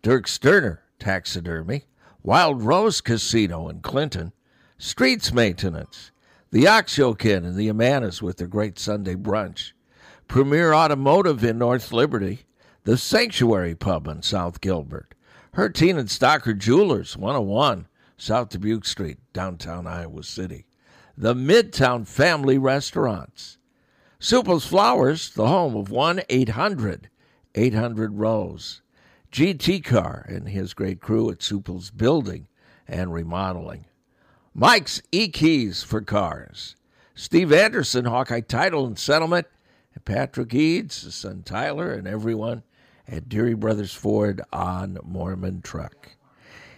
Dirk Sterner Taxidermy, Wild Rose Casino in Clinton, Streets Maintenance, the Oxyokin and the Amanas with their great Sunday brunch, Premier Automotive in North Liberty, the Sanctuary Pub in South Gilbert, Hertine and Stocker Jewelers, 101 South Dubuque Street, downtown Iowa City, the Midtown Family Restaurants, Supple's Flowers, the home of 1 800 800 Rose, GT Car and his great crew at Supple's Building and Remodeling, Mike's E Keys for Cars, Steve Anderson, Hawkeye Title and Settlement, and Patrick Eads, his son Tyler, and everyone at Deary Brothers Ford on Mormon Truck.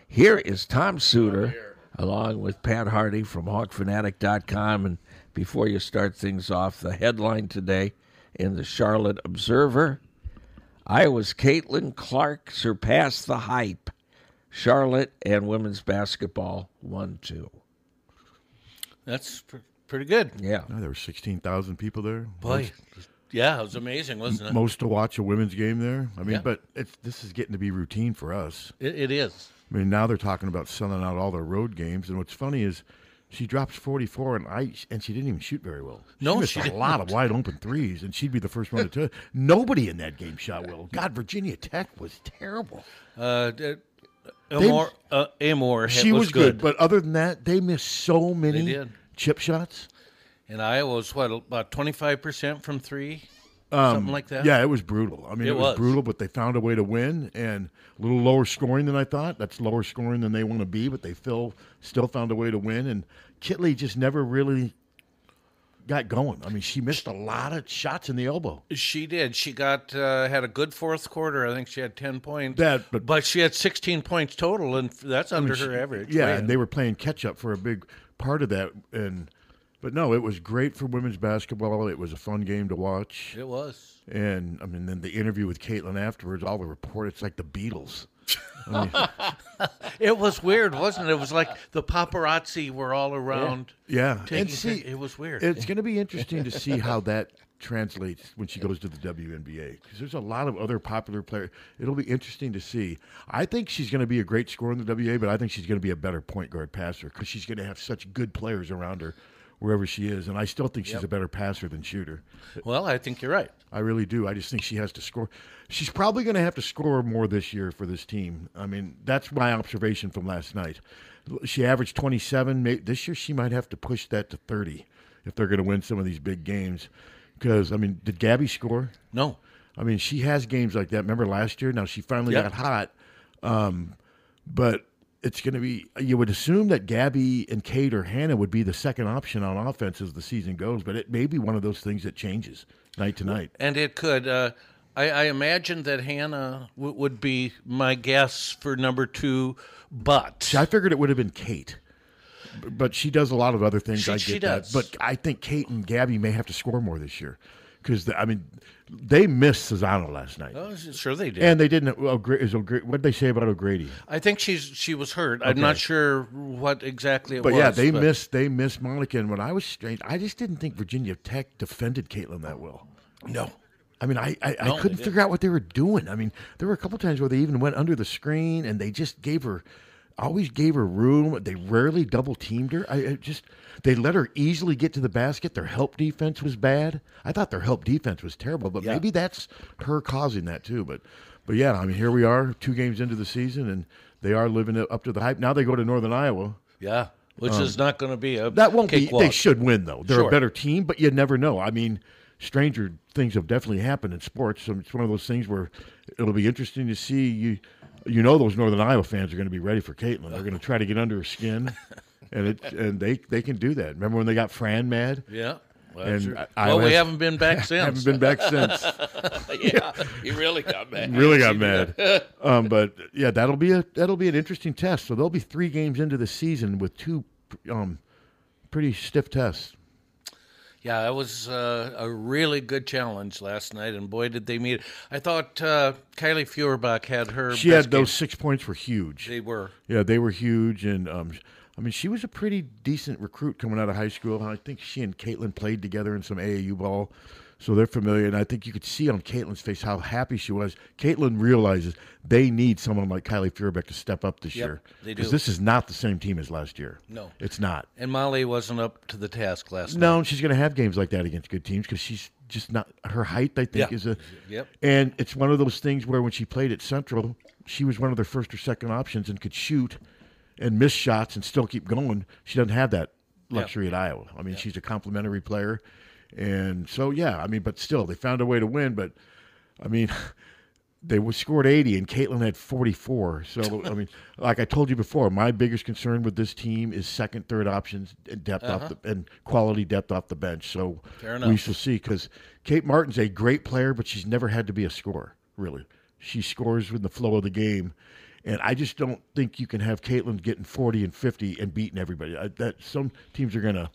Here is Tom Suter along with Pat Hardy from hawkfanatic.com. And before you start things off, the headline today in the Charlotte Observer Iowa's Caitlin Clark surpassed the hype. Charlotte and women's basketball 1 2. That's pr- pretty good. Yeah. Oh, there were 16,000 people there. Boy, yeah, it was amazing, wasn't Most, it? most to watch a women's game there. I mean, Yeah. but it's, this is getting to be routine for us. it? It is. I mean, now they're talking about selling out all their road games. And what's funny is she drops 44 and I and she didn't even shoot very well. No, she missed she a didn't. lot of wide open threes, and she'd be the first one to. Nobody in that game shot well. God, Virginia Tech was terrible. Uh, d- Amor, uh, Amor hit- she was, good. good, but other than that, they missed so many did. chip shots. and Iowa was what about twenty five percent from three, something like that. Um, Yeah, it was brutal. I mean, It it, was. was. brutal, but they found a way to win and a little lower scoring than I thought. That's lower scoring than they want to be, but they still still found a way to win. And Kitley just never really got going. I mean, she missed a lot of shots in the elbow. she did. She got uh, had a good fourth quarter. I think she had ten points. That, but- she had sixteen points total, and f- that's under her average. Yeah, Way and they were playing catch up for a big part of that. And but no, it was great for women's basketball. It was a fun game to watch. it was. And I mean, then the interview with Caitlin afterwards, all the report, it's like the Beatles. It was weird, wasn't it? It was like the paparazzi were all around. Yeah, taking pic- it was weird. It's going to be interesting to see how that translates when she goes to the WNBA because there's a lot of other popular players. It'll be interesting to see. I think she's going to be a great scorer in the WNBA, but I think she's going to be a better point guard passer because she's going to have such good players around her wherever she is, and I still think she's a better passer than shooter. well, I think you're right. I really do. I just think she has to score. She's probably going to have to score more this year for this team. I mean, that's my observation from last night. She averaged 27. May- This year, she might have to push that to 30 if they're going to win some of these big games. Because, I mean, did Gabby score? No, I mean, she has games like that. Remember last year? Now she finally Yeah. got hot, um, but it's going to be. You would assume that Gabby and Kate or Hannah would be the second option on offense as the season goes, but it may be one of those things that changes night to night. and it could. Uh, I, I imagine that Hannah w- would be my guess for number two, but I figured it would have been Kate. but she does a lot of other things. She- I get she that, does. but I think Kate and Gabby may have to score more this year because I mean they missed Cesano last night, Oh, sure they did. and they didn't. Well, Gra- is O'Gra- what did they say about O'Grady? I think she's she was hurt. I'm not sure what exactly it But was. yeah, they missed they missed Monica. And when I was strange, I just didn't think Virginia Tech defended Caitlin that well. No. I mean, I, I, No, I they couldn't didn't. figure out what they were doing. I mean, there were a couple times where they even went under the screen and they just gave her, always gave her room. They rarely double teamed her. I, I just, they let her easily get to the basket. Their help defense was bad. I thought their help defense was terrible, but maybe that's her causing that too. But, but yeah, I mean, here we are, two games into the season, and they are living up to the hype. Now they go to Northern Iowa. Yeah, which is not going to be a um, That won't be. cakewalk. They should win though. They're a Sure. better team, but you never know. I mean, stranger things have definitely happened in sports. So it's one of those things where it'll be interesting to see you. You know, those Northern Iowa fans are going to be ready for Caitlin. They're going to try to get under her skin, and it and they they can do that. Remember when they got Fran mad? Yeah. Well, And sure. I- I well we was- haven't been back since. Haven't been back since. yeah, he really got back. really got mad. Um, but yeah, that'll be a that'll be an interesting test. So there'll be three games into the season with two um, pretty stiff tests. Yeah, it was uh, a really good challenge last night, and boy, did they meet. I thought uh, Kylie Feuerbach had her. She best had those game. six points were huge. They were. Yeah, they were huge, and um, sh- I mean, she was a pretty decent recruit coming out of high school. I think she and Caitlin played together in some AAU ball, so they're familiar. And I think you could see on Caitlin's face how happy she was. Caitlin realizes they need someone like Kylie Feuerbeck to step up this Yep, year they do. this is not the same team as last year. No. it's not. And Molly wasn't up to the task last night. No, and she's going to have games like that against good teams because she's just not her height. I think Yeah. is a Yep. and it's one of those things where when she played at Central, she was one of their first or second options and could shoot and miss shots and still keep going. She doesn't have that luxury at Iowa. I mean, she's a complimentary player, and so yeah, I mean, but still they found a way to win. But I mean. They were scored 80 and Caitlin had 44. So, I mean, like I told you before, my biggest concern with this team is second, third options and depth off the, and quality depth off the bench. So, we Uh-huh. enough. shall see because Kate Martin's a great player, but she's never had to be a scorer, really. She scores with the flow of the game. And I just don't think you can have Caitlin getting 40 and 50 and beating everybody. I, that Some teams are going to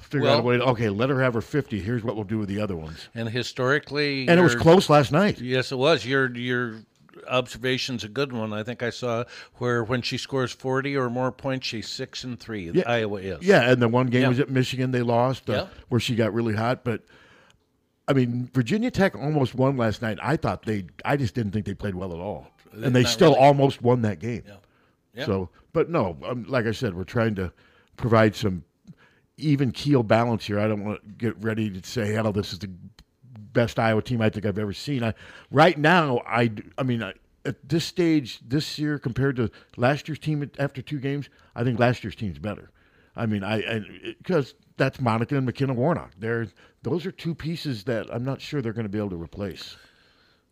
figure out a Well- way to, okay, let her have her 50. Here's what we'll do with the other ones. And historically, And it was your- close last night. Yes, it was. Your your observation's a good one. I think I saw where when she scores forty or more points, she's six and three. Iowa is. Yeah, and the one game Yeah. was at Michigan. They lost uh, Yeah. where she got really hot. But I mean, Virginia Tech almost won last night. I thought they, I just didn't think they played well at all, and they Not still really. almost won that game. Yeah. So, but no, um, like I said, we're trying to provide some even keel balance here. I don't want to get ready to say, "Hell, this is the best Iowa team I think I've ever seen." I right now, I d- I mean, I, at this stage this year compared to last year's team at- after two games, I think last year's team's better. I mean, I because that's Monica and McKenna Warnock. They're those are two pieces that I'm not sure they're going to be able to replace.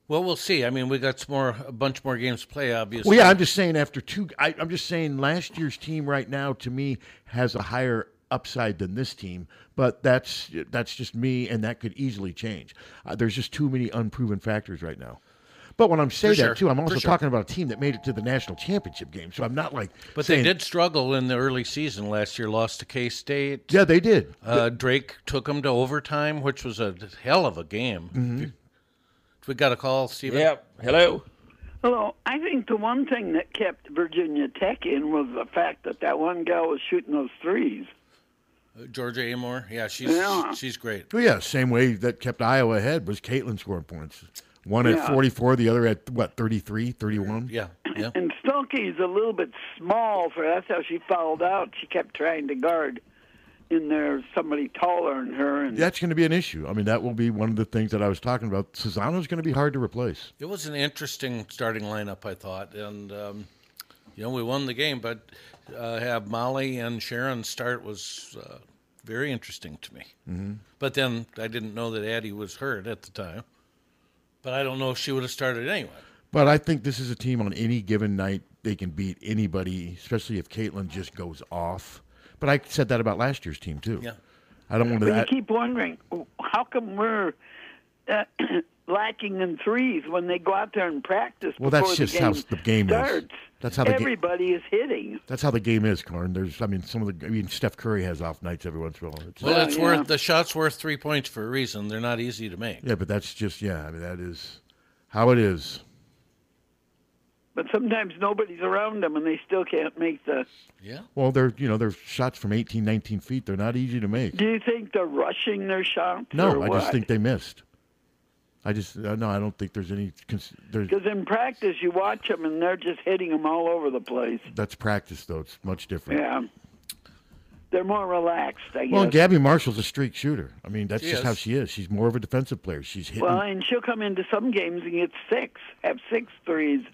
Well, we'll see. I mean, we got some more, a bunch more games to play, obviously. Well, yeah, I'm just saying after two, I, I'm just saying last year's team right now to me has a higher upside than this team, but that's that's just me, and that could easily change. Uh, there's just too many unproven factors right now. But when I'm saying sure. that too, I'm For also sure. talking about a team that made it to the national championship game. So I'm not like, But saying- they did struggle in the early season last year. Lost to K State. Yeah, they did. Uh, Drake took them to overtime, which was a hell of a game. Mm-hmm. We got a call, Stephen. Yep. Hello. Hello. I think the one thing that kept Virginia Tech in was the fact that that one gal was shooting those threes. Uh, Georgia Amore. Yeah, she's Yeah. she's great. Well, yeah, same way that kept Iowa ahead was Caitlin scoring points. One at Yeah. 44, the other at what 33, 31. Yeah, yeah. And Stunky's a little bit small for that's how she fouled out. She kept trying to guard in there somebody taller than her and That's going to be an issue. I mean, that will be one of the things that I was talking about. Cesano's going to be hard to replace. It was an interesting starting lineup, I thought, and um, you know we won the game, but uh, have Molly and Sharon start was uh, very interesting to me. Mm-hmm. But then I didn't know that Addie was hurt at the time, but I don't know if she would have started anyway. But I think this is a team on any given night they can beat anybody, especially if Caitlin just goes off. But I said that about last year's team too. Yeah. I don't want But you to. keep wondering how come we're uh, lacking in threes when they go out there and practice. Well, that's before just the how game the game is. starts. That's how the ga- everybody is hitting. That's how the game is, Karn. There's, I mean, some of the, I mean, Steph Curry has off nights every once in a while. It's- Well, it's worth the shot's worth three points for a reason. They're not easy to make. yeah, but that's just, yeah, I mean, that is how it is. But sometimes nobody's around them and they still can't make the. Well, they're, you know, they're shots from 18, 19 feet. They're not easy to make. Do you think they're rushing their shots? No, or I just what? think they missed. I just, uh, no, I don't think there's any, cons- there's, Because in practice, you watch them and they're just hitting them all over the place. that's practice, though. It's much different. Yeah. They're more relaxed, I guess. Well, and Gabby Marshall's a streak shooter. I mean, that's She just how is. she is. She's more of a defensive player. She's hitting. Well, and she'll come into some games and get six, have six threes.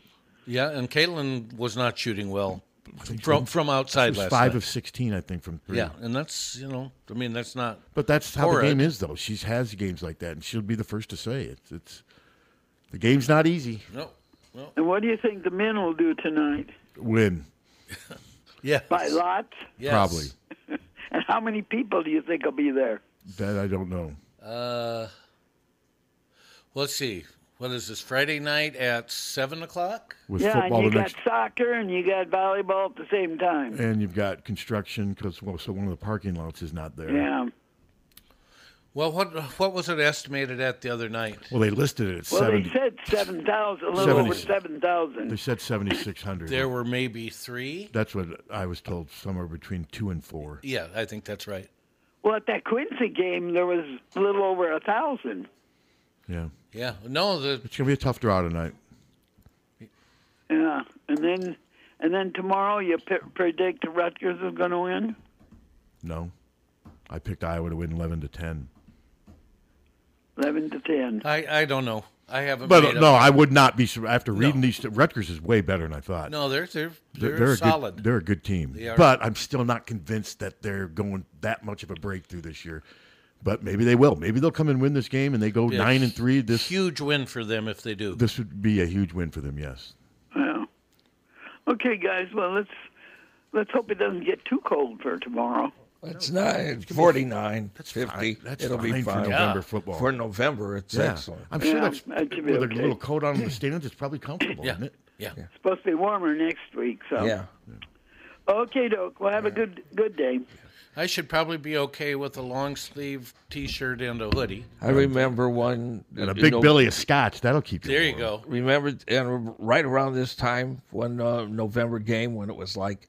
Yeah, and Caitlin was not shooting well from from she outside was last five night. of sixteen, I think, from three. yeah, and that's you know, I mean, that's not. But that's how horrid. the game is, though. She has games like that, and she'll be the first to say it. It's the game's not easy. No. And what do you think the men will do tonight? Win Yeah. By lots? probably. And how many people do you think will be there? That I don't know. Uh, well, let's see. What is this? Friday night at seven o'clock. With yeah, football and you the got next, soccer and you got volleyball at the same time. and you've got construction because well, so one of the parking lots is not there. Yeah. Well, what what was it estimated at the other night? Well, they listed it at Well, seventy. they said 7,000, a little over 70. 7,000. They said seventy six hundred. There were maybe three. That's what I was told. Somewhere between two and four. Yeah, I think that's right. Well, at that Quincy game, there was a little over a 1,000. Yeah, Yeah. No, the it's gonna be a tough draw tonight. Yeah. And then and then tomorrow you p- predict Rutgers is going to win? No, I picked Iowa to win eleven to ten. 11 to 10. I I don't know. I haven't. But made no, up. I would not be sur- after reading these. Rutgers is way better than I thought. No, they're they're They're, they're, they're a solid. Good, they're a good team, They are. but I'm still not convinced that they're going that much of a breakthrough this year. But maybe they will. Maybe they'll come and win this game, and they go Yeah. nine and three. This huge win for them if they do. this would be a huge win for them. Yes. Yeah. Okay, guys. Well, let's let's hope it doesn't get too cold for tomorrow. It's not it's 49, 50. That's It'll be fine for fine. November Yeah. football. For November, it's Yeah. excellent. I'm sure Yeah, that's that with should be a okay. little coat on in the stands. It's probably comfortable, Yeah. isn't it? Yeah. It's supposed to be warmer next week, so. Yeah. Okay, Doc. Well, have a good good day. I should probably be okay with a long sleeve T-shirt and a hoodie. I remember one. And a big no- billy of scotch that'll keep you. There you warm. go. Remember, and right around this time, one uh, November game when it was like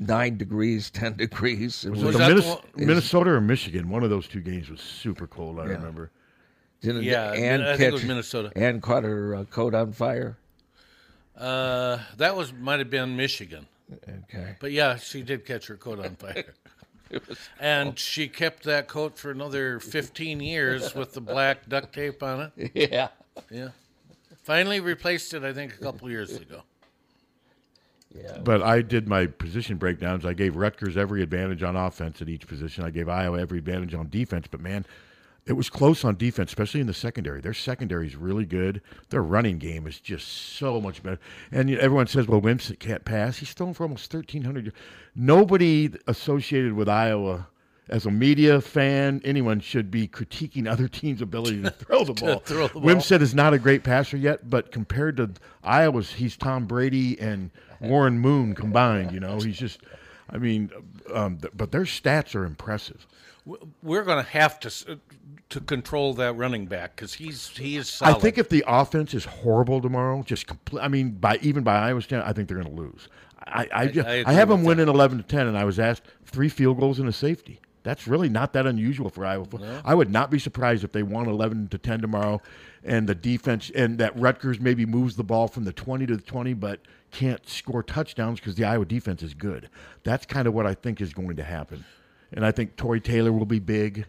nine degrees, 10 degrees. It Was, was- it that the the Minnes- one- Minnesota or Michigan? One of those two games was super cold. I remember. didn't Yeah, Ann I think it was catch- Minnesota. Ann caught her uh, coat on fire. Uh, that was might have been Michigan, Okay. but yeah, she did catch her coat on fire, and she kept that coat for another fifteen years with the black duct tape on it. Yeah. Yeah, finally replaced it. I think a couple years ago. But I did my position breakdowns. I gave Rutgers every advantage on offense at each position. I gave Iowa every advantage on defense. But man, it was close on defense, especially in the secondary. Their secondary is really good. Their running game is just so much better. And you- everyone says, "Well, Wimsett can't pass." He's thrown for almost thirteen hundred. Nobody associated with Iowa. As a media fan, anyone should be critiquing other teams' ability to throw the ball. throw the ball. Wimsett is not a great passer yet, but compared to Iowa's, he's Tom Brady and Warren Moon combined. You know, he's just, I mean, um, th- but their stats are impressive. We're going to have to s- uh, to control that running back because he's he is I solid. think if the offense is horrible tomorrow, just complete. I mean, by even by Iowa standard, I think they're going to lose. I I, ju- I I, agree have with them winning eleven to ten, and I was asked three field goals and a safety. That's really not that unusual for Iowa. I would not be surprised if they won eleven to ten tomorrow, and the defense and that Rutgers maybe moves the ball from the twenty to the twenty, but can't score touchdowns because the Iowa defense is good. That's kind of what I think is going to happen, and I think Torrey Taylor will be big.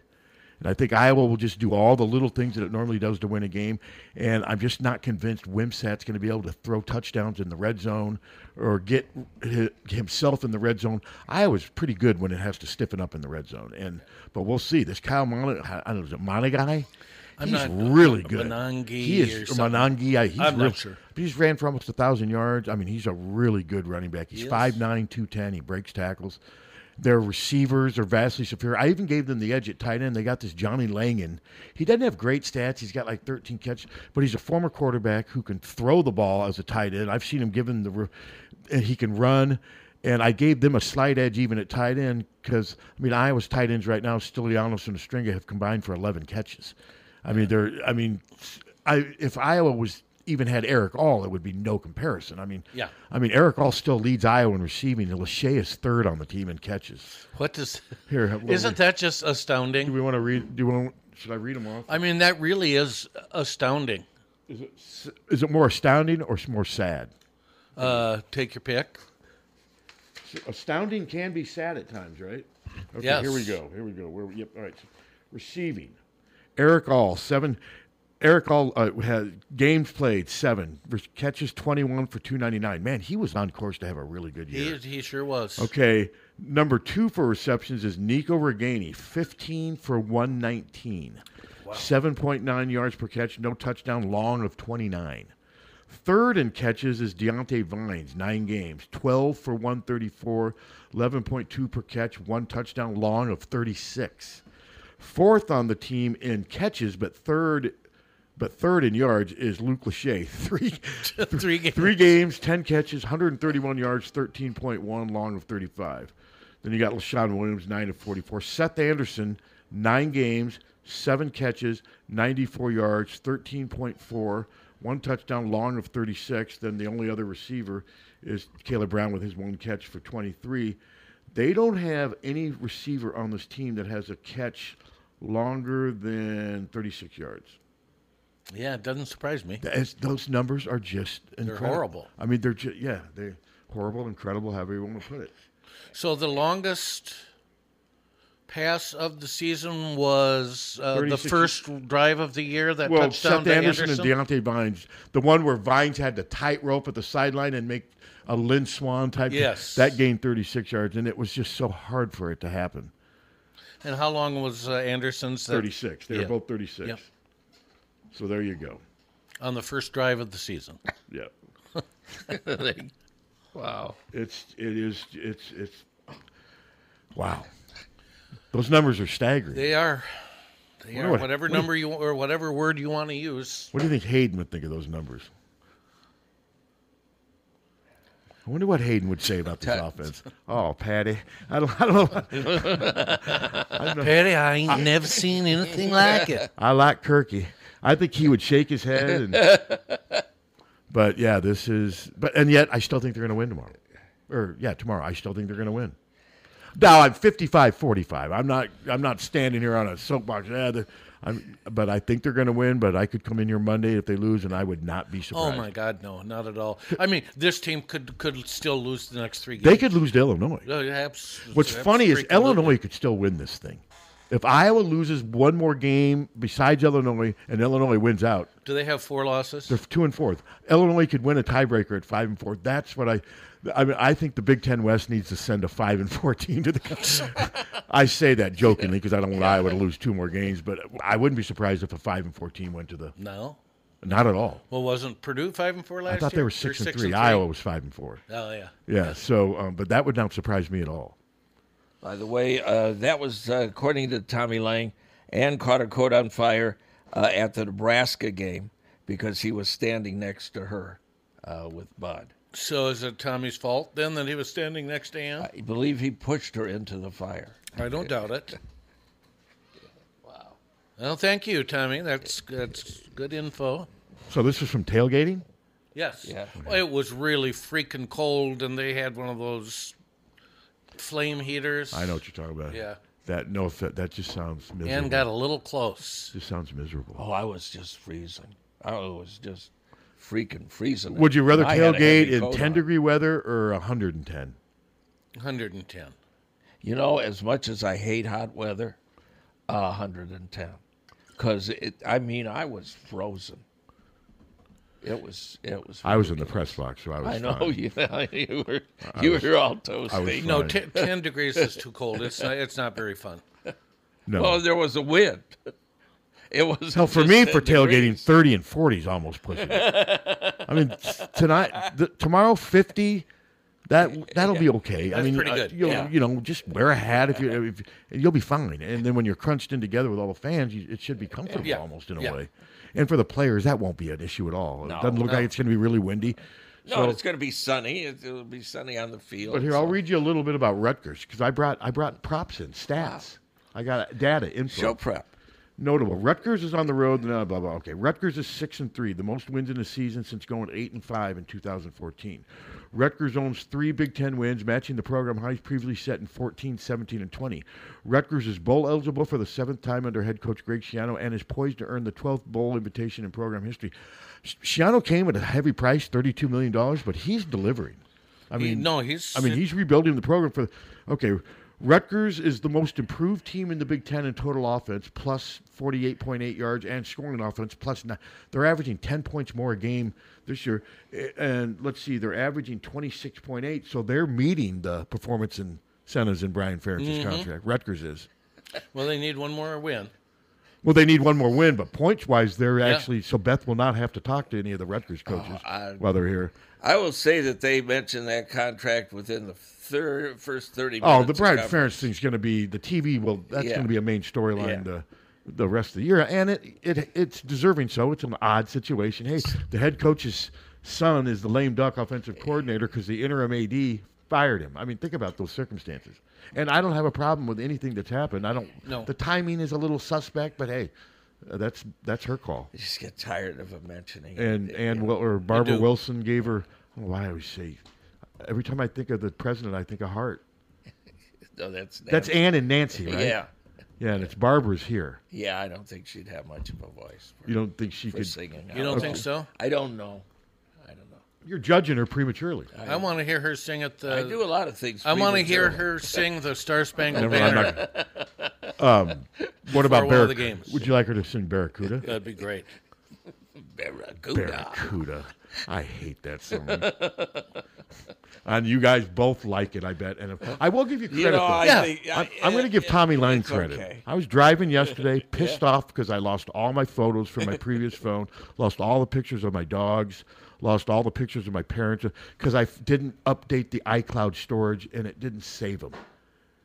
And I think Iowa will just do all the little things that it normally does to win a game. And I'm just not convinced Wimsat's going to be able to throw touchdowns in the red zone or get hi- himself in the red zone. Iowa's pretty good when it has to stiffen up in the red zone. And but we'll see. This Kyle Mon- I don't know, is it Monagai? I'm he's not- really good. Monangi he is or something. Monangi. I- He's I'm not real- sure. He's ran for almost a thousand yards. I mean, he's a really good running back. He's is. five nine, two ten. He breaks tackles. Their receivers are vastly superior. I even gave them the edge at tight end. They got this Johnny Langan. He doesn't have great stats. He's got like 13 catches, but he's a former quarterback who can throw the ball as a tight end. I've seen him given the, r- and he can run. And I gave them a slight edge even at tight end because I mean Iowa's tight ends right now, Stilianos and Stringa have combined for 11 catches. I mean they're. I mean, I if Iowa was even had Eric All, it would be no comparison. I mean, Yeah. I mean Eric All still leads Iowa in receiving, and Lachey is third on the team in catches. What does? Here, have- Isn't that just astounding? Do we want to read? Do you want? Should I read them off? I mean, that really is astounding. Is it more astounding or s- more sad? Uh, take your pick. Astounding can be sad at times, right? Okay, Yes. here we go. Here we go. Where, yep. All right. So, receiving. Eric All seven. Eric All uh, had games played seven re- catches twenty one for two ninety nine. Man, he was on course to have a really good year. He, he sure was. Okay, number two for receptions is Nico Reganey, fifteen for one nineteen. 7.9 yards per catch, no touchdown, long of 29. Third in catches is Deontay Vines, nine games, 12 for 134, 11.2 per catch, one touchdown, long of 36. Fourth on the team in catches, but third, but third in yards is Luke Lachey, three, Three games. three games, 10 catches, 131 yards, 13.1, long of 35. Then you got LaShawn Williams, 9 of 44. Seth Anderson, 9 games, 7 catches, 94 yards, 13.4, one touchdown, long of 36. Then the only other receiver is Caleb Brown with his one catch for 23. They don't have any receiver on this team that has a catch longer than 36 yards. Yeah, it doesn't surprise me. That's, those numbers are just incredible. horrible. I mean, they're just, yeah, they're horrible, incredible, however you want to put it. So the longest pass of the season was uh, the 36 first drive of the year that Well, touchdown Seth to Anderson, Anderson. and Deontay Vines, the one where Vines had the tightrope at the sideline and make a Lynn Swan type. Yes. That gained 36 yards, and it was just so hard for it to happen. and how long was uh, Anderson's? that- 36. They were Yeah. both 36. Yep. So there you go. on the first drive of the season. Yeah. Wow. It's, it is, it's, it's, wow. Those numbers are staggering. They are, they Wonder are what- whatever what do number you or whatever word you want to use. What do you think Hayden would think of those numbers? I wonder what Hayden would say about this offense. Oh, Patty, I don't, I don't know. Patty, I ain't never seen anything like it. I like Kirky. I think he would shake his head. And, but yeah, this is. But and yet, I still think they're going to win tomorrow. Or yeah, tomorrow. I still think they're going to win. Now I'm 55-45. I'm not. I'm not standing here on a soapbox. Yeah, the- I'm, but I think they're going to win. But I could come in here Monday if they lose, and I would not be surprised. Oh my God, no, not at all. I mean, this team could could still lose the next three They games. could lose to Illinois. Oh, What's funny is Illinois could still win this thing. If Iowa loses one more game besides Illinois and Illinois wins out, Do they have four losses? they're two and fourth. Illinois could win a tiebreaker at five and four. That's what I, I mean, I think the Big Ten West needs to send a five and fourteen to the. I say that jokingly because I don't want Iowa to lose two more games, but I wouldn't be surprised if a five and fourteen went to the. No. Not at all. Well, wasn't Purdue five and four last year? I thought they were Or six, and, three. Iowa was five and four. Oh yeah. Yeah. So, um, but that would not surprise me at all. By the way, uh, that was uh, according to Tommy Lang and caught her coat on fire uh, at the Nebraska game because he was standing next to her uh, with Bud. So is it Tommy's fault then that he was standing next to Ann? I believe he pushed her into the fire. I don't doubt it. Wow. Well, thank you, Tommy. That's that's good info. So this was from tailgating. Yes. Yeah. It was really freaking cold, and they had one of those flame heaters. I know what you're talking about. Yeah. That no, that, that just sounds miserable. Ann got a little close. just sounds miserable. Oh, I was just freezing. I was just freaking freezing. Would you rather I had a tailgate heavy in coat 10 on. degree weather or 110? 110. You know, as much as I hate hot weather, uh, 110. Because it, I mean, I was frozen. It was, it was. I was in the press box, so I was. I know fine. you. You were, you were all toasty. was No, Fine. t- 10 degrees is too cold. It's not, it's not very fun. No. Well, there was a wind. It was. Hell, for just me, for 10 tailgating, degrees. 30 and 40 is almost pushing. it. I mean, t- tonight, th- tomorrow, 50. that that'll be okay. I That's mean, pretty uh, good, you'll- yeah. you know, just wear a hat if you if you'll be fine. And then when you're crunched in together with all the fans, you, it should be comfortable Yeah, almost in a yeah. way. And for the players, that won't be an issue at all. No, it doesn't look no. like it's going to be really windy. No, So- it's going to be sunny. It, it'll be sunny on the field. But here, I'll read you a little bit about Rutgers because I brought I brought props and stats. I got data info. show prep. Notable. Rutgers is on the road. Blah, blah blah. Okay. Rutgers is six and three, the most wins in a season since going eight and five in 2014. Rutgers owns three Big Ten wins, matching the program highs previously set in 14, 17, and 20. Rutgers is bowl eligible for the seventh time under head coach Greg Schiano and is poised to earn the 12th bowl invitation in program history. Sh- Schiano came at a heavy price, 32 million dollars, but he's delivering. I He- mean, no, he's- I mean, he's rebuilding the program for. Okay, Rutgers is the most improved team in the Big Ten in total offense, plus forty-eight point eight yards and scoring offense, plus nine. They're averaging ten points more a game this year, A- and let's see, they're averaging twenty-six point eight. So they're meeting the performance incentives in Brian Ferentz's Mm-hmm. contract. Rutgers is. Well, they need one more win. Well, they need one more win, but points-wise, they're Yeah. Oh, actually so Beth will not have to talk to any of the Rutgers coaches I- while they're here. I will say that they mentioned that contract within the thir- first 30 minutes. Oh, the of Brian coverage. Ferentz thing's going to be the TV. Well, that's Yeah. going to be a main storyline Yeah. the the rest of the year, and it, it it's deserving. So it's an odd situation. Hey, the head coach's son is the lame duck offensive coordinator because the interim AD fired him. I mean, think about those circumstances. And I don't have a problem with anything that's happened. I don't. No. The timing is a little suspect, but hey, uh, that's that's her call. I just get tired of him mentioning it. And It- and Wil- or Barbara do. Wilson gave her. oh, Why I always say, every time I think of the president, I think of Hart. no, that's, That's Ann and Nancy, right? Yeah. Yeah, and it's Barbara's here. Yeah, I don't think she'd have much of a voice for, You don't think she for could? singing. You don't think so? I don't know. I don't know. Oh, You're judging her prematurely. I want to hear her sing at the. I do a lot of things. I want to prematurely. hear her sing the Star Spangled Never mind, Banner. I'm not- um, what about one of Barracuda? the games. Would you like her to sing Barracuda? That'd be great. Barracuda. Barracuda. I hate that song. and you guys both like it, I bet. And I will give you credit. know, though. I yeah, think- I- I'm, I'm going to give Tommy Lane credit. okay. I was driving yesterday, pissed off because I lost all my photos from my previous phone, lost all the pictures of my dogs, lost all the pictures of my parents because I f- didn't update the iCloud storage and it didn't save them.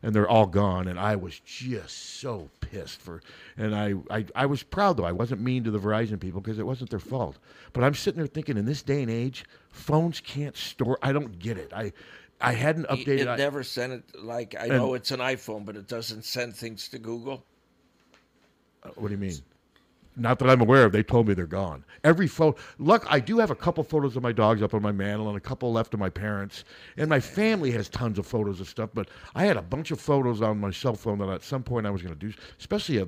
And they're all gone, and I was just so pissed for. And I, I, I was proud though. I wasn't mean to the Verizon people because it wasn't their fault. But I'm sitting there thinking, in this day and age, phones can't store. I don't get it. I, I hadn't It- updated. It I- never sent it. Like I know it's an iPhone, but it doesn't send things to Google. Uh, What do you mean? Not that I'm aware of. They told me they're gone. Every photo. Look, I do have a couple photos of my dogs up on my mantle and a couple left of my parents. And my family has tons of photos of stuff, but I had a bunch of photos on my cell phone that at some point I was going to do, especially, a,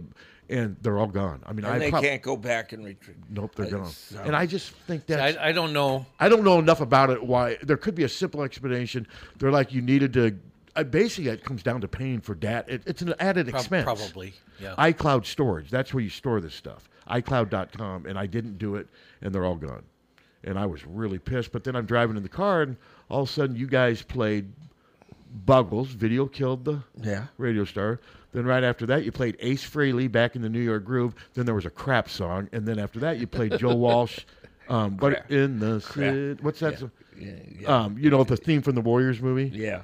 and they're all gone. I mean, And I they prob- can't go back and retrieve. Nope, they're I- uh, gone. so- And I just think that's. I, I don't know. I don't know enough about it. Why there could be a simple explanation. They're like you needed to. I basically, it comes down to paying for data. It, it's an added Prob- expense. probably, yeah. iCloud storage. That's where you store this stuff. iCloud.com, and I didn't do it, and they're all gone. And I was really pissed. But then I'm driving in the car, and all of a sudden, you guys played Buggles. Video killed the Yeah. radio star. Then right after that, you played Ace Frehley back in the New York Groove. Then there was a crap song, and then after that, you played Joe Walsh. Um, but in the city, what's that? song? Um, you know the theme from the Warriors movie. Yeah.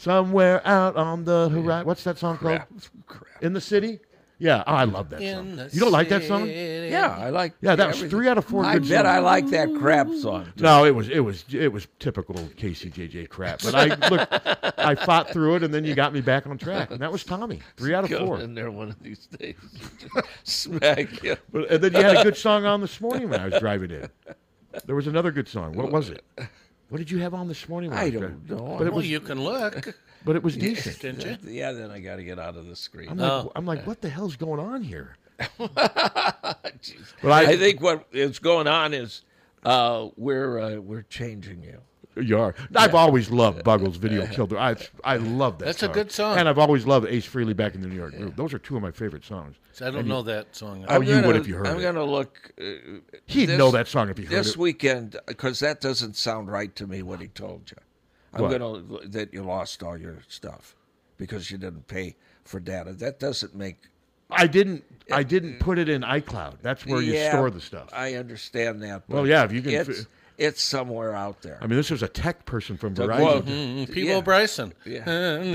Somewhere out on the horizon. What's that song called? Crap. Crap. In the city. Yeah, oh, I love that In song. the You don't like that song? city. Yeah, I like. Yeah, that was everything. three out of four I good bet songs. I like that crap song. No, it was it was it was typical KCJJ crap. But I look, I fought through it, and then you got me back on track, and that was Tommy. Three out of Go four. in there one of these days. Smack you. But and then you had a good song on this morning when I was driving in. There was another good song. What was it? What did you have on this morning? When I was driving? don't know. But it Well, was, you can look. but it was decent. Didn't you? Oh. Yeah, then I got to get out of the screen. I'm like, I'm like, what the hell's going on here? but I, I, think what is going on is uh, we're uh, we're changing you. you are. I've always loved Buggles' video Killed. I I love that. That's a good song. And I've always loved Ace Frehley back in the New York group. Those are two of my favorite songs. So I don't know that song. Oh, you would gonna- if you heard I'm it. gonna look. Uh, He'd this- know that song if he heard this it. weekend because that doesn't sound right to me. What he told you, I'm What? gonna that you lost all your stuff because you didn't pay for data. That doesn't make I didn't. I didn't put it in iCloud. That's where you Yeah, store the stuff. I understand that. Well, but yeah, if you can it's, fi- It's somewhere out there. I mean, this was a tech person from Doug Verizon. Wilde. Mm, Peebo Bryson. Mm-hmm. Yeah.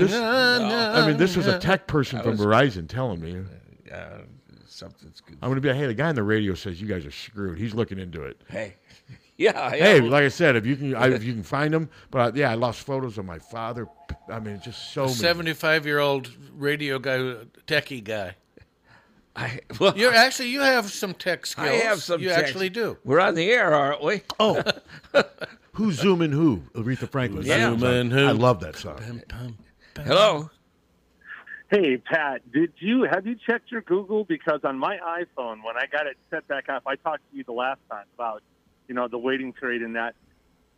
This- no. I mean, this was a tech person from Verizon telling me. Uh, something's good. I'm going to be, hey, the guy on the radio says you guys are screwed. He's looking into it. Hey, yeah, Hey, yeah. like I said, if you can, I, if you can find him. But I, yeah, I lost photos of my father. I mean, just so many. 75 year old radio guy, techie guy. I, well, You're actually, you have some tech skills. I have some. You text. actually do. We're on the air, aren't we? Oh, who's zooming who? Aretha Franklin. Yeah. Zooming who? I love that song. Hello. Hey Pat, did you have you checked your Google? Because on my iPhone, when I got it set back up, I talked to you the last time about you know the waiting period and that.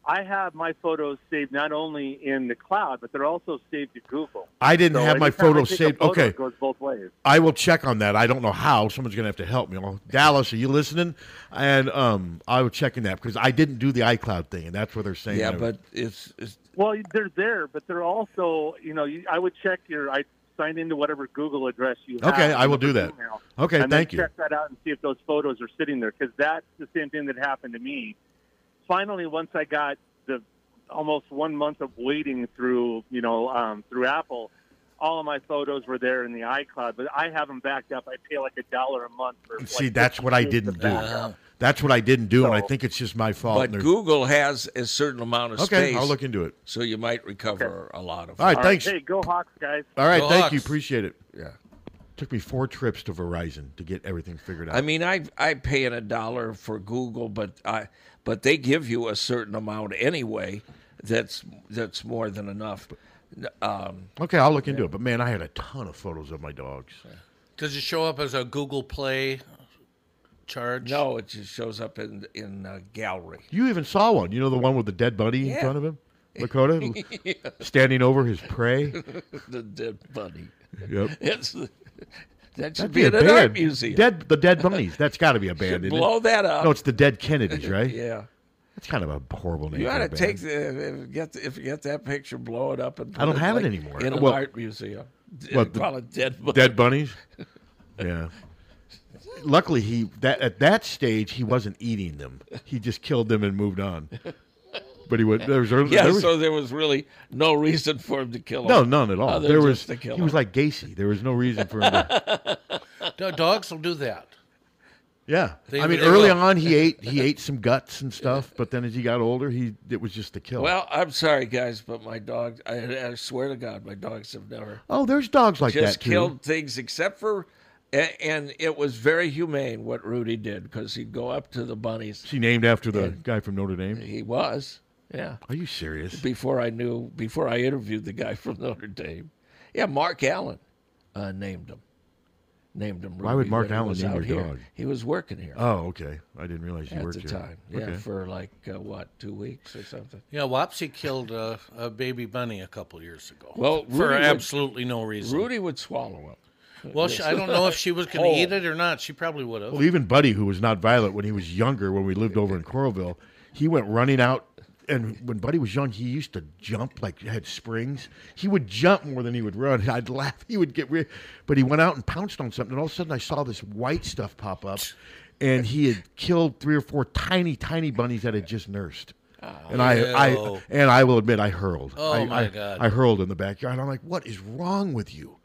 I have my photos saved not only in the cloud, but they're also saved to Google. I didn't So have my anytime I photos take a saved. photo, okay, it goes both ways. I will check on that. I don't know how. Someone's going to have to help me. Well, Dallas, are you listening? And um, I will check in that because I didn't do the iCloud thing, and that's what they're saying. Yeah, that- but it's, it's Well, they're there, but they're also you know you, I would check your I sign into whatever Google address you have. Okay, I will do that. Email. okay. and Thank then you. check that out and see if those photos are sitting there because that's the same thing that happened to me. Finally, once I got the almost one month of waiting through, you know, um, through Apple, all of my photos were there in the iCloud, but I have them backed up. I pay like a dollar a month for. See, like, that's what I 15 didn't do. backup. That's what I didn't do, and I So- think it's just my fault. Uh-huh. but and they're- Google has a certain amount of okay, space, I'll look into it. so you might recover a lot of. All right, All right, thanks. Hey, go Hawks, guys. All right, Go thank Hawks. you. Appreciate it. Yeah. Took me four trips to Verizon to get everything figured out. I mean, I I pay in a dollar for Google, but I but they give you a certain amount anyway. That's that's more than enough. Um, okay, I'll look into it. But man, I had a ton of photos of my dogs. Does it show up as a Google Play charge? no, it just shows up in in uh, gallery. You even saw one. You know the one with the dead bunny in Yeah. front of him, Lakota, standing over his prey. the dead bunny. Yep. It's, that That'd should be in a an art band. museum. Dead, the dead bunnies. That's got to be a band. Should isn't it? blow that up. No, it's the Dead Kennedys, right? yeah. That's kind of a horrible name. You for ought a to band. take the if- get if you get that picture, blow it up and put I don't it, have it like, anymore. in an Well- art museum. D- What, the- call it dead bunny. dead bunnies. Yeah. Luckily, he that at that stage he wasn't eating them. He just killed them and moved on. But he was there was, early, Yeah, there was so there was really no reason for him to kill him. no none at all. Other There than was just to he kill was him. like Gacy. There was no reason for him. to... Do- Dogs will do that. Yeah, They- I mean, they early will. on he ate he ate some guts and stuff, but then as he got older, he it was just the kill. Well, I'm sorry guys, but my dog. I, I swear to God, my dogs have never oh, there's dogs like just that too. killed things except for. a- And it was very humane what Rudy did because he'd go up to the bunnies. She named after the guy from Notre Dame. He was, yeah. Are you serious? before I knew, before I interviewed the guy from Notre Dame. Yeah, Mark Allen uh, named him. Named him. Why would Rudy Mark when he Allen was name out your here. dog? He was working here Oh, okay. I didn't realize you at worked the here. time. Yeah, Okay. for like uh, what, two weeks or something. Yeah, Wopsy killed a, a baby bunny a couple years ago. Well, for Rudy would- absolutely no reason. Rudy would swallow him. well, she, I don't know if she was going Oh. to eat it or not. She probably would have. Well, even Buddy, who was not violent when he was younger, when we lived over in Coralville, he went running out. And when Buddy was young, he used to jump like it had springs. He would jump more than he would run. And I'd laugh. He would get weird. But he went out and pounced on something. And all of a sudden, I saw this white stuff pop up. And he had killed three or four tiny, tiny bunnies that had just nursed. And I, I, Oh, Ew. and I will admit, I hurled. Oh, I, my I- God. I hurled in the backyard. I'm like, what is wrong with you?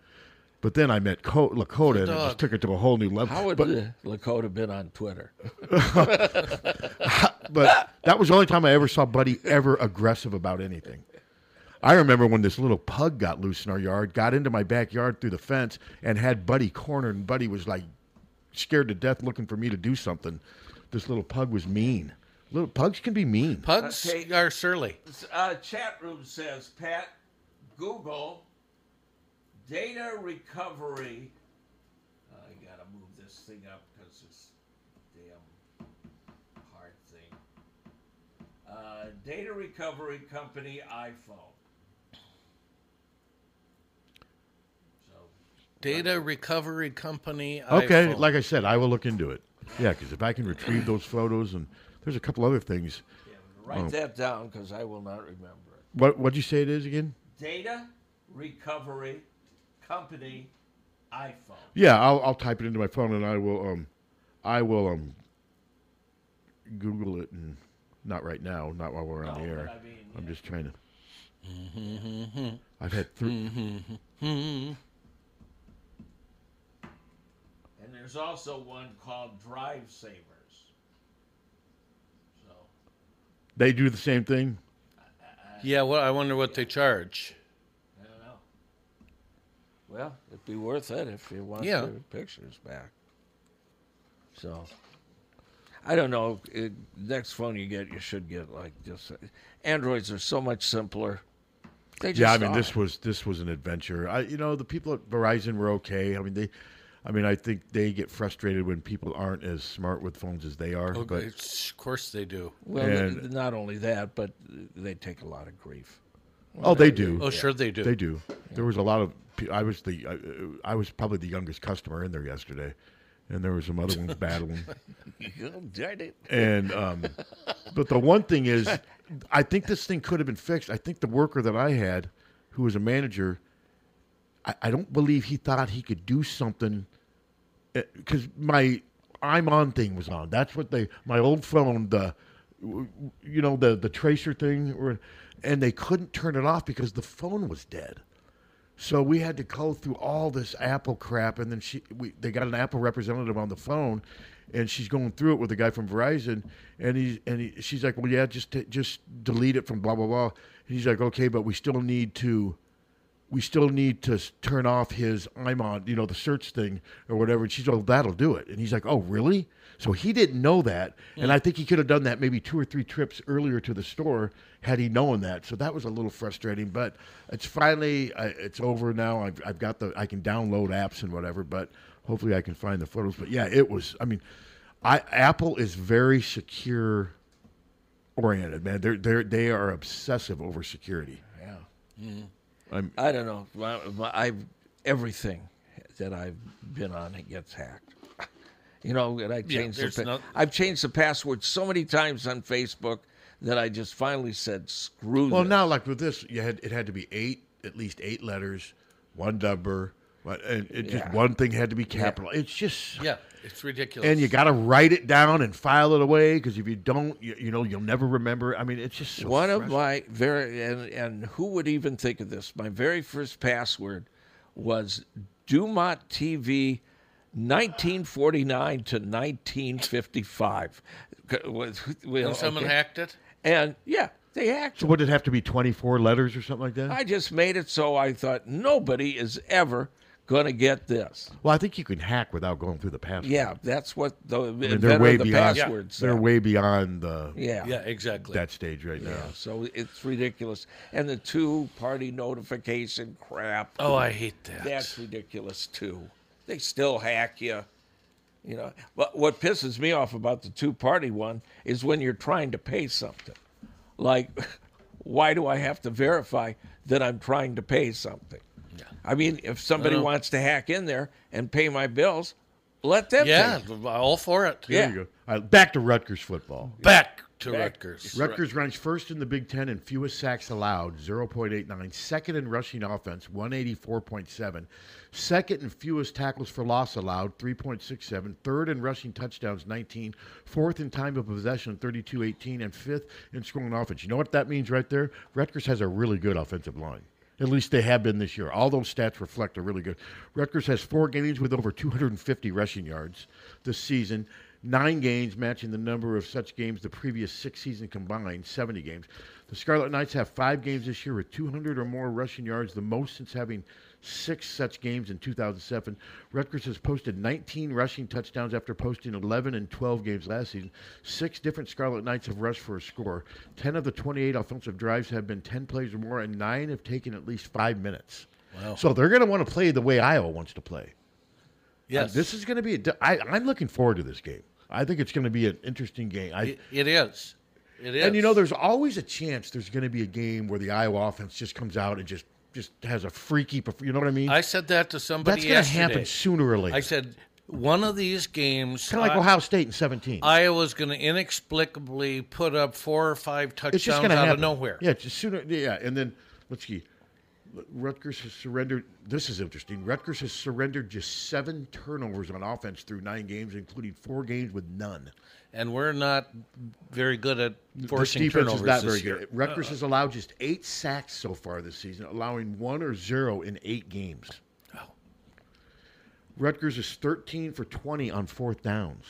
But then I met Co- Lakota, and it just dog. took it to a whole new level. How would But- uh, Lakota have been on Twitter? but that was the only time I ever saw Buddy ever aggressive about anything. I remember when this little pug got loose in our yard, got into my backyard through the fence, and had Buddy cornered. And Buddy was like scared to death, looking for me to do something. This little pug was mean. Little pugs can be mean. Pugs Okay. are surly. Uh, chat room says, Pat, Google data recovery. I gotta move this thing up because this damn hard thing. Uh, data recovery company iPhone. So Data Recovery Company. Okay, iPhone. like I said, I will look into it. Yeah, because if I can retrieve those photos and there's a couple other things. Oh. write that down because I will not remember it. What what'd you say it is again? Data recovery company iPhone. Yeah, I'll, I'll type it into my phone and I will um, I will um, Google it and Not right now. Not while we're on No, the air. but I mean, I'm just trying to. Mhm. I've had three. Mhm. And there's also one called Drive Savers. They do the same thing. Yeah, well, I wonder what they charge. I don't know. Well, it'd be worth it if you want Yeah. your pictures back. So, I don't know. It, next phone you get, you should get like just. Androids are so much simpler. They just yeah, I mean are. this was this was an adventure. I you know the people at Verizon were okay. I mean they, I mean I think they get frustrated when people aren't as smart with phones as they are. Oh, But it's- of course they do. Well, th- and- not only that, but they take a lot of grief. oh, they do. Oh, sure they do. They do. There was a lot of. pe- I was the I, I was probably the youngest customer in there yesterday, and there were some other ones battling. Oh, darn it. And um, but the one thing is, I think this thing could have been fixed. I think the worker that I had, who was a manager, I, I don't believe he thought he could do something because my I'm on thing was on. That's what they my old phone the w- w- you know the the tracer thing or, and they couldn't turn it off because the phone was dead. So we had to go through all this Apple crap, and then she we, they got an Apple representative on the phone, and she's going through it with a guy from Verizon, and he's and he, she's like, well, yeah, just t- just delete it from blah blah blah. And he's like, okay, but we still need to we still need to s- turn off his I'm on, you know, the search thing or whatever. And she's like, that'll do it. And he's like, oh, really? So he didn't know that. And I think he could have done that maybe two or three trips earlier to the store had he known that. So that was a little frustrating, but it's finally, I, it's over now. I've, I've got the, I can download apps and whatever, but hopefully I can find the photos. But yeah, it was, I mean, I, Apple is very secure oriented, man. They're, they're, they are obsessive over security. Yeah. Mm-hmm. I'm, I don't know. My, my, I everything that I've been on it gets hacked. You know, and I changed there's the. no- I've changed the password so many times on Facebook that I just finally said screw. Well, this. now like with this, you had it had to be eight, at least eight letters, one number, but and it just Yeah. one thing had to be capital. It's just Yeah, it's ridiculous. and you got to write it down and file it away because if you don't, you, you know, you'll never remember. I mean, it's just so one of frust- my very and and who would even think of this? My very first password was Dumont TV. 1949 to 1955. Well, and someone okay. hacked it. And yeah, they hacked So would it have to be twenty four letters or something like that? I just made it so I thought nobody is ever going to get this. well, I think you can hack without going through the password. Yeah, that's what the I mean, inventor they're way of the beyond. passwords. They're way beyond the yeah. Yeah, exactly. that stage right now. Yeah, So it's ridiculous. And the two-party notification crap. oh, I hate that. that's ridiculous too. They still hack you. You know, but what pisses me off about the two-party one is when you're trying to pay something. Like, why do I have to verify that I'm trying to pay something? I mean, if somebody Uh-huh. wants to hack in there and pay my bills, let them. yeah, pay. all for it. Yeah. There you go. All right, back to Rutgers football. Back to Rutgers. Rutgers ranks first in the Big Ten in fewest sacks allowed, 0.89. Second in rushing offense, 184.7. Second in fewest tackles for loss allowed, 3.67. Third in rushing touchdowns, 19. Fourth in time of possession, 32.18. And fifth in scoring offense. You know what that means right there? Rutgers has a really good offensive line. At least they have been this year. All those stats reflect are really good. Rutgers has four games with over 250 rushing yards this season, nine games matching the number of such games the previous six season combined, 70 games. The Scarlet Knights have five games this year with 200 or more rushing yards, the most since having six such games in 2007. Rutgers has posted 19 rushing touchdowns after posting 11 and 12 games last season. Six different Scarlet Knights have rushed for a score. 10 of the 28 offensive drives have been 10 plays or more, and nine have taken at least five minutes. Wow. So they're going to want to play the way Iowa wants to play. Yes, This is going to be, a di- I, I'm looking forward to this game. I think it's going to be an interesting game. I, it, it is. It is. and you know, there's always a chance there's going to be a game where the Iowa offense just comes out and just just has a freaky, perf- you know what I mean? I said that to somebody That's going to yesterday. happen sooner or later. I said one of these games, kind of like I- Ohio State in 17. Iowa's going to inexplicably put up four or five touchdowns it's just out going to happen of nowhere. Yeah, just sooner. Yeah, and then let's see. Rutgers has surrendered. This is interesting. Rutgers has surrendered just seven turnovers on offense through nine games, including four games with none. And we're not very good at forcing this defense turnovers is not this very year. good. Uh-uh. Rutgers Uh, has allowed just eight sacks so far this season, allowing one or zero in eight games. Rutgers is 13 for 20 on fourth downs.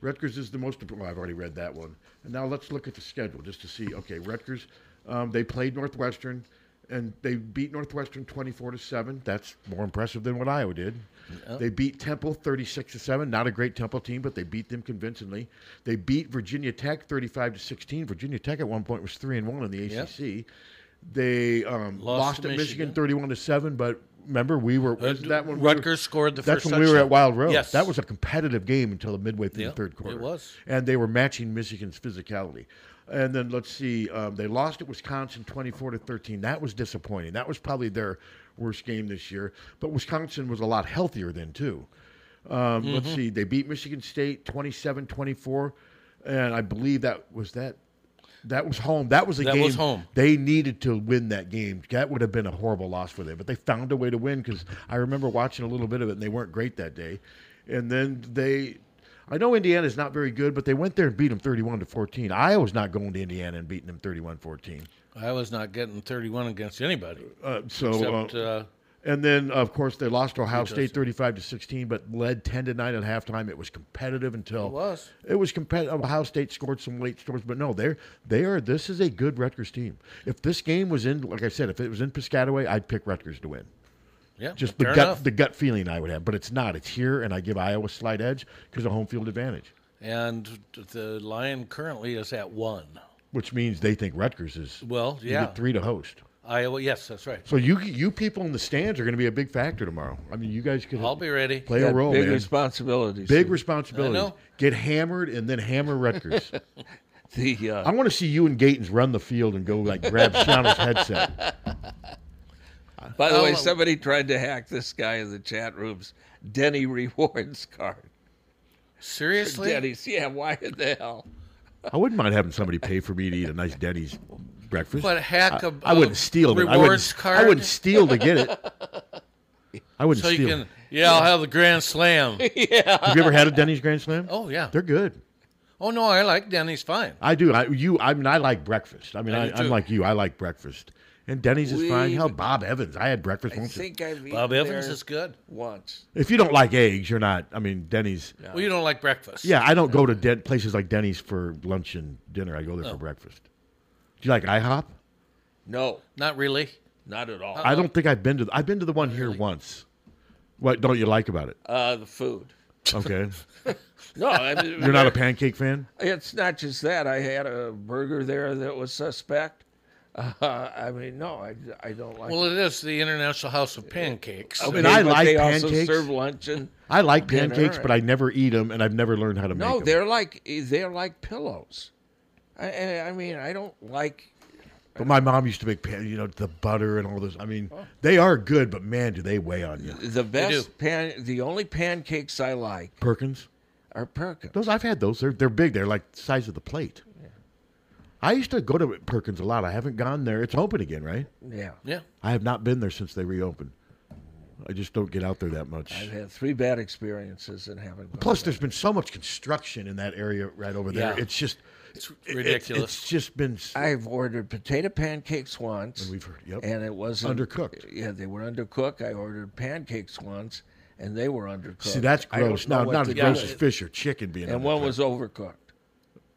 Rutgers is the most. Well, I've already read that one. And now let's look at the schedule just to see. Okay, Rutgers, um, they played Northwestern, and they beat Northwestern 24 to seven. That's more impressive than what Iowa did. Yep. They beat Temple 36 to 7. Not a great Temple team, but they beat them convincingly. They beat Virginia Tech 35 to 16. Virginia Tech at one point was 3 and 1 in the Yep. ACC. They um, Lost lost, to at Michigan. Michigan 31 to 7, but remember we were wasn't that when we Rutgers were- scored the That's first when we were touchdown. at Wild Rose. Yes. That was a competitive game until the midway through Yep, the third quarter. it was. And they were matching Michigan's physicality. And then let's see, um, they lost at Wisconsin 24 to 13. That was disappointing. That was probably their worst game this year. But Wisconsin was a lot healthier then, too. Um, Let's Mhm. see, they beat Michigan State 27 24. And I believe that was that. That was home. That was a That game. was home. They needed to win that game. That would have been a horrible loss for them, but they found a way to win because I remember watching a little bit of it, and they weren't great that day. And then they, I know Indiana's not very good, but they went there and beat them thirty-one to fourteen. Iowa's not going to Indiana and beating them 31-14. Uh, I was not getting 31 against anybody. Uh, so, except, uh, uh, and then of course they lost to Ohio Who State doesn't? thirty-five to sixteen, but led ten to nine at halftime. It was competitive until It was. It was competitive. Ohio State scored some late scores, but no, they're they are. This is a good Rutgers team. If this game was in, like I said, if it was in Piscataway, I'd pick Rutgers to win. Yeah, just the fair gut enough. the gut feeling I would have, but it's not. It's here, and I give Iowa a slight edge because of home field advantage, and the Lion currently is at one. which means they think Rutgers is Well, you yeah. get three to host. Iowa, yes, that's right. So you you people in the stands are going to be a big factor tomorrow. I mean, you guys could I'll be ready. Play a Got role, big man. responsibilities. Big responsibilities. I know. Get hammered and then hammer Rutgers. the uh, I want to see you and Gatons run the field and go like grab Shiano's headset. By the Oh. way, I'll- somebody tried to hack this guy in the chat room's Denny rewards card. Seriously? Denny's, yeah. Why in the hell? I wouldn't mind having somebody pay for me to eat a nice Denny's breakfast. But hack I, a- I a wouldn't steal it. I rewards wouldn't, I card? wouldn't steal to get it. I wouldn't so steal. you can, yeah, I'll have the Grand Slam. yeah. Have you ever had a Denny's Grand Slam? Oh, yeah. They're good. Oh, no, I like Denny's fine. I do. I you. I mean, I like breakfast. I mean, I I, do I'm too. like you. I like breakfast. And Denny's is fine. We've- Hell, Bob Evans. I had breakfast once. I've Bob eaten Evans there is good. Once. If you don't like eggs, you're not. I mean, Denny's. Well, you don't like breakfast. Yeah, I don't go to den- places like Denny's for lunch and dinner. I go there No. for breakfast. Do you like IHOP? Uh-huh. No, not really. Not at all. I don't think I've been to. I've been to the one here once. What don't you like about it? Uh, the food. Okay, No, I mean, you're not a pancake fan. It's not just that. I had a burger there that was suspect. Uh, I mean, no, I, I don't like. Well, it is the International House of Pancakes. I mean, I like they also pancakes. serve lunch and I like dinner pancakes, but I and- never eat them, and I've never learned how to no, make them. they're like they're like pillows. I- I, I mean, I don't like But my mom used to make pan, you know, the butter and all those. I mean, they are good, but man, do they weigh on you? Oh. the best pan. The only pancakes I like Perkins. are Perkins. Those I've had those. They're they're big. They're like the size of the plate. I used to go to Perkins a lot. I haven't gone there. It's open again, right? Yeah. Yeah. I have not been there since they reopened. I just don't get out there that much. I've had three bad experiences and haven't. gone Plus, back. there's been so much construction in that area right over there. Yeah. It's just It's it- ridiculous. It's, just been. I've ordered potato pancakes once, and we've heard, yep. and it wasn't Undercooked. Yeah, they were undercooked. I ordered pancakes once, and they were undercooked. See, that's I don't gross. know Now, what not to as do gross with as it. fish or chicken being. and one was overcooked.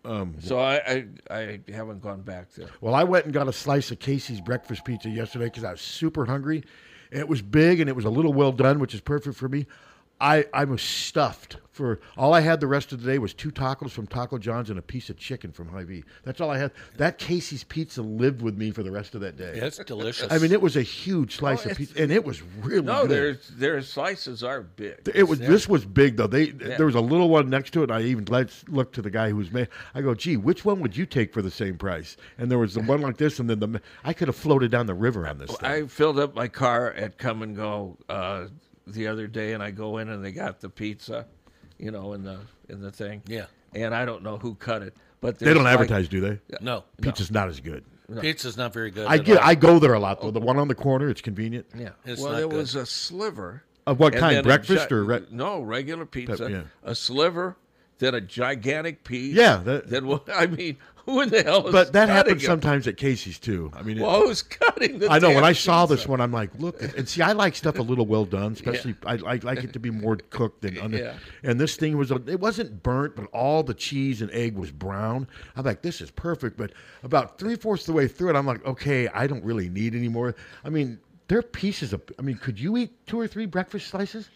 Um, So I, I I haven't gone back there. Well, I went and got a slice of Casey's breakfast pizza yesterday because I was super hungry. And It was big and it was a little well done, which is perfect for me. I, I was stuffed for all I had the rest of the day was two tacos from Taco John's and a piece of chicken from Hy-Vee. That's all I had. That Casey's pizza lived with me for the rest of that day. Yeah, it's delicious. I mean, it was a huge slice Oh, of it's- pizza, and it was really no. good. Their their slices are big. It was Yeah. this was big though. They Yeah. there was a little one next to it, and I even let looked to the guy who was made. I go, gee, which one would you take for the same price? And there was the one like this, and then the I could have floated down the river on this. Thing. I filled up my car at Come and Go uh, the other day, and I go in and they got the pizza, you know, in the in the thing. Yeah. And I don't know who cut it, but They don't there's like- advertise, do they? No. pizza's not as good. Pizza's not very good. I at get. all. Oh. I go there a lot though. The one on the corner, it's convenient. Yeah. It's well, not there good. was a sliver. Of what and kind? then a Breakfast gi- or re- no regular pizza? yeah. A sliver, then a gigantic piece. Yeah, that- then what? I mean, who in the hell? Is But that happens cutting 'em? sometimes at Casey's too. I mean, it- Well, who's cutting the? I know. When damn I saw pizza? this one, I'm like, look, and see, I like stuff a little well done, especially I, I like it to be more cooked than under. Yeah. And this thing was, it wasn't burnt, but all the cheese and egg was brown. I'm like, this is perfect. But about three fourths of the way through it, I'm like, okay, I don't really need any more. I mean, there are pieces of. I mean, could you eat two or three breakfast slices?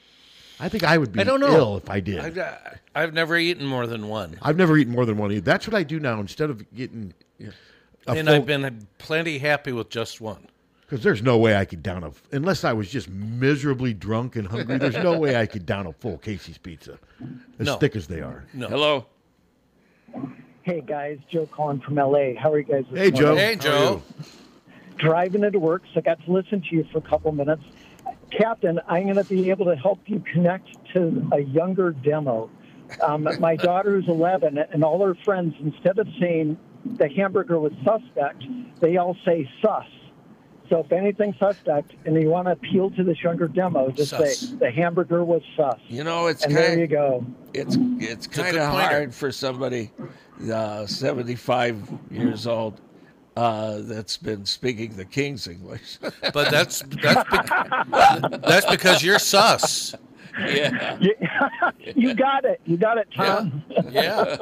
I think I would be I don't know. ill if I did. I've, uh, I- I've never eaten more than one, I've never eaten more than one. Either. That's what I do now. Instead of getting, a and full- I've been plenty happy with just one. Because there's no way I could down a unless I was just miserably drunk and hungry. There's no way I could down a full Casey's pizza, as No. thick as they are. No. Hello. Hey guys, Joe calling from LA. How are you guys? this Hey, Joe. morning? Hey, How are Joe. Driving into work, so I got to listen to you for a couple minutes. Captain, I'm going to be able to help you connect to a younger demo. Um, my daughter is 11, and all her friends, instead of saying the hamburger was suspect, they all say sus. So if anything's suspect, and you want to appeal to this younger demo, just Sus. say the hamburger was sus. You know, it's and kind. there you go. It's it's a kind good of pointer. hard for somebody uh, seventy five years old uh, that's been speaking the King's English. But that's that's bec- that's because you're sus. Yeah. you got it. You got it, Tom. Yeah.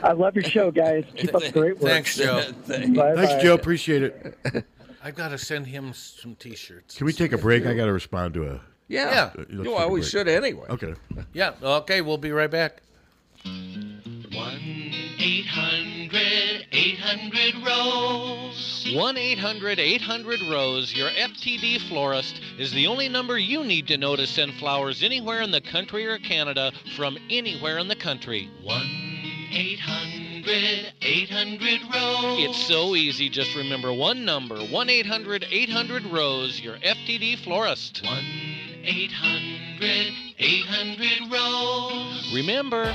I love your show, guys. Keep up the great work. Thanks, Joe. Bye-bye. Thanks, Joe. Appreciate it. I've got to send him some T-shirts. Can we take a break? I got to respond to a. Yeah. Uh, let's You take a always break. should anyway. Okay. Yeah. Okay. We'll be right back. 800 800 Rose. 1 800 800 Rose, your FTD florist, is the only number you need to know to send flowers anywhere in the country or Canada from anywhere in the country. 1 800 800 Rose. It's so easy, just remember one number 1 800 800 Rose, your FTD florist. 1 800 800 Rose. Remember,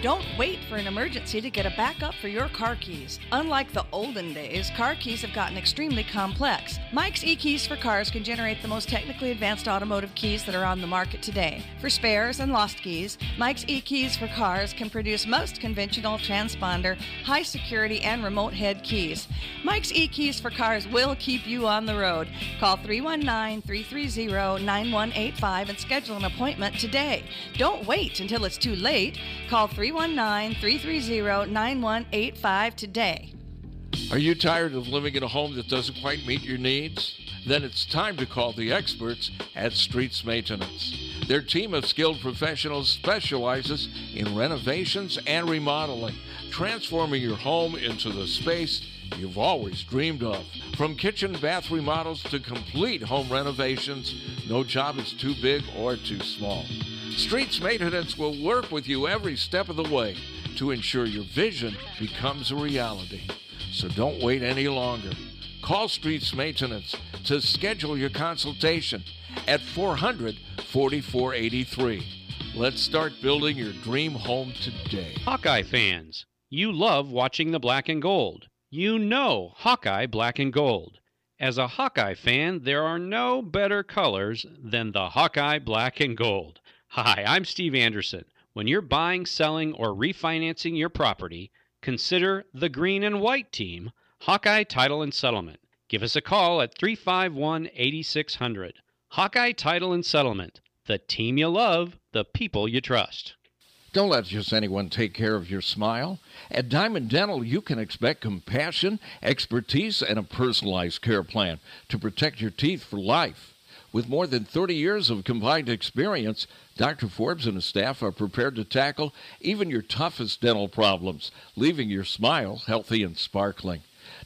Don't wait for an emergency to get a backup for your car keys. Unlike the olden days, car keys have gotten extremely complex. Mike's eKeys for Cars can generate the most technically advanced automotive keys that are on the market today. For spares and lost keys, Mike's eKeys for Cars can produce most conventional transponder, high security, and remote head keys. Mike's eKeys for Cars will keep you on the road. Call 319 330 9185 and schedule an appointment today. Don't wait until it's too late. Call 319 330 9185 today. Are you tired of living in a home that doesn't quite meet your needs? Then it's time to call the experts at Streets Maintenance. Their team of skilled professionals specializes in renovations and remodeling, transforming your home into the space you've always dreamed of. From kitchen bath remodels to complete home renovations, no job is too big or too small. Streets Maintenance will work with you every step of the way to ensure your vision becomes a reality. So don't wait any longer. Call Streets Maintenance to schedule your consultation at 400 4483. Let's start building your dream home today. Hawkeye fans, you love watching the black and gold. You know Hawkeye black and gold. As a Hawkeye fan, there are no better colors than the Hawkeye black and gold. Hi, I'm Steve Anderson. When you're buying, selling, or refinancing your property, consider the green and white team, Hawkeye Title and Settlement. Give us a call at 351 8600. Hawkeye Title and Settlement, the team you love, the people you trust. Don't let just anyone take care of your smile. At Diamond Dental, you can expect compassion, expertise, and a personalized care plan to protect your teeth for life. With more than 30 years of combined experience, Dr. Forbes and his staff are prepared to tackle even your toughest dental problems, leaving your smile healthy and sparkling.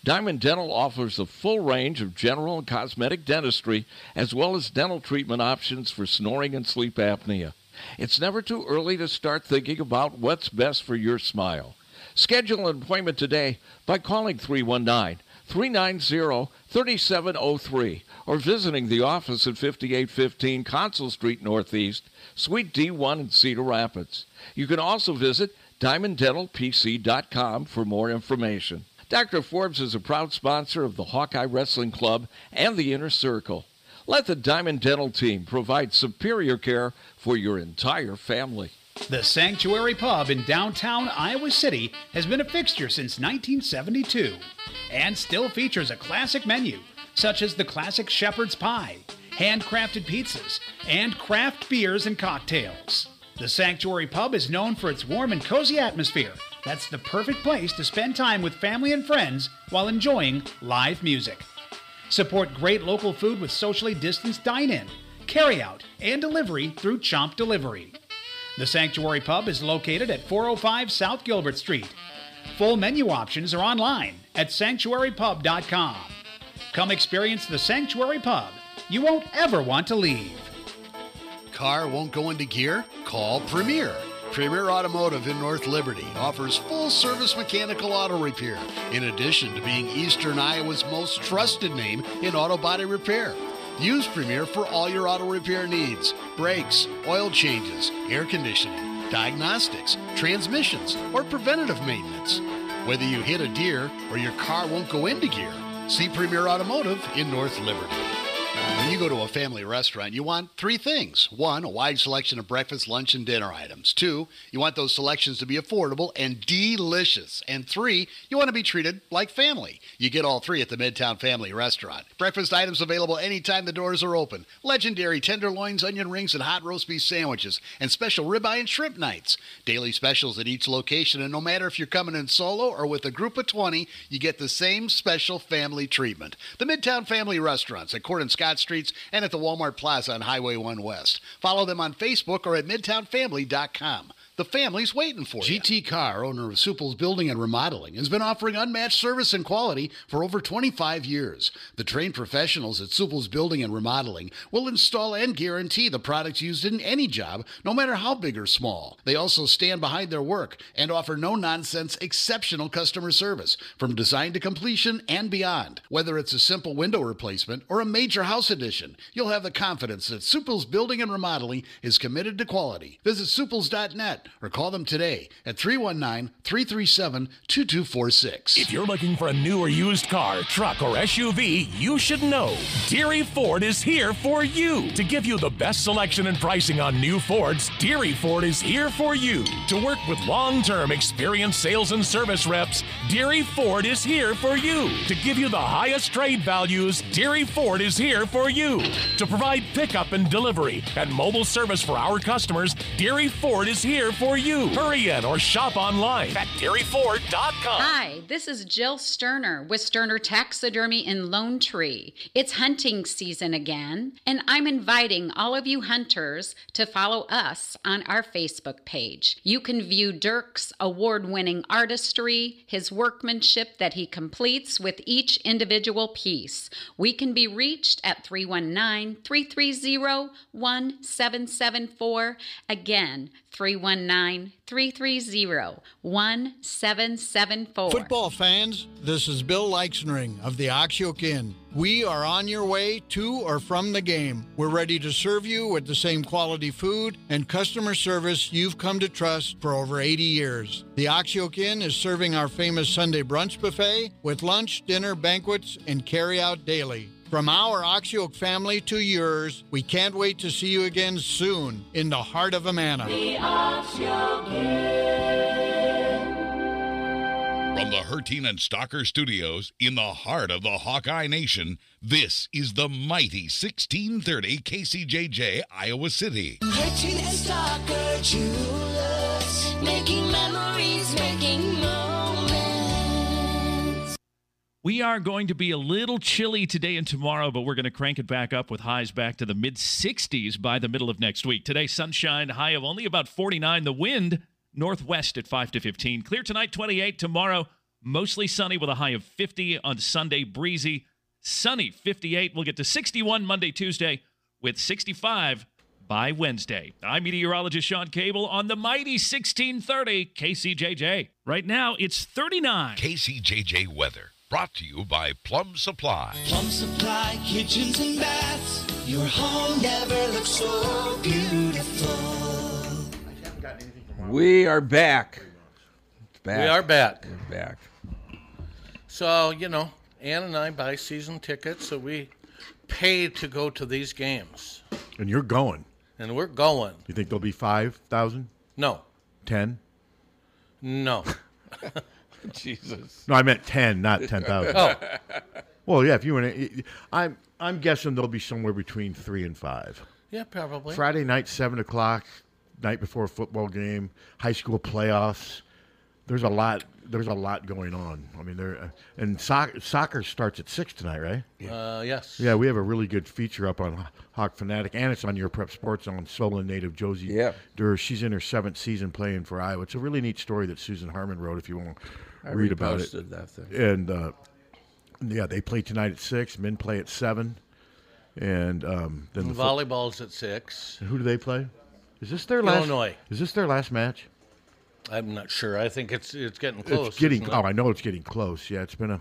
Diamond Dental offers a full range of general and cosmetic dentistry, as well as dental treatment options for snoring and sleep apnea. It's never too early to start thinking about what's best for your smile. Schedule an appointment today by calling 319 390 3703 or visiting the office at 5815 Consul Street Northeast, Suite D1 in Cedar Rapids. You can also visit diamonddentalpc.com for more information. Dr. Forbes is a proud sponsor of the Hawkeye Wrestling Club and the Inner Circle. Let the Diamond Dental team provide superior care for your entire family. The Sanctuary Pub in downtown Iowa City has been a fixture since 1972 and still features a classic menu such as the classic shepherd's pie, handcrafted pizzas, and craft beers and cocktails. The Sanctuary Pub is known for its warm and cozy atmosphere. That's the perfect place to spend time with family and friends while enjoying live music. Support great local food with socially distanced dine in, carry out, and delivery through Chomp Delivery. The Sanctuary Pub is located at 405 South Gilbert Street. Full menu options are online at sanctuarypub.com. Come experience the Sanctuary Pub. You won't ever want to leave. Car won't go into gear? Call Premier. Premier Automotive in North Liberty offers full service mechanical auto repair, in addition to being Eastern Iowa's most trusted name in auto body repair. Use Premier for all your auto repair needs brakes, oil changes, air conditioning, diagnostics, transmissions, or preventative maintenance. Whether you hit a deer or your car won't go into gear, see Premier Automotive in North Liberty. When you go to a family restaurant, you want three things. One, a wide selection of breakfast, lunch, and dinner items. Two, you want those selections to be affordable and delicious. And three, you want to be treated like family. You get all three at the Midtown Family Restaurant. Breakfast items available anytime the doors are open. Legendary tenderloins, onion rings, and hot roast beef sandwiches, and special ribeye and shrimp nights. Daily specials at each location, and no matter if you're coming in solo or with a group of 20, you get the same special family treatment. The Midtown Family Restaurants at Court and Scott Streets and at the Walmart Plaza on Highway 1 West. Follow them on Facebook or at MidtownFamily.com. The family's waiting for you. GT Carr, owner of Supple's Building and Remodeling, has been offering unmatched service and quality for over 25 years. The trained professionals at Supple's Building and Remodeling will install and guarantee the products used in any job, no matter how big or small. They also stand behind their work and offer no nonsense, exceptional customer service from design to completion and beyond. Whether it's a simple window replacement or a major house addition, you'll have the confidence that Supple's Building and Remodeling is committed to quality. Visit supples.net or call them today at 319 337 2246. If you're looking for a new or used car, truck, or SUV, you should know Deary Ford is here for you. To give you the best selection and pricing on new Fords, Deary Ford is here for you. To work with long term experienced sales and service reps, Deary Ford is here for you. To give you the highest trade values, Deary Ford is here for you. To provide pickup and delivery and mobile service for our customers, Deary Ford is here for you. Hurry in or shop online at dairyford.com. Hi, this is Jill Sterner with Sterner Taxidermy in Lone Tree. It's hunting season again, and I'm inviting all of you hunters to follow us on our Facebook page. You can view Dirk's award winning artistry, his workmanship that he completes with each individual piece. We can be reached at 319 330 1774. Again, 319 330 1774. Football fans, this is Bill Leixenring of the Oxyoke Inn. We are on your way to or from the game. We're ready to serve you with the same quality food and customer service you've come to trust for over 80 years. The Oxyoke Inn is serving our famous Sunday brunch buffet with lunch, dinner, banquets, and carry out daily. From our Oxyoke family to yours, we can't wait to see you again soon in the heart of Amana. From the Hertine and Stocker Studios in the heart of the Hawkeye Nation, this is the mighty 1630 KCJJ Iowa City. Hitching and Stalker Jewelers, making memories, making moments. We are going to be a little chilly today and tomorrow, but we're going to crank it back up with highs back to the mid 60s by the middle of next week. Today, sunshine, high of only about 49. The wind, northwest at 5 to 15. Clear tonight, 28. Tomorrow, Mostly sunny with a high of 50 on Sunday, breezy. Sunny 58. We'll get to 61 Monday, Tuesday, with 65 by Wednesday. I'm meteorologist Sean Cable on the mighty 1630 KCJJ. Right now, it's 39. KCJJ Weather, brought to you by Plum Supply. Plum Supply Kitchens and Baths. Your home never looks so beautiful. We are back. It's We are back. We're back. So, you know, Ann and I buy season tickets, so we pay to go to these games. And you're going. And we're going. You think there'll be 5,000? No. 10? No. Jesus. No, I meant 10, not 10,000. Oh. Well, yeah, if you were in, I'm, I'm guessing there'll be somewhere between 3 and 5. Yeah, probably. Friday night, 7 o'clock, night before a football game, high school playoffs. There's a lot. There's a lot going on. I mean, there and soc- soccer starts at six tonight, right? Uh, yes. Yeah, we have a really good feature up on Hawk Fanatic, and it's on your prep sports on Solon native Josie Yeah. Durr. She's in her seventh season playing for Iowa. It's a really neat story that Susan Harmon wrote. If you want to I read about it, reposted that thing. and uh, yeah, they play tonight at six. Men play at seven, and um, then the fo- Volleyball's at six. who do they play? Is this their last? Illinois. Is this their last match? I'm not sure. I think it's it's getting close. it's getting. isn't it? Oh, I know it's getting close. Yeah, it's been a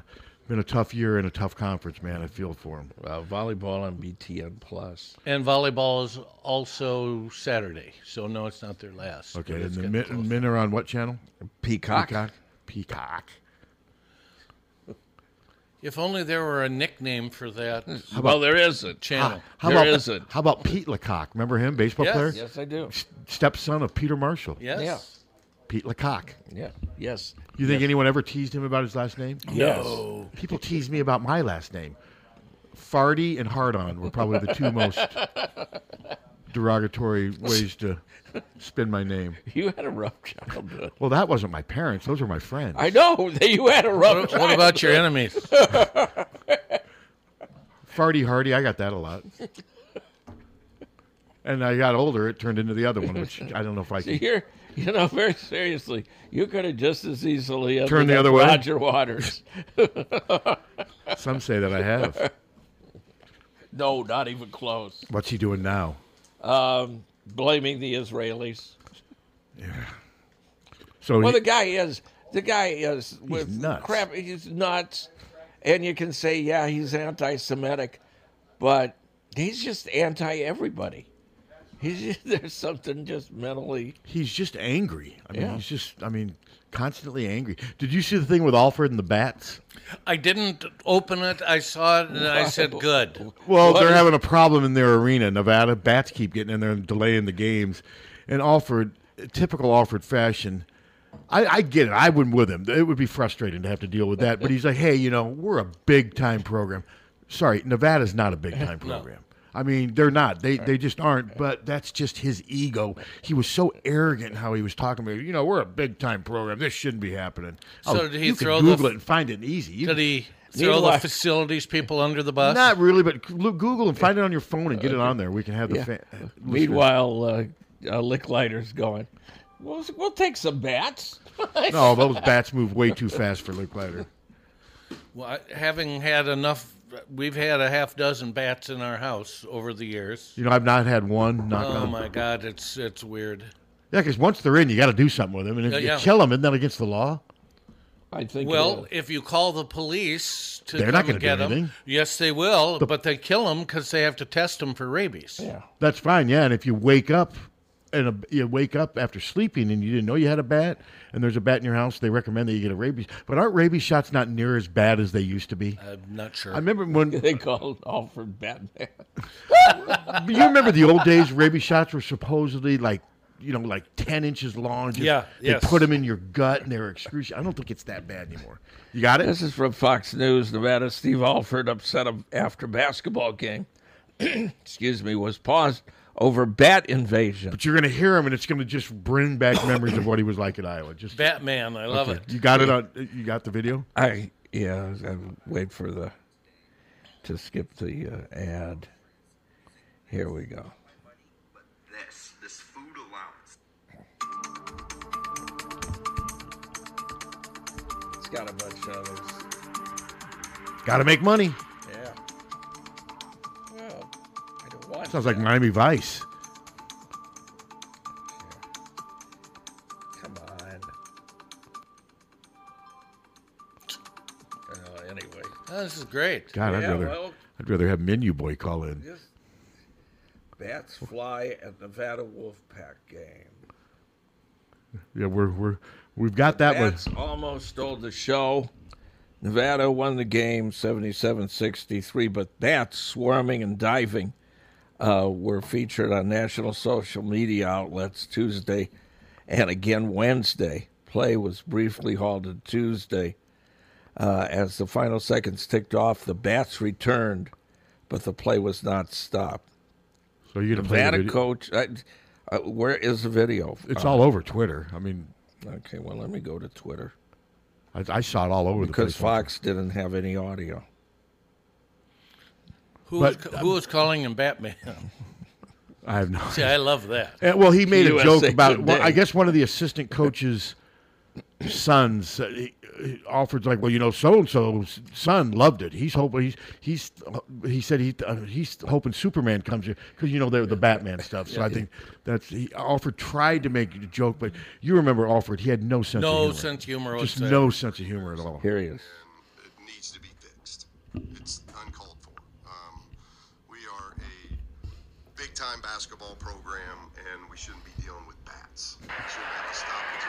been a tough year and a tough conference, man. I feel for them. Well, volleyball on BTN Plus. And volleyball is also Saturday, so no, it's not their last. Okay, but and it's the getting men, men are on what channel? Peacock. Peacock. Peacock. If only there were a nickname for that. How about- Channel. How, how There about, isn't. How about Pete Lecoq? Remember him, baseball Yes. player? Yes, I do. S- Stepson of Peter Marshall. Yes. Yeah. Pete Lecoq. Yeah. Yes. You think anyone ever teased him about his last name? Yes. No. People tease me about my last name. Farty and Hardon were probably the two most derogatory ways to spin my name. You had a rough childhood. Well, that wasn't my parents. Those were my friends. I know that you had a rough. What- what about your enemies? Farty Hardy, I got that a lot. And I got older, it turned into the other one, which I don't know if I See, can. you're, you know, very seriously, you could have just as easily ended Turned the up other way? Roger Waters. Some say that I have. no, not even close. What's he doing now? Um, blaming the Israelis. So well, he- the guy is the guy is with nuts. crap. He's nuts, and you can say, yeah, he's anti-Semitic, but he's just anti everybody. He's there's something just mentally. he's just angry. I mean, Yeah. he's just, I mean, constantly angry. Did you see the thing with Alfred and the bats? I didn't open it. I saw it and I said, "Good." Well, they're What- having a problem in their arena, Nevada. Bats keep getting in there and delaying the games. And Alfred, typical Alfred fashion, I, I get it. I wouldn't with him. It would be frustrating to have to deal with that. But he's like, hey, you know, we're a big time program. Sorry, Nevada's not a big time No. program. I mean, they're not. They they just aren't. But that's just his ego. He was so arrogant in how he was talking about. You know, we're a big time program. This shouldn't be happening. So Oh, did he you throw can Google the- it and find it easy. You Did can- he throw the facilities people under the bus? not really, but look, Google and find it on your phone and get it on there. We can have the. Yeah. Fa- uh, listeners- Meanwhile, uh, uh, lick lighter's going. We'll, we'll take some bats. no, those bats move way too fast for Luke Leiter. Well, I- having had enough, we've had a half dozen bats in our house over the years. You know, I've not had one. Knock oh on. my God, it's it's weird. Yeah, because once they're in, you got to do something with them, and if Yeah, you Oh, yeah. kill them, isn't that against the law? I think. Well, if you call the police to They're not gonna come and do get them, anything. yes, they will, but they kill them because they have to test them for rabies. Yeah. That's fine, yeah. And if you wake up and a, you wake up after sleeping and you didn't know you had a bat, and there's a bat in your house, they recommend that you get a rabies. But aren't rabies shots not near as bad as they used to be? I'm not sure. I remember when they called Alfred Batman. But you remember the old days, rabies shots were supposedly like, you know, like 10 inches long. Just- Yeah, They yes. put them in your gut and they were excruciating. I don't think it's that bad anymore. You got it? This is from Fox News, Nevada. Steve Alford upset him after basketball game. excuse me, was paused over bat invasion. But you're going to hear him and it's going to just bring back memories of what he was like at Iowa. Just Batman, I love Okay. it. You got it on, you got the video? I yeah, I wait for the to skip the uh, ad. Here we go. this, this food allowance. It's got a bunch of those. Got to make money. Yeah. Well, I don't want Sounds like Miami Vice. Come on. Uh, anyway, Oh, this is great. God, I'd yeah, rather Well, I'd rather have Menu Boy call in. Yes. Bats fly at Nevada Wolfpack game. Yeah, we're we're we've got that one. That's almost stole the show. Nevada won the game 77 63, but that's swarming and diving. Uh, were featured on national social media outlets Tuesday and again Wednesday. Play was briefly halted Tuesday. Uh, as the final seconds ticked off, the bats returned, but the play was not stopped. So you're gonna play the Nevada video- coach. I, uh, where is the video? It's Uh, all over Twitter. I mean, Okay, well, let me go to Twitter I, I saw it all over because the place. Fox didn't have any audio. who, But- was, who was calling him Batman? I have no. See, I love that. Eh, well, he made a USA joke about. Well, I Today. guess one of the assistant coaches' sons uh, he- he offered like, well, you know, so and so's son loved it. He's hoping he's he's he said he uh, he's hoping Superman comes here because you know they're the Batman stuff. So Yeah. I think that's he Alfred tried to make a joke, but you remember Alfred? He had no sense. No of humor. sense of humor Just whatsoever. no sense of humor at all. Here he is. It's uncalled for. Um, we are a big time basketball program, and we shouldn't be dealing with bats. We shouldn't have to stop what you're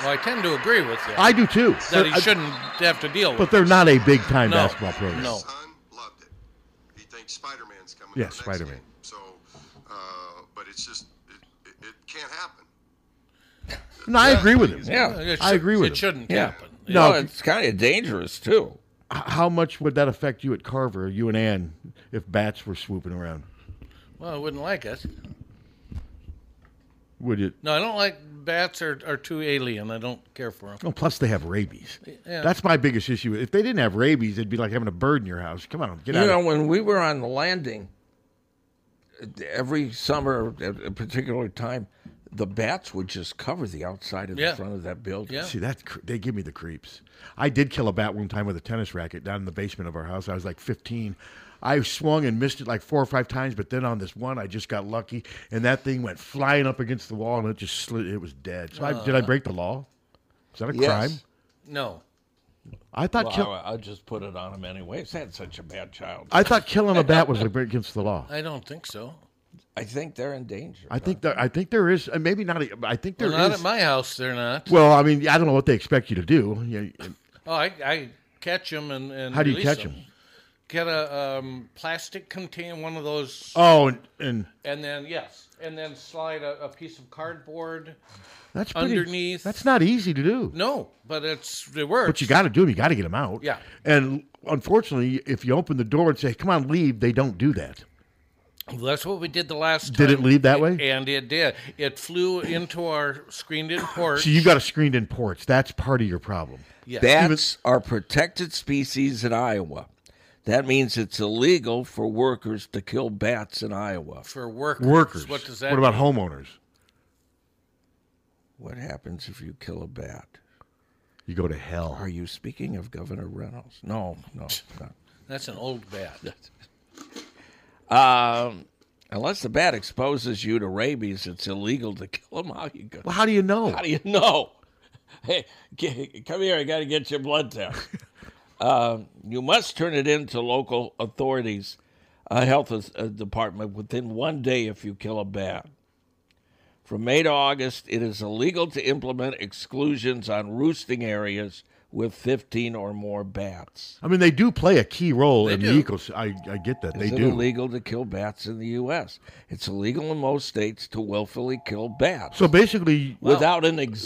Well, I tend to agree with you. I do too. That They're- he I- shouldn't have to deal with. But they're not a big time No, basketball program. No. Yeah, Spider Man. Uh, but it's just, it, it, it can't happen. No, I agree with him. Yeah, it I should- agree with it him. shouldn't Yeah. happen. No, Well, it's kind of dangerous too. How much would that affect you at Carver, you and Ann, if bats were swooping around? Well, I wouldn't like it. Would it? No, I don't like bats. Are are too alien. I don't care for them. Oh, plus they have rabies. Yeah. That's my biggest issue. If they didn't have rabies, it'd be like having a bird in your house. Come on, get you out. know, of when we were on the landing, every summer at a particular time, the bats would just cover the outside of Yeah. the front of that building. See that cre- they give me the creeps. I did kill a bat one time with a tennis racket down in the basement of our house. I was like 15. I swung and missed it like four or five times, but then on this one, I just got lucky, and that thing went flying up against the wall, and it just slid. It was dead. So I, did I Uh. break the law? Is that a Yes. crime? No. I thought Well, kill- I, I just put it on him anyway. He's had such a bad child. I thought killing a bat was against the law. I don't think so. I think they're in danger. I think there, I think there is, uh, maybe not. a- I think there Well, is. not at my house. They're not. Well, I mean, I don't know what they expect you to do. You- Oh, I, I catch them and, and How do you release catch 'em. 'em? Get a um, plastic container, one of those. Oh, and- and- then yes, and then slide a, a piece of cardboard. That's pretty, underneath. That's not easy to do. No, but it's it works. But you got to do them. You got to get them out. Yeah. And unfortunately, if you open the door and say, "Come on, leave," they don't do that. That's what we did the last. Did it time, leave that way? And it did. It flew into our screened-in porch. So you got a screened-in porch. That's part of your problem. Yes. Bats are protected species in Iowa. That means it's illegal for workers to kill bats in Iowa. for workers. Workers. What does that? What about mean? homeowners? What happens if you kill a bat? You go to hell. Are you speaking of Governor Reynolds? No, no, not. That's an old bat. Um, unless the bat exposes you to rabies, it's illegal to kill them. How you go? Well, how do you know? How do you know? Hey, g- come here. I got to get your blood test. um, you must turn it in to local authorities, uh, health is- uh, department within one day if you kill a bat. From May to August, it is illegal to implement exclusions on roosting areas with 15 or more bats. I mean, they do play a key role in do. the ecosystem. I, I get that Is they it do. illegal to kill bats in the U.S.? It's illegal in most states to willfully kill bats. So basically, Without an we've both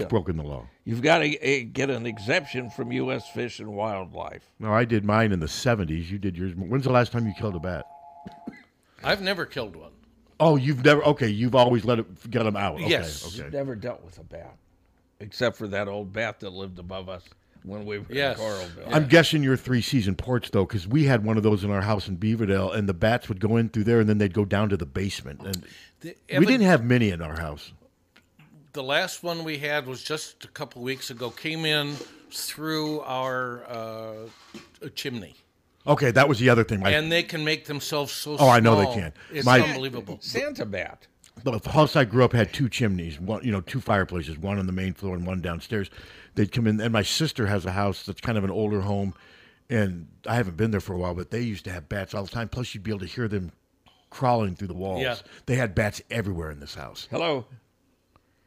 exemption. broken the law. You've got to get an exemption from U.S. Fish and Wildlife. No, I did mine in the '70s. You did yours. When's the last time you killed a bat? I've never killed one. Oh, you've never. Okay, you've always let it get them out. Okay, Yes. Okay. You've never dealt with a bat, except for that old bat that lived above us when we were Yes. in Coralville. I'm guessing your three season porch though, because we had one of those in our house in Beaverdale, and the bats would go in through there, and then they'd go down to the basement. And The- we didn't have many in our house. the last one we had was just a couple weeks ago. Came in through our uh, chimney. Okay, that was the other thing. My, and they can make themselves so. Oh, I know they small. can. It's My- unbelievable. Santa bat. the house I grew up had two chimneys, one you know, two fireplaces, one on the main floor and one downstairs. They'd come in, and my sister has a house that's kind of an older home, and I haven't been there for a while, but they used to have bats all the time. Plus, you'd be able to hear them crawling through the walls. Yeah. They had bats everywhere in this house. Hello.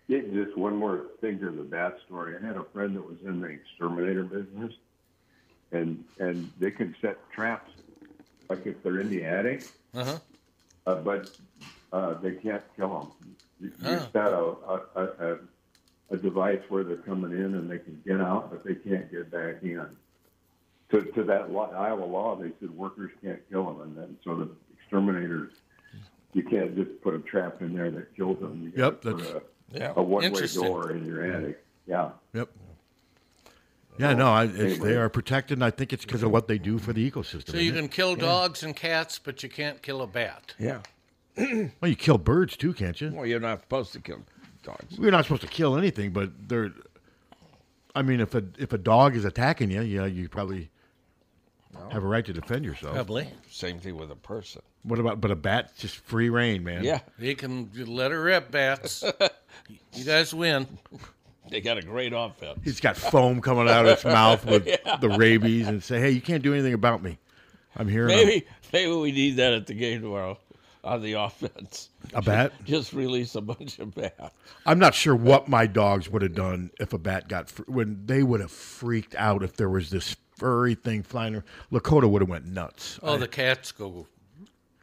Yeah, just one more thing to the bat story. I had a friend that was in the exterminator business, and and they could set traps, like if they're in the attic, Uh-huh. uh, but uh, they can't kill them. You, you Huh. set a, a, a, a a device where they're coming in and they can get out, but they can't get back in. To, to that law, Iowa law, they said workers can't kill them, and then, so the exterminators, you can't just put a trap in there that kills them. You Yep, gotta put that's- a, Yeah. a one-way Interesting. door in your attic. Yeah. Yep. Yeah, no, I, it's, Anyway. they are protected, and I think it's because of what they do for the ecosystem. So you isn't can it? kill dogs and cats, but you can't kill a bat. Yeah. Well, you kill birds too, can't you? Well, you're not supposed to kill dogs. We're not supposed to kill anything, but they're. I mean, if a if a dog is attacking you, yeah, you probably have a right to defend yourself. Same thing with a person. What about but a bat? Just free reign, man. They can you let her rip, bats. you guys win. They got a great offense. He's got foam coming out of its mouth with the rabies, and say, "Hey, you can't do anything about me. I'm here." and I'm- Maybe maybe we need that at the game tomorrow on the offense. A bat? Just release a bunch of bats. I'm not sure what my dogs would have done if a bat got fr- when they would have freaked out if there was this furry thing flying. ar- Lakota would have went nuts. Oh, the cats go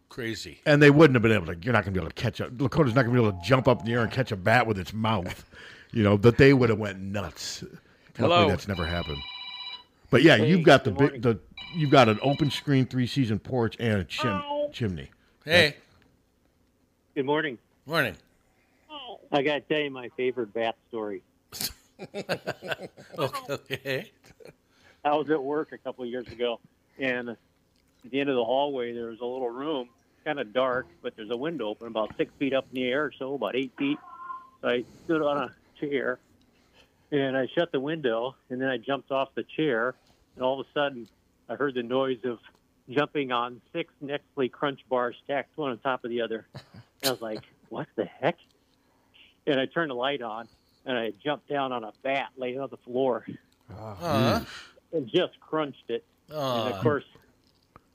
crazy. and they wouldn't have been able to. You're not going to be able to catch a Lakota's not going to be able to jump up in the air and catch a bat with its mouth, you know. But they would have went nuts. Hello. Luckily, that's never happened. But yeah, Hey, you've got the big the you've got an open screen three season porch and a chim- chimney. Hey. Good morning. Morning. I got to tell you my favorite bat story. okay. I was at work a couple of years ago, and at the end of the hallway, there was a little room, kind of dark, but there's a window open about six feet up in the air, so about eight feet. So I stood on a chair, and I shut the window, and then I jumped off the chair, and all of a sudden, I heard the noise of jumping on six Nextly Crunch bars stacked one on top of the other. And I was like, what the heck? And I turned the light on, and I jumped down on a bat laying on the floor Ah, hmm. and just crunched it. and Aw. of course,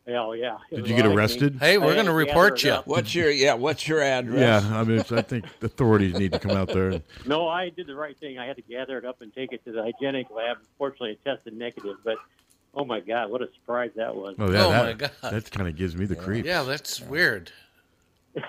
oh yeah. It was you get like me. arrested? Hey, we're I had gonna to report gather it you. up. What's your yeah? What's your address? Yeah, I mean, it's, I think the authorities need to come out there. And, No, I did the right thing. I had to gather it up and take it to the hygienic lab. Unfortunately, it tested negative, but oh my god, what a surprise that was! oh, yeah, that, my God. That kind of gives me the creeps. Yeah, that's weird.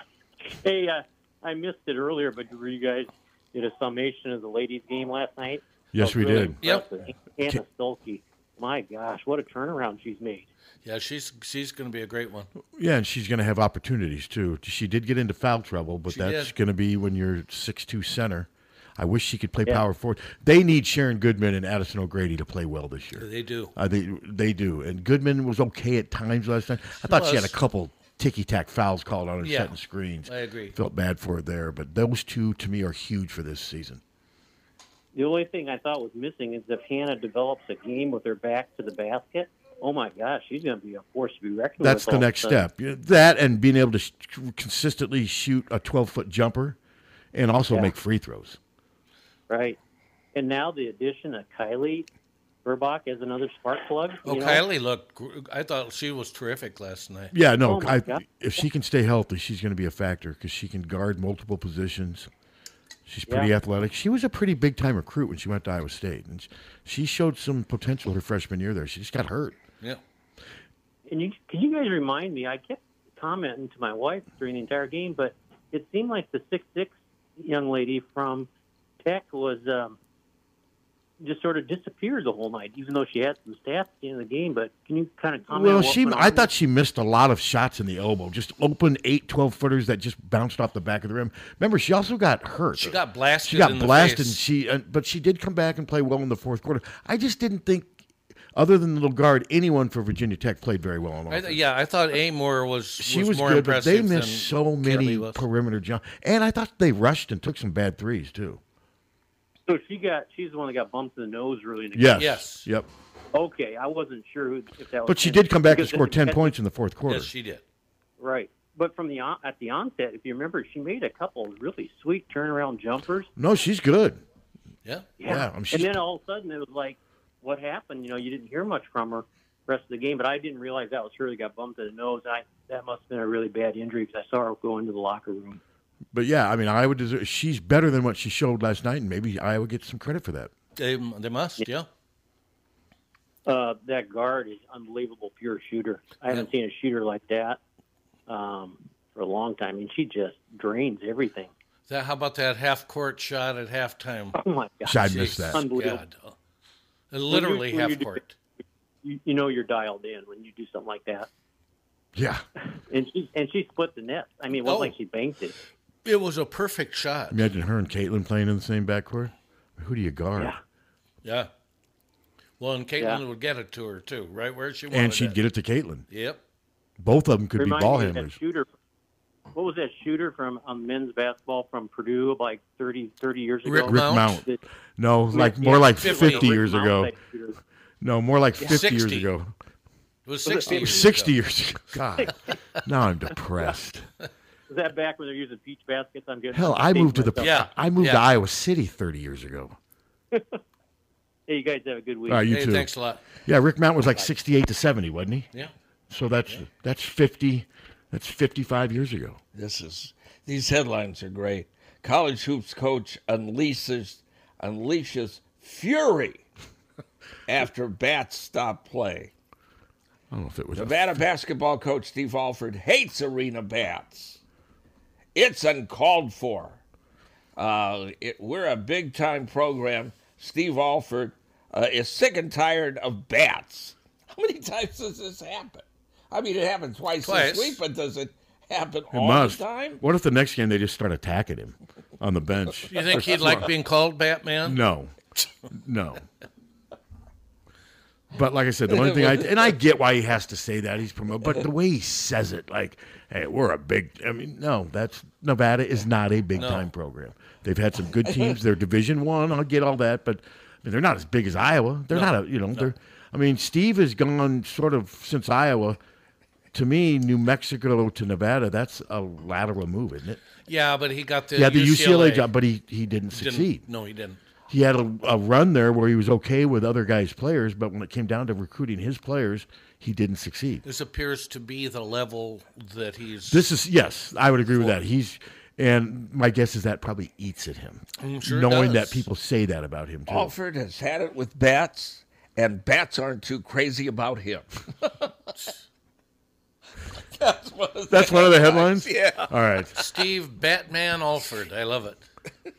Hey, uh, I missed it earlier, but were you guys did a summation of the ladies' game last night? Yes, That was we really did. Yep. impressive. Anna Stolke, my gosh, what a turnaround she's made. Yeah, she's she's going to be a great one. Yeah, and she's going to have opportunities too. She did get into foul trouble, but She that's did. going to be when you're six two center. I wish she could play Yeah. power forward. They need Sharon Goodman and Addison O'Grady to play well this year. They do. Uh, they they do. And Goodman was okay at times last night. I thought she had a was. couple ticky tack fouls called on her Yeah, setting screens. I agree. Felt bad for her there, but those two to me are huge for this season. The only thing I thought was missing is if Hannah develops a game with her back to the basket. Oh my gosh, she's going to be a force to be reckoned That's with. all the of a next sudden. step. Yeah, That and being able to sh- consistently shoot a twelve foot jumper, and also Yeah. make free throws. right? And now the addition of Kylie Burbach as another spark plug. Oh, you know? Kylie looked. gr- I thought she was terrific last night. Yeah, no. Oh, my I, God. if she can stay healthy, she's going to be a factor because she can guard multiple positions. She's pretty Yeah. athletic. She was a pretty big time recruit when she went to Iowa State, and sh- she showed some potential her freshman year there. She just got hurt. Yeah. And you, can you guys remind me? I kept commenting to my wife during the entire game, but it seemed like the six six young lady from Tech was um, just sort of disappeared the whole night, even though she had some stats at the end of the game. But can you kind of comment? well, on what she went I on? thought she missed a lot of shots in the elbow, just open eight 12 footers that just bounced off the back of the rim. Remember, she also got hurt. She got blasted She got in the blasted, face. and she uh, but she did come back and play well in the fourth quarter. I just didn't think, other than the little guard, anyone for Virginia Tech played very well on I th- yeah, I thought Amore was She was, more good, but impressive. they than missed so Kelly many was. perimeter jump. And I thought they rushed and took some bad threes too. So she got she's the one that got bumped in the nose really. In the Yes. game. Yep. Okay, I wasn't sure who if that was. But she did come back and because score the 10 defense- points in the fourth quarter. she did. Right, but from the on- at the onset, if you remember, she made a couple really sweet turnaround jumpers. No, she's good. Yeah. Yeah, I'm and she's- then all of a sudden it was like, what happened? You know, you didn't hear much from her the rest of the game, but I didn't realize that was her that got bumped in the nose. I that must have been a really bad injury because I saw her go into the locker room. But yeah, I mean, Iowa deserves. She's better than what she showed last night, and maybe Iowa gets some credit for that. They, they must, yeah. Uh, that guard is unbelievable, pure shooter. I haven't seen a shooter like that um, for a long time. I mean, she just drains everything. That, how about that half court shot at halftime? Oh my gosh. I missed that. Unbelievable. God. Literally when you half do- court. You, you know you're dialed in when you do something like that. Yeah. And she and she split the net. I mean, it wasn't Oh. like she banked it. It was a perfect shot. Imagine her and Caitlin playing in the same backcourt. Who do you guard? Yeah. Well, and Caitlin Yeah. would get it to her too, right where she wanted. And she'd it. get it to Caitlin. Yep. Both of them could Reminds be ball me of that handlers. Shooter, what was that shooter from um, men's basketball from Purdue like 30, 30 years ago? Rick Rick Mount. Mount. No, like Yeah, more like Rick Mount. 50 Rick years Mount ago. type shooter. No, more like Yeah. 50 years 60. ago. It was Was it- 60 it was years 60 ago. years ago. God. now I'm depressed. Was that back when they're using peach baskets? I'm getting Hell, I'm I moved to dating the myself. I moved to Iowa City 30 years ago. Hey, you guys have a good week. All right, you too. Yeah, Rick Mount was like 68 to 70, wasn't he? Yeah. So that's that's 50 that's 55 years ago. This is these headlines are great. College hoops coach unleashes unleashes fury after bats stop play. I don't know if it was a- Nevada basketball coach Steve Alford hates arena bats. It's uncalled for. Uh, it, we're a big time program. Steve Alford uh, is sick and tired of bats. How many times does this happen? I mean, it happened twice, Twice. this week, but does it happen It all must. the time? What if the next game they just start attacking him on the bench? You think he'd like being called Batman? No, no. But like I said, the only thing I and I get why he has to say that he's promoted, but the way he says it, like, "Hey, we're a big." I mean, no, that's Nevada is not a big time program. They've had some good teams. They're Division One. I'll get all that, but I mean, they're not as big as Iowa. They're not a you know. They're. I mean, Steve has gone sort of since Iowa. To me, New Mexico to Nevada, that's a lateral move, isn't it? Yeah, but he got the yeah the UCLA, UCLA job, but he he didn't Didn't- succeed no, he didn't. he had a, a run there where he was okay with other guys' players, but when it came down to recruiting his players, he didn't succeed. This appears to be the level that he's. This is yes, I would agree with that. He's and my guess is that probably eats at him, Mm, I'm sure it knowing does. that people say that about him too. Oh, Alford has had it with bats, and bats aren't too crazy about him. That's one of That's one of the headlines. Yeah. All right. Steve Batman Alford. I love it. Do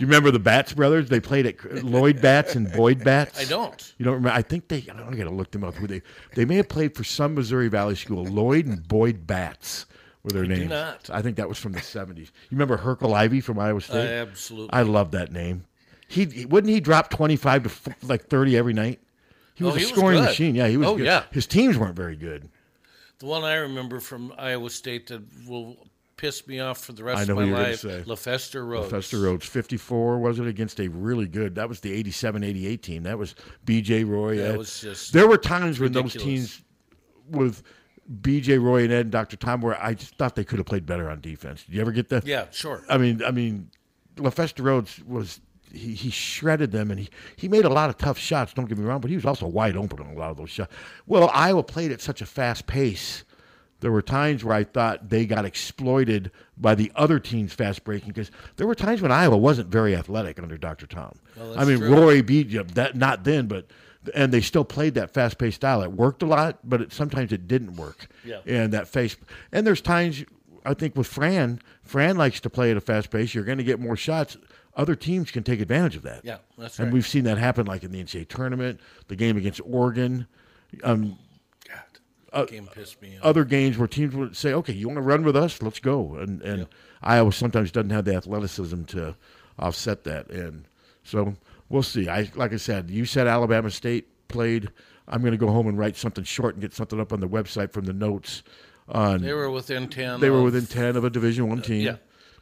you remember the Bats brothers? They played at Lloyd Bats and Boyd Bats. I don't. You don't remember? I think they. I gotta look them up. Who they? They may have played for some Missouri Valley school. Lloyd and Boyd Bats were their do names. not. I think that was from the seventies. You remember Herkel Ivy from Iowa State? absolutely. I love that name. He- He wouldn't he drop twenty five to f- like thirty every night. He was Oh, a he was scoring good. machine. Yeah, he was. Oh, good. yeah. His teams weren't very good. The one I remember from Iowa State that will piss me off for the rest I know of who my you're life. gonna say. Lefester Road. Fester Rhodes, 54, was it against a really good? That was the 87 88 team. That was BJ Roy. That Ed. was just there were times when those ridiculous. teams with BJ Roy and Ed and Dr. Tom where I just thought they could have played better on defense. Did you ever get that? Yeah, sure. I mean, I mean, LaFesta Rhodes was. He, he shredded them and he, he made a lot of tough shots, don't get me wrong, but he was also wide open on a lot of those shots. Well, Iowa played at such a fast pace there were times where I thought they got exploited by the other team's fast breaking because there were times when Iowa wasn't very athletic under Dr. Tom. Well, I that's mean, true. Roy beat you that not then, but and they still played that fast paced style. It worked a lot, but it, sometimes it didn't work. Yeah. And that face, and there's times I think with Fran, Fran likes to play at a fast pace. You're going to get more shots. Other teams can take advantage of that. Yeah, that's And right. we've seen that happen, like in the NCAA tournament, the game against Oregon. Um, God, game pissed me off. uh, other games where teams would say, "Okay, you want to run with us? Let's go." And and Iowa sometimes doesn't have the athleticism to offset that, and so we'll see. I like I said, you said Alabama State played. I'm going to go home and write something short and get something up on the website from the notes. On They were within 10 They were of- Uh, within ten of a Division One team. yeah.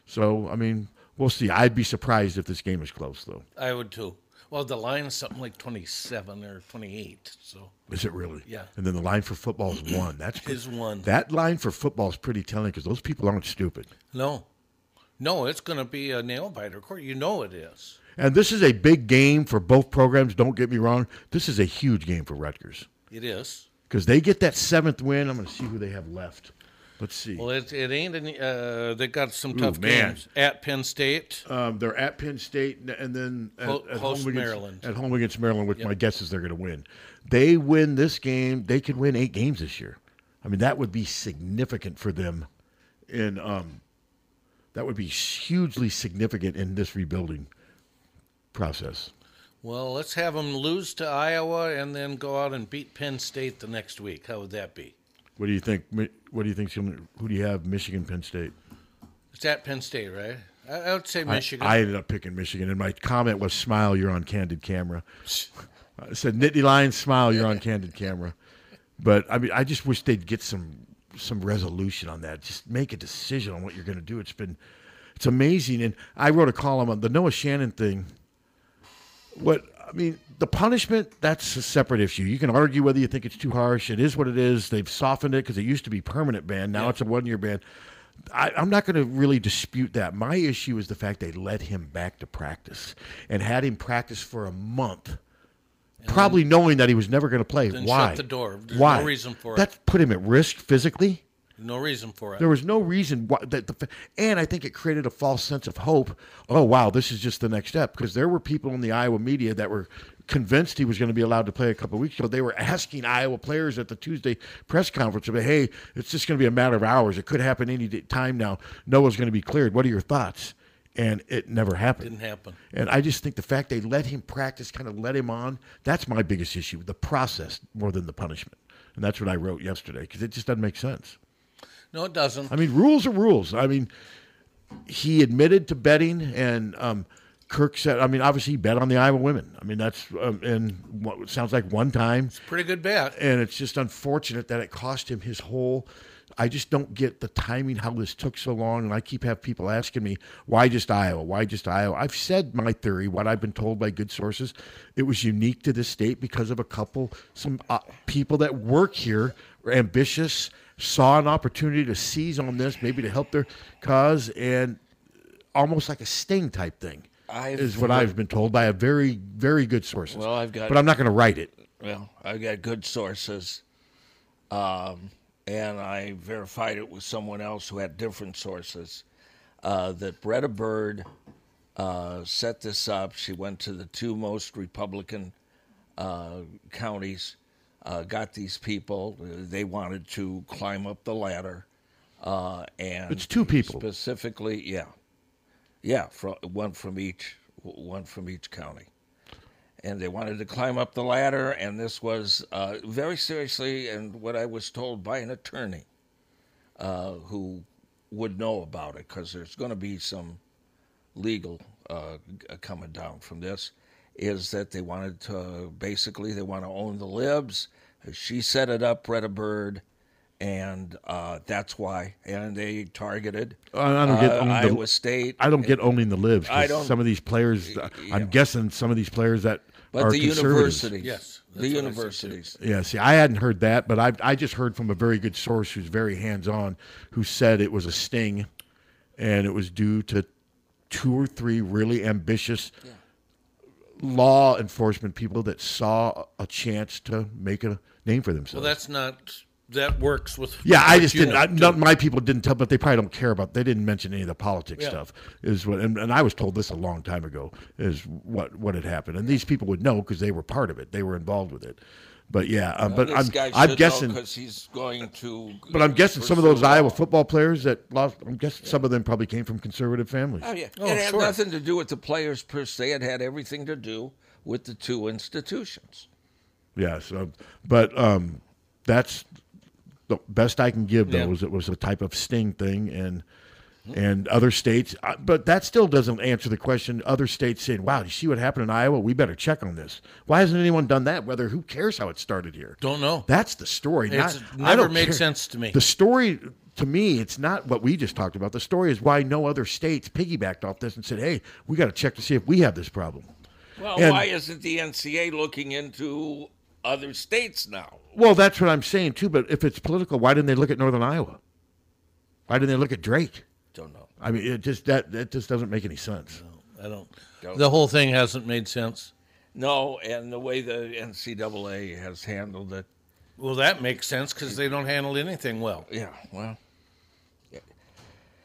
So I mean, We'll see. I'd be surprised if this game is close, though. I would too. Well, the line is something like 27 or 28. So Is it really? Yeah. And then the line for football is one. That's pre- Is one. That line for football is pretty telling because those people aren't stupid. No, no, it's going to be a nail biter. Of course, you know it is. And this is a big game for both programs. Don't get me wrong. This is a huge game for Rutgers It is. because they get that seventh win. I'm going to see who they have left. Let's see. Well, it, it ain't any. Uh, they got some Ooh, tough man. games at Penn State. Um, they're at Penn State, and- and then at, Ho- at host home against, Maryland. At home against Maryland, which Yep. my guess is they're going to win. They win this game, they could win eight games this year. I mean, that would be significant for them, and um, that would be hugely significant in this rebuilding process. Well, let's have them lose to Iowa and then go out and beat Penn State the next week. How would that be? What do you think? Mi- What do you think? Who do you have? Michigan, Penn State. It's at Penn State, right? I, I would say I- Michigan. I, ended up picking Michigan, and my comment was, "Smile, you're on candid camera." I said, "Nittany Lion, smile, you're on candid camera." But I mean, I just wish they'd get some some resolution on that. Just make a decision on what you're going to do. It's been it's amazing, and I wrote a column on the Noah Shannon thing. What I mean, the punishment that's a separate issue. You can argue whether you think it's too harsh. It is what it is. They've softened it because it used to be permanent ban. Now it's a one year ban. I, I'm not going to really dispute that. My issue is the fact they let him back to practice and had him practice for a month, probably knowing that he was never going to play. then shut Why? the door. There's Why? no reason for it. That put him at risk physically. no reason for it. There was no reason why that the, fa- and I think it created a false sense of hope. Oh wow, this is just the next step because there were people in the Iowa media that were convinced he was going to be allowed to play a couple of weeks ago. They were asking Iowa players at the Tuesday press conference, "But hey, it's just going to be a matter of hours. It could happen any day- time now. Noah's going to be cleared. What are your thoughts?" And it never happened. Didn't happen. And I just think the fact they let him practice, kind of let him on, that's my biggest issue. The process more than the punishment. And that's what I wrote yesterday because it just doesn't make sense. No, it doesn't. I mean, rules are rules. I mean, he admitted to betting, and um, Kirk said, I mean, obviously he bet on the Iowa women. I mean, that's um, and what it sounds like one time. It's pretty good bet. And it's just unfortunate that it cost him his whole. I just don't get the timing how this took so long, and I keep have people asking me why just Iowa, why just Iowa. I've said my theory, what I've been told by good sources. It was unique to this state because of a couple, some uh, people that work here were ambitious, saw an opportunity to seize on this, maybe to help their cause, and almost like a sting type thing. I've is what heard- I've been told by a very, very good sources. Well, I've got, but I'm not going to write it. Well, I've got good sources, um, and I verified it with someone else who had different sources. Uh, that Greta Bird uh, set this up. She went to the two most Republican uh, counties, uh, got these people. They wanted to climb up the ladder, uh, and It's two people. specifically. Yeah, yeah, from one from each one from each county and they wanted to climb up the ladder. And this was uh, very seriously, and what I was told by an attorney uh, who would know about it, because there's going to be some legal uh, g- coming down from this, is that they wanted to basically they want to own the libs. She set it up, Retta Bird. And uh, that's why. And they targeted I I don't get uh, owning the- Iowa State. I don't get owning the libs. 'cause I don't- Some of these players, I'm guessing some of these players that But are the conservatives. universities. Yes. The universities. Yeah, see, I hadn't heard that, but I I just heard from a very good source who's very hands on, who said it was a sting, and it was due to two or three really ambitious law enforcement people that saw a chance to make a name for themselves. well, that's not. That works with. Yeah, I what just you didn't. I, do. none, my people didn't tell, but they probably don't care about. They didn't mention any of the politics Yeah. stuff. Is what, and, and I was told this a long time ago. Is what what had happened, and these people would know because they were part of it. They were involved with it. But yeah, um, but this I'm guy I'm should guessing. because he's going to. But I'm guessing some of pursue those Iowa football players that lost. I'm guessing some of them probably came from conservative families. Oh yeah, Oh, it had sure. nothing to do with the players per se. It had everything to do with the two institutions. Yeah. So, but um, that's the best I can give. Though Yeah. is it was a type of sting thing, and Hmm. and other states. I- But that still doesn't answer the question. Other states saying, "Wow, you see what happened in Iowa? We better check on this. Why hasn't anyone done that? Whether who cares how it started here? Don't know. That's the story. It's- not- it I never don't made care. sense to me. The story to me, it's not what we just talked about. The story is why no other states piggybacked off this and said, hey, we got to check to see if we have this problem. Well, And- why isn't the NCA looking into other states now? Well, that's what I'm saying too. But if it's political, why didn't they look at Northern Iowa? Why didn't they look at Drake? Don't know. I mean, it just that that just doesn't make any sense. I don't. Don't- The whole thing hasn't made sense. No, and the way the NCAA has handled it. Well, that makes sense because they don't handle anything well. Yeah, well,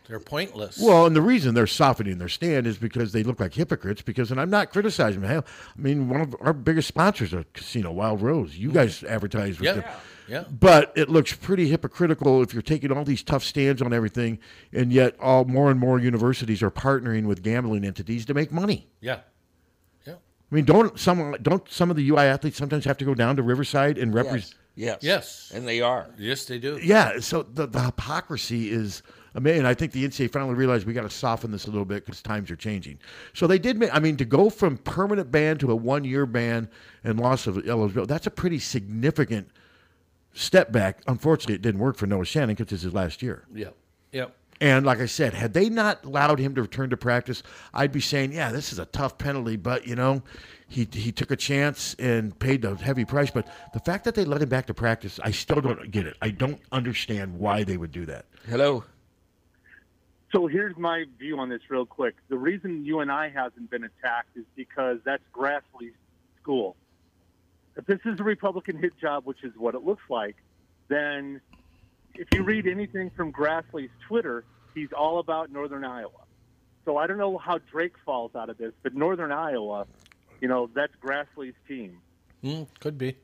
they're pointless. Well, and the reason they're softening their stand is because they look like hypocrites. Because, and I'm not criticizing them. Hell, I mean, one of our biggest sponsors are Casino Wild Rose. You guys advertise with Yeah, them. yeah. But it looks pretty hypocritical if you're taking all these tough stands on everything, and yet all more and more universities are partnering with gambling entities to make money. yeah. I mean, don't some don't some of the UI athletes sometimes have to go down to Riverside and represent? Yes. Yes. And they are. Yes, they do. Yeah, so the, the hypocrisy is amazing. I think the NCAA finally realized we got to soften this a little bit because times are changing. So they did. Make, I mean, to go from permanent ban to a one year ban and loss of eligibility, that's a pretty significant step back. Unfortunately, it didn't work for Noah Shannon because this is last year. Yeah. Yep. And like I said, had they not allowed him to return to practice, I'd be saying, yeah, this is a tough penalty, but you know, he he took a chance and paid the heavy price. But the fact that they let him back to practice, I still don't get it. I don't understand why they would do that. Hello. So here's my view on this, real quick. The reason you and I hasn't been attacked is because that's Grassley's school. If this is a Republican hit job, which is what it looks like, then if you read anything from Grassley's Twitter, he's all about Northern Iowa. So I don't know how Drake falls out of this, but Northern Iowa, you know, that's Grassley's team. Mm, could be.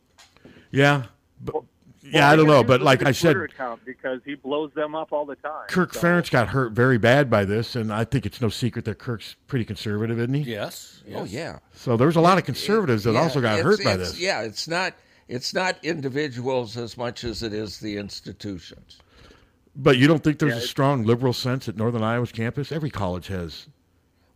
Yeah, but, yeah, Well, I don't guess know. he But was like a I said, Twitter account because he blows them up all the time. Kirk so- Ferentz got hurt very bad by this, and I think it's no secret that Kirk's pretty conservative, isn't he? Yes. Oh yeah. So there's a lot of conservatives that Yeah, also got it's- hurt by it's- this. Yeah, it's not it's not individuals as much as it is the institutions. But you don't think there's Yeah, a it's- strong liberal sense at Northern Iowa's campus? Every college has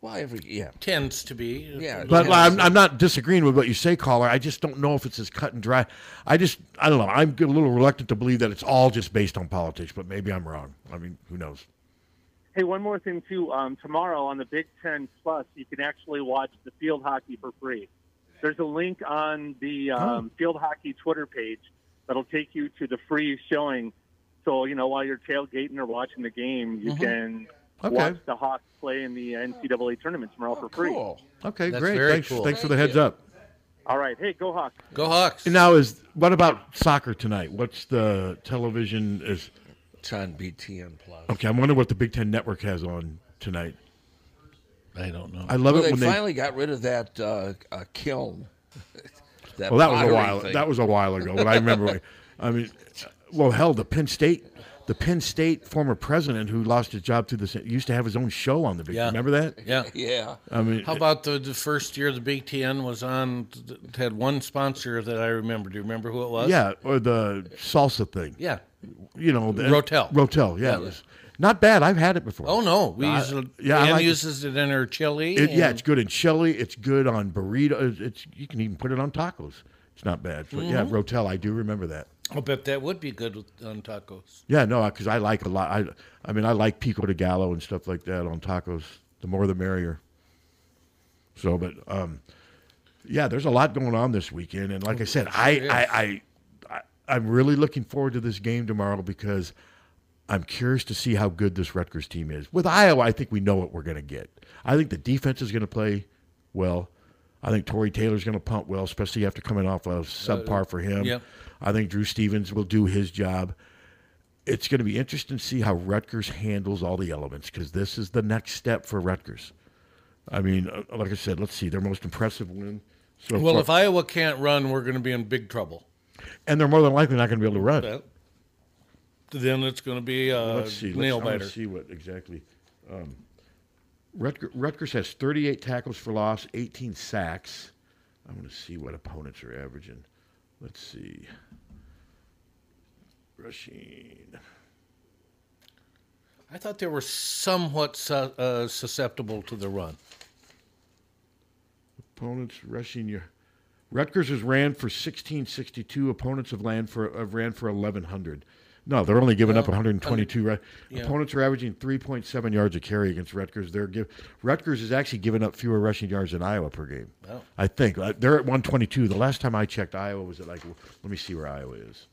Well, every yeah tends to be. Yeah. But I'm, I'm not disagreeing with what you say, caller. I just don't know if it's as cut and dry. I just, I don't know. I'm a little reluctant to believe that it's all just based on politics, but maybe I'm wrong. I mean, who knows? Hey, one more thing too. Um, tomorrow on the Big Ten Plus, you can actually watch the field hockey for free. There's a link on Oh. the um, field hockey Twitter page that'll take you to the free showing. So you know while you're tailgating or watching the game, you Mhm. can Okay. Oh, watch the Hawks play in the NCAA tournament tomorrow for free. Okay, That's great. very Thanks, cool. thanks for the Thank heads you. up. All right, hey, go Hawks! Go Hawks! Now, is what about soccer tonight? What's the television? Is it's on BTN Plus. Okay, I'm wondering what the Big Ten Network has on tonight. I don't know. I love Well, it when they they. finally got rid of that uh, uh, kiln. well, that was a pottery while. thing. That was a while ago. But I remember. when- I mean, well, hell, the Penn State, the Penn State former president who lost his job through this used to have his own show on the Big. Yeah. Remember that? Yeah. Yeah. I mean, how about the, the first year the Big Ten was on? It had one sponsor that I remember. Do you remember who it was? Yeah, or the salsa thing. Yeah. You know, the, Rotel. Rotel, yeah. Yeah. it was not bad. I've had it before. Oh no, we I- use it. yeah, I Ann like it. uses it in her chili. It- yeah, and- it's good in chili. It's good on burritos. It's you can even put it on tacos. It's not bad. But yeah, Mhm. Rotel, I do remember that. I'll bet that would be good with, on tacos. Yeah, no, because I like a lot. I, I mean, I like pico de gallo and stuff like that on tacos. The more, the merrier. So, but um, yeah, there's a lot going on this weekend, and like I said, I, Sure is. I, I, I, I'm really looking forward to this game tomorrow because I'm curious to see how good this Rutgers team is. With Iowa, I think we know what we're going to get. I think the defense is going to play well. I think Torrey Taylor's going to punt well, especially after coming off of subpar for him. Uh, yeah. I think Drew Stevens will do his job. It's going to be interesting to see how Rutgers handles all the elements because this is the next step for Rutgers. I mean, uh, like I said, let's see their most impressive win. So well, far- if Iowa can't run, we're going to be in big trouble. and they're more than likely not going to be able to run. Well, Then it's going to be a let's see. Let's- nail I wanna biter. see what exactly. Um, Rutger, Rutgers has 38 tackles for loss, 18 sacks. I want to see what opponents are averaging. Let's see. Rushing. I thought they were somewhat su- uh, susceptible to the run. Opponents rushing your. Rutgers has ran for 1662. Opponents have, land for, have ran for 1100. No, they're only giving up Well, 122. Re- yeah. Opponents are averaging 3.7 yards a carry against Rutgers. They're give- Rutgers is actually giving up fewer rushing yards than Iowa per game. Wow. I think Uh, they're at 122. The last time I checked, Iowa was at like. Let me see where Iowa is.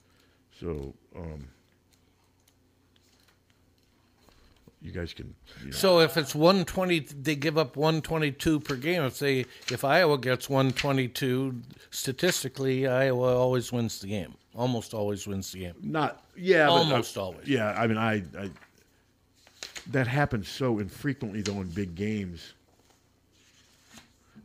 So um, you guys can. You know. So if it's 120, they give up 122 per game. If they, if Iowa gets 122, statistically, Iowa always wins the game. Almost always wins the game. Not yeah, but, uh, almost always. Yeah, I mean, I, I that happens so infrequently though in big games.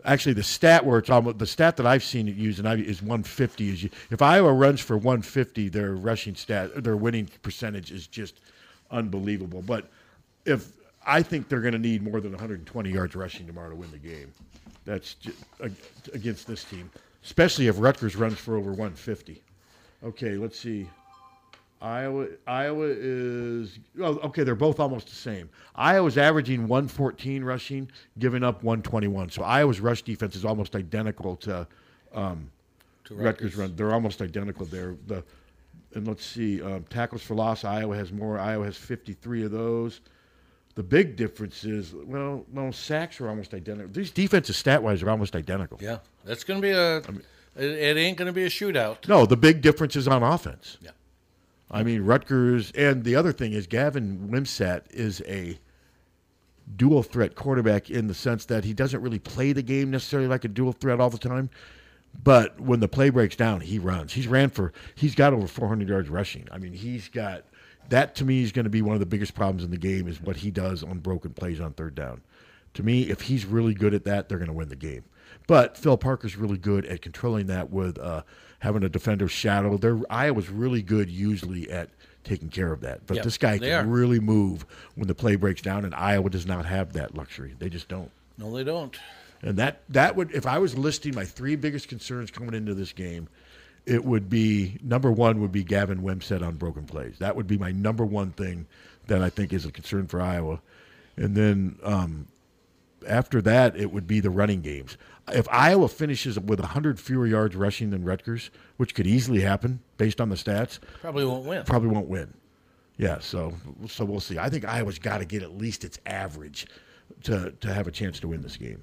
Actually, the stat where it's almost the stat that I've seen it used and I is 150. Is you, if Iowa runs for 150, their rushing stat, their winning percentage is just unbelievable. But if I think they're going to need more than 120 yards rushing tomorrow to win the game, that's just, against this team, especially if Rutgers runs for over 150. Okay, let's see. Iowa Iowa is oh, okay. They're both almost the same. Iowa's averaging 114 rushing, giving up 121. So Iowa's rush defense is almost identical to, um, To Rutgers. Rutgers. run. They're almost identical there. The and let's see um, tackles for loss. Iowa has more. Iowa has 53 of those. The big difference is well, no sacks are almost identical. These defenses stat wise are almost identical. Yeah, that's going to be a. it, it ain't going to be a shootout. No, the big difference is on offense. Yeah. I mean, Rutgers, and the other thing is Gavin Wimsett is a dual threat quarterback in the sense that he doesn't really play the game necessarily like a dual threat all the time. But when the play breaks down, he runs. He's ran for, he's got over 400 yards rushing. I mean, he's got, that to me is going to be one of the biggest problems in the game is what he does on broken plays on third down. To me, if he's really good at that, they're going to win the game. But Phil Parker's really good at controlling that with uh, having a defender shadow. They're, Iowa's really good usually at taking care of that. But Yeah, this guy they can are. really move when the play breaks down, and Iowa does not have that luxury. They just don't. No, they don't. And that that would if I was listing my three biggest concerns coming into this game, it would be number one would be Gavin Wimsett on broken plays. That would be my number one thing that I think is a concern for Iowa. And then um, after that, it would be the running games. If Iowa finishes with 100 fewer yards rushing than Rutgers, which could easily happen based on the stats, Probably won't win. Probably won't win. Yeah, so so we'll see. I think Iowa's got to get at least its average to to have a chance to win this game.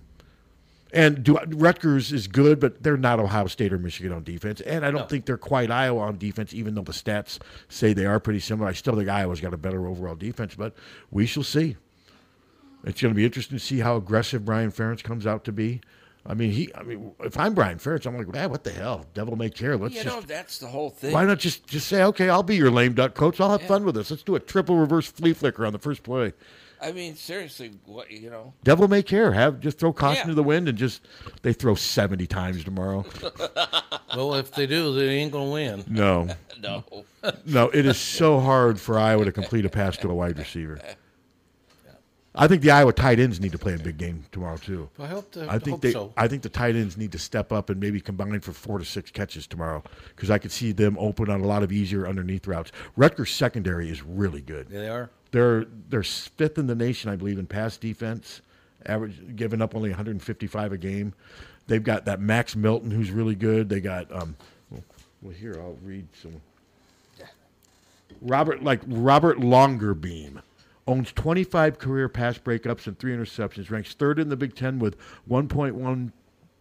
And do, Rutgers is good, but they're not Ohio State or Michigan on defense, and I don't think they're quite Iowa on defense, even though the stats say they are pretty similar. I still think Iowa's got a better overall defense, but we shall see. It's going to be interesting to see how aggressive Brian Ferentz comes out to be. I mean, he. I mean, if I'm Brian Ferentz, I'm like, "Ah, what the hell? Devil may care. Let's you just know, that's the whole thing. why not just just say, okay, I'll be your lame duck coach. I'll have fun with this. Let's do a triple reverse flea flicker on the first play. I mean, seriously, what you know? Devil may care. Have just throw caution Yeah. to the wind and just they throw seventy times tomorrow. well, if they do, they ain't going to win. No. No. no, it is so hard for Iowa to complete a pass to a wide receiver. I think the Iowa tight ends need to play a big game tomorrow too. I hope to- I think hope they. so. I think the tight ends need to step up and maybe combine for four to six catches tomorrow because I could see them open on a lot of easier underneath routes. Rutgers secondary is really good. Yeah, they are. They're they're fifth in the nation, I believe, in pass defense, average giving up only 155 a game. They've got that Max Milton who's really good. They got um, well, well here I'll read some. Robert like Robert Longerbeam owns 25 career pass breakups and three interceptions. Ranks third in the Big Ten with 1.1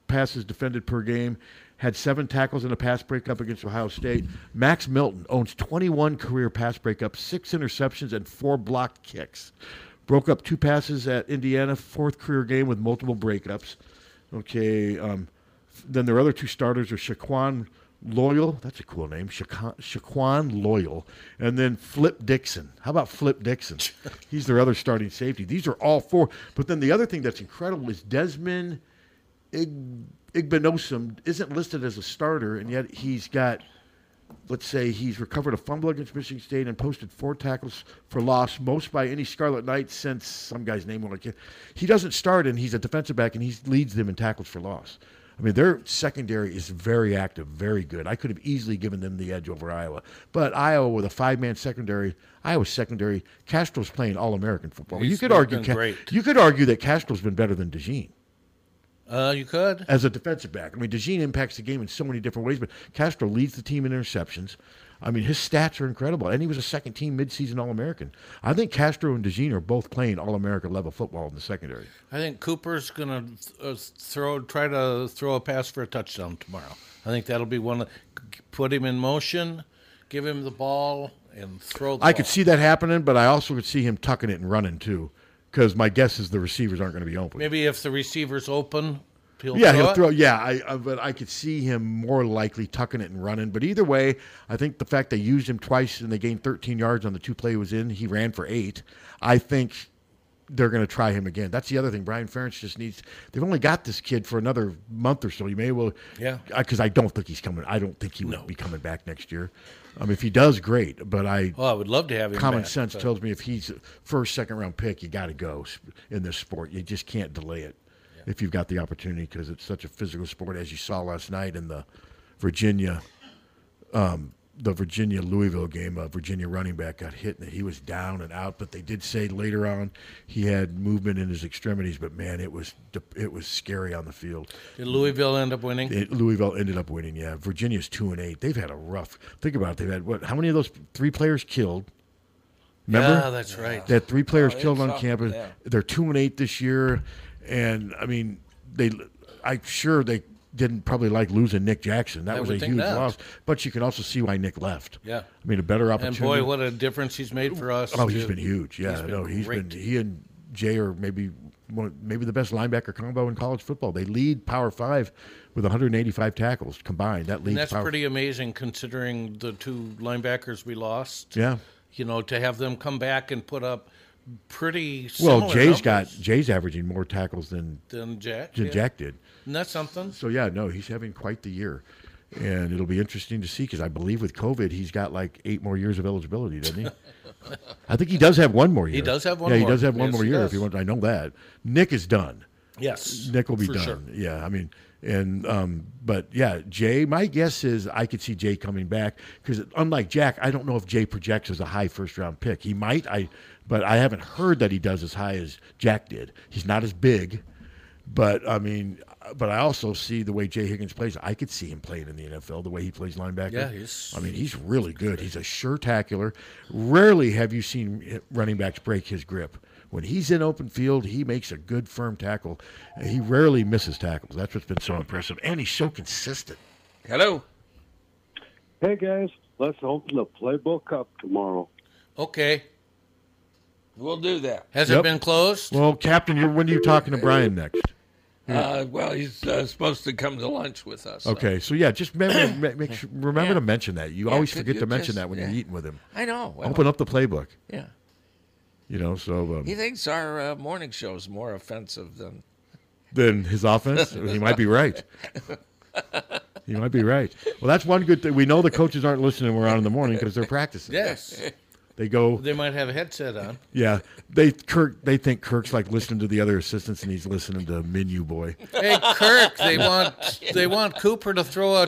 passes defended per game. Had seven tackles and a pass breakup against Ohio State. Max Milton owns 21 career pass breakups, six interceptions, and four blocked kicks. Broke up two passes at Indiana, fourth career game with multiple breakups. Okay, um, then their other two starters are Shaquan Loyal. That's a cool name. Shaqu- Shaquan Loyal. And then Flip Dixon. How about Flip Dixon? He's their other starting safety. These are all four. But then the other thing that's incredible is Desmond Ig- Igbenosum isn't listed as a starter, and yet he's got, let's say, he's recovered a fumble against Michigan State and posted four tackles for loss, most by any Scarlet Knight since some guy's name. Well, I can't- He doesn't start, and he's a defensive back, and he leads them in tackles for loss. I mean, their secondary is very active, very good. I could have easily given them the edge over Iowa. But Iowa with a five man secondary, Iowa's secondary, Castro's playing all American football. you He's- could they've argue been Ca- great. you could argue that Castro's been better than DeJean Uh, you could. as a defensive back. I mean, DeJean impacts the game in so many different ways, but Castro leads the team in interceptions. I mean, his stats are incredible, and he was a second team midseason All American. I think Castro and DeJean are both playing All America level football in the secondary. I think Cooper's gonna uh, throw, try to throw a pass for a touchdown tomorrow. I think that'll be one. Of, put him in motion, give him the ball, and throw. The I ball. could see that happening, but I also could see him tucking it and running too, because my guess is the receivers aren't going to be open. Maybe if the receiver's open, he'll yeah, throw he'll it. throw. Yeah, I, I, but I could see him more likely tucking it and running. But either way, I think the fact they used him twice and they gained 13 yards on the two play he was in, he ran for eight. I think they're going to try him again. That's the other thing. Brian Ferentz just needs. They've only got this kid for another month or so. He may well. Yeah. Because I don't think he's coming. I don't think he will be coming back next year. Um, if he does, great. But I. Oh, I would love to have him Common back, sense but- tells me if he's a first, second round pick, you got to go sp- in this sport. You just can't delay it if you've got the opportunity because it's such a physical sport, as you saw last night in the Virginia, um, the Virginia Louisville game. A Virginia running back got hit and he was down and out. But they did say later on he had movement in his extremities. But man, it was de- it was scary on the field. Did Louisville end up winning? It- Louisville ended up winning. Yeah, Virginia's two and eight. They've had a rough. Think about it. They've had what? How many of those three players killed? Remember? Yeah, that's right. That three players Oh, it killed on sucked, campus. yeah. They're two and eight this year, and I mean, they. I'm sure they didn't probably like losing Nick Jackson. That I was a would think huge not. loss. But you can also see why Nick left. Yeah. I mean, a better opportunity. And boy, what a difference he's made for us. Oh, he's too. been huge. Yeah, He's been no, he's great. been he and Jay are maybe one, maybe the best linebacker combo in college football. They lead Power Five with 185 tackles combined. That leads And that's Power. pretty amazing considering the two linebackers we lost. Yeah. You know, to have them come back and put up pretty similar well, Jay's numbers got Jay's averaging more tackles than than Jack. than yeah. Jack did. Isn't that something? So yeah, no, he's having quite the year, and it'll be interesting to see because I believe with COVID he's got like eight more years of eligibility, doesn't he? I think he does have one more He year. does have one Yeah, more. he does have one Yes, more he year. If does. you want, I know that Nick is done. Yes, Nick will be for done. sure. Yeah, I mean, and um, but yeah, Jay. My guess is I could see Jay coming back because unlike Jack, I don't know if Jay projects as a high first round pick. He might, I, but I haven't heard that he does as high as Jack did. He's not as big, but I mean, but I also see the way Jay Higgins plays. I could see him playing in the NFL the way he plays linebacker. Yeah, he's- I mean, he's really good. He's a sure tackler. Rarely have you seen running backs break his grip. When he's in open field, he makes a good, firm tackle. and He rarely misses tackles. That's what's been so impressive. And he's so consistent. Hello. Hey guys, let's open the playbook up tomorrow. Okay. We'll do that. Has it Yep. been closed? Well, Captain, you're, when are you talking to Brian next? Uh, well, he's uh, supposed to come to lunch with us. so- Okay, so yeah, just remember, ma- make sure, remember to mention that. You Yeah, always could forget you to mention just- that when yeah. you're eating with him. I know, well. Open up the playbook. Yeah. You know, so um, He thinks our uh, morning show is more offensive than. then his offense, he might be right. He might be right. Well, that's one good thing. We know the coaches aren't listening. We're on in the morning because they're practicing. Yes. They go. They might have a headset on. Yeah, they Kirk. They think Kirk's like listening to the other assistants, and he's listening to Menu Boy. Hey Kirk, they want they want Cooper to throw a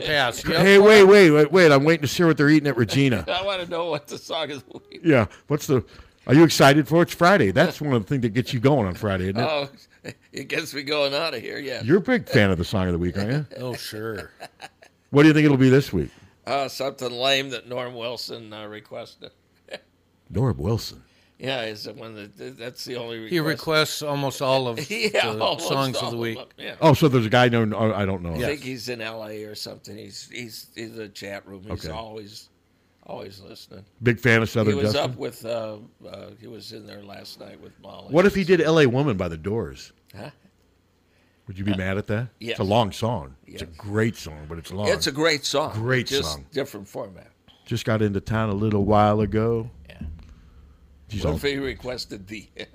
pass. Yep. Hey, wait, wait, wait, wait! I'm waiting to see what they're eating at Regina. I want to know what the song is. Yeah, what's the? Are you excited for? it? It's Friday. That's one of the things that gets you going on Friday, isn't it? Oh, it gets me going out of here. Yeah. You're a big fan of the song of the week, aren't you? Oh sure. What do you think it'll be this week? Uh, something lame that Norm Wilson uh, requested. Norm Wilson. Yeah, is the one that that's the only request. He requests almost all of Yeah, the almost songs of all the of week. them, yeah. Oh, so there's a guy known. Oh, I don't know. I him. think he's in L.A. or something. He's he's in the chat room. He's Okay. always always listening. Big fan of Southern He was Justin? up with uh, uh, he was in there last night with Molly. What if he did "L.A. Woman" by the Doors? Huh? Would you be mad at that? Uh, yes. It's a long song. It's a Yes. great song, but it's long. It's a great song. Great just song. Different format. Just got into town a little while ago. Yeah. She's what all, if he requested the end?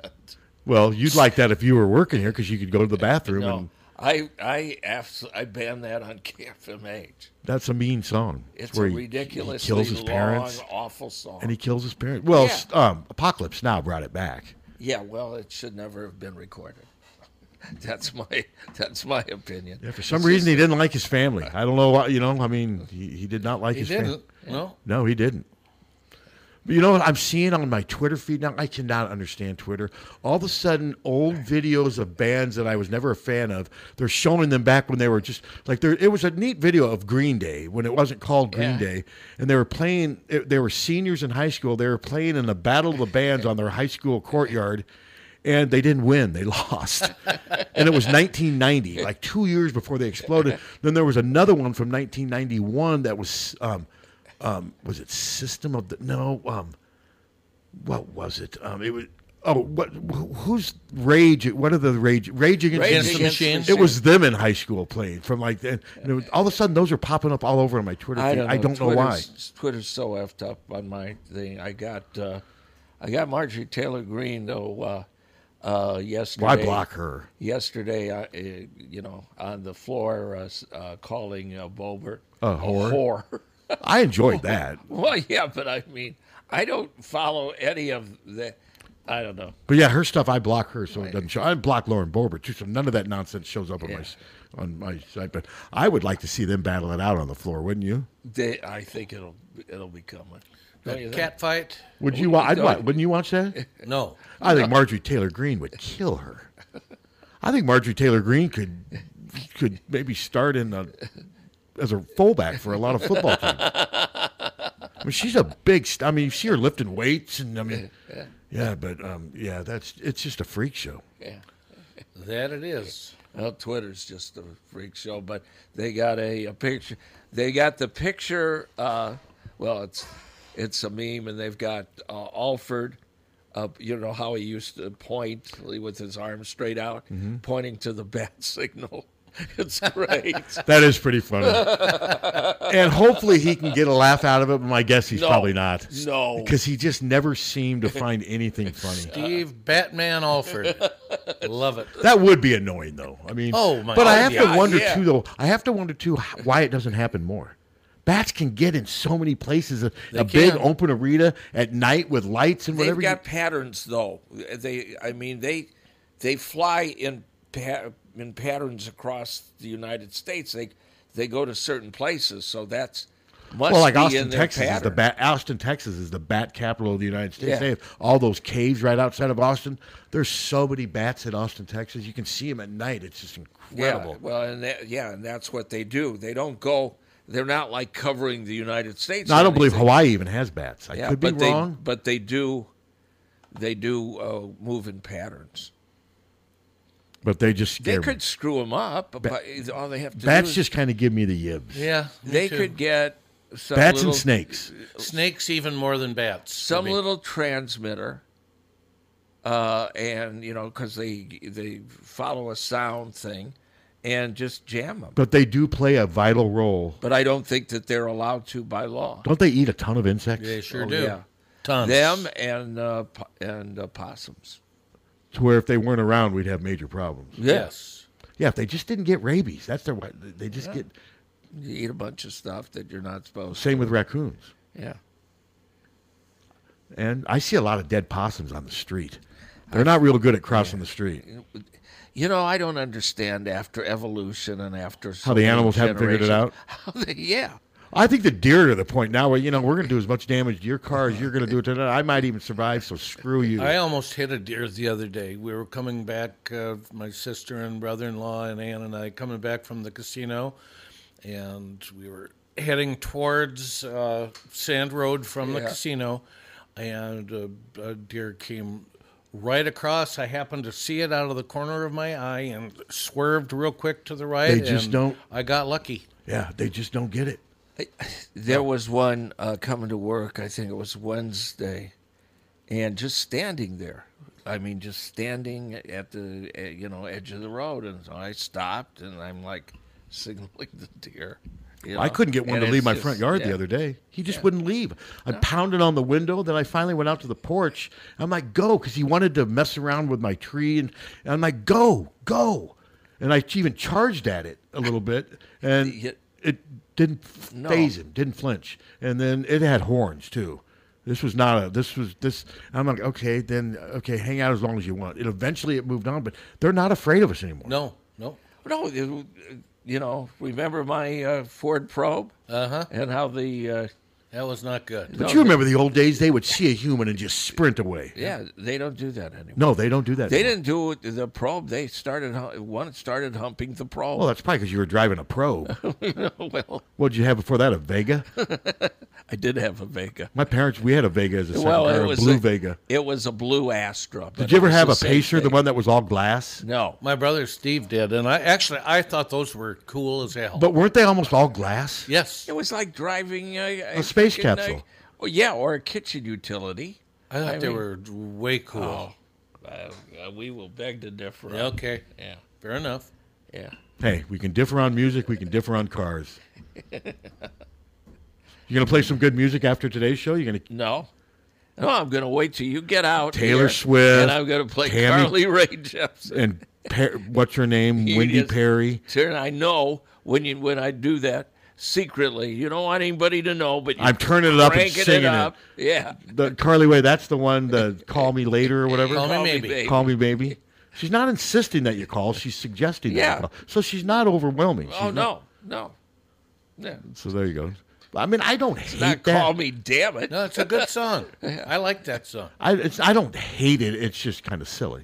well, you'd like that if you were working here because you could go to the bathroom, and No, I I abs- I banned that on KFMH. that's a mean song. It's where a he- he ridiculously kills his long, parents, awful song. and he kills his parents. Well, Yeah. s- um, Apocalypse Now brought it back. Yeah, well, it should never have been recorded. That's my that's my opinion. Yeah, for some reason, he didn't like his family. I don't know why. You know, I mean, he, he did not like He his family. didn't? No? no, he didn't. But you know what I'm seeing on my Twitter feed now? I cannot understand Twitter. All of a sudden, old videos of bands that I was never a fan of, they're showing them back when they were just like there. It was a neat video of Green Day when it wasn't called Green Yeah. Day, and they were playing. it- They were seniors in high school. They were playing in the Battle of the Bands on their high school courtyard. And they didn't win; they lost, and it was 1990, like two years before they exploded. Then there was another one from 1991 that was um, um, was it System of the No? Um, what was it? Um, it was oh, what? wh- Who's Rage? What are the Rage? Rage Against, Rage Against the Machine. It was them in high school playing from like and, and it was, all of a sudden those are popping up all over on my Twitter feed. I don't, know why. Twitter's- Twitter's so effed up on my thing. I got uh, I got Marjorie Taylor Greene though uh, uh, yesterday. block her? Yesterday, I, uh, you know, on the floor uh, s- uh, calling uh, Bobert A whore? whore. I enjoyed that. Well, yeah, but I mean, I don't follow any of that. I don't know. But yeah, her stuff I block her so it doesn't show. I block Lauren Boebert too, so none of that nonsense shows up on my s- on my site. But I would like to see them battle it out on the floor, wouldn't you? They, I think it'll it'll be coming. Don't you That think? cat fight. Would you? wa- I'd wa- wouldn't you watch that? No. I think Marjorie Taylor Greene would kill her. I think Marjorie Taylor Greene could could maybe start in a, as a fullback for a lot of football teams. I mean, she's a big. st- I mean, you see her lifting weights, and I mean, yeah, but um, yeah, that's it's just a freak show. Yeah. That it is. Well, Twitter's just a freak show, but they got a, a picture. They got the picture. Uh, well, it's it's a meme, and they've got uh, Alford. Uh, you know how he used to point with his arms straight out, Mhm. pointing to the bat signal. It's great. That is pretty funny. and hopefully he can get a laugh out of it, but my guess he's No. probably not. No. Because he just never seemed to find anything funny. Steve Batman Alford. Love it. That would be annoying, though. I mean, Oh, my but I have God, to wonder yeah. too, though. I have to wonder too h- why it doesn't happen more. Bats can get in so many places. A, They a big can. open arena at night with lights and whatever. They've got you- patterns, though. They, I mean, they they fly in pa- in patterns across the United States. They they go to certain places, so that's must well, like be Austin, in their Texas is pattern. the bat. Austin, Texas is the bat capital of the United States. Yeah. They have all those caves right outside of Austin. There's so many bats in Austin, Texas. You can see them at night. It's just incredible. Yeah, well, and that, yeah, and that's what they do. They don't go. They're not like covering the United States. No, or I don't believe anything. Hawaii even has bats. I Yeah, could be but they- wrong. but they do. They do uh, move in patterns. But they just They scare me. could screw them up, Ba- but all they have to do Bats is- just kind of give me the yibs. Yeah, me they too. could get some Bats and little- snakes. Snakes even more than bats. some little transmitter, uh, and you know, because they they follow a sound thing, and just jam them. But they do play a vital role. But I don't think that they're allowed to by law. Don't they eat a ton of insects? They sure Oh, do. Yeah. Tons. Them and uh, po- and uh, possums. To where if they weren't around, we'd have major problems. Yes. Yeah, if they just didn't get rabies, that's their way. They just Yeah. get. You eat a bunch of stuff that you're not supposed. Same to. with raccoons. Yeah. And I see a lot of dead possums on the street. They're not real good at crossing the street. You know, I don't understand after evolution and after so How the many animals haven't figured it out? generations- How they, yeah. I think the deer are the point now where, you know, we're going to do as much damage to your car as you're going to do it to I might even survive, so screw you. I almost hit a deer the other day. We were coming back, uh, my sister and brother-in-law and Ann and I coming back from the casino, and we were heading towards uh, Sand Road from the Yeah. casino, and a, a deer came right across. I happened to see it out of the corner of my eye and swerved real quick to the right. They just and don't- I got lucky. yeah, they just don't get it. There was one uh, coming to work. I think it was Wednesday, and just standing there. I mean, just standing at the eh, you know edge of the road, and so I stopped, and I'm like signaling the deer. you I know? couldn't get one And to it's leave my just- front yard yeah. the other day. He just wouldn't leave. I pounded on the window. Then I finally went out to the porch. I'm like, go, because he wanted to mess around with my tree. And, and I'm like, go, go. And I even charged at it a little bit. And it didn't No. phase him, didn't flinch. And then it had horns, too. This was not a, this was this. I'm like, okay, then, okay, hang out as long as you want. It eventually it moved on, but they're not afraid of us anymore. No, no. No, it- you know, remember my uh, Ford Probe? Uh huh. And how the uh, Uh-huh. That was not good. But you remember the old days? They would see a human and just sprint away. Yeah, they don't do that anymore. No, they don't do that. They didn't do it, the probe. They started hu- one started humping the probe. Well, that's probably because you were driving a probe. well, what did you have before that? A Vega? I did have a Vega. My parents, we had a Vega as a second Well, car, it a was blue a- Vega. It was a blue Astra. but Did you it ever was have the a same pacer, the thing. one that was all glass? No. My brother Steve did, and I actually I thought those were cool as hell. But weren't they almost all glass? yes, It was like driving a, A space freaking, uh, capsule. well, yeah, or a kitchen utility. I thought they mean- were way cool. Oh, uh, uh, we will beg to differ. Yeah, okay. Yeah. Fair enough. Yeah. Hey, we can differ on music. We can differ on cars. You gonna play some good music after today's show? You gonna no. No, I'm going to wait till you get out. Taylor here, Swift, And I'm going to play Tammy- Carly Rae Jepsen. and per- what's her name? You Wendy just- Perry. Taryn, I know when you when I do that secretly, you don't want anybody to know, but you I'm turning it up and cranking singing it. up. Yeah. The Carly Way. That's the one. The Call Me Later or whatever. Call Me Call Me Maybe. Baby. Call Me Baby. She's not insisting that you call. She's suggesting that Yeah. you call. So she's not overwhelming. She's Oh not- no, no. Yeah. So there you go. I mean, I don't hate Not that. call me, damn it. No, it's a good song. I like that song. I it's, I don't hate it. It's just kind of silly.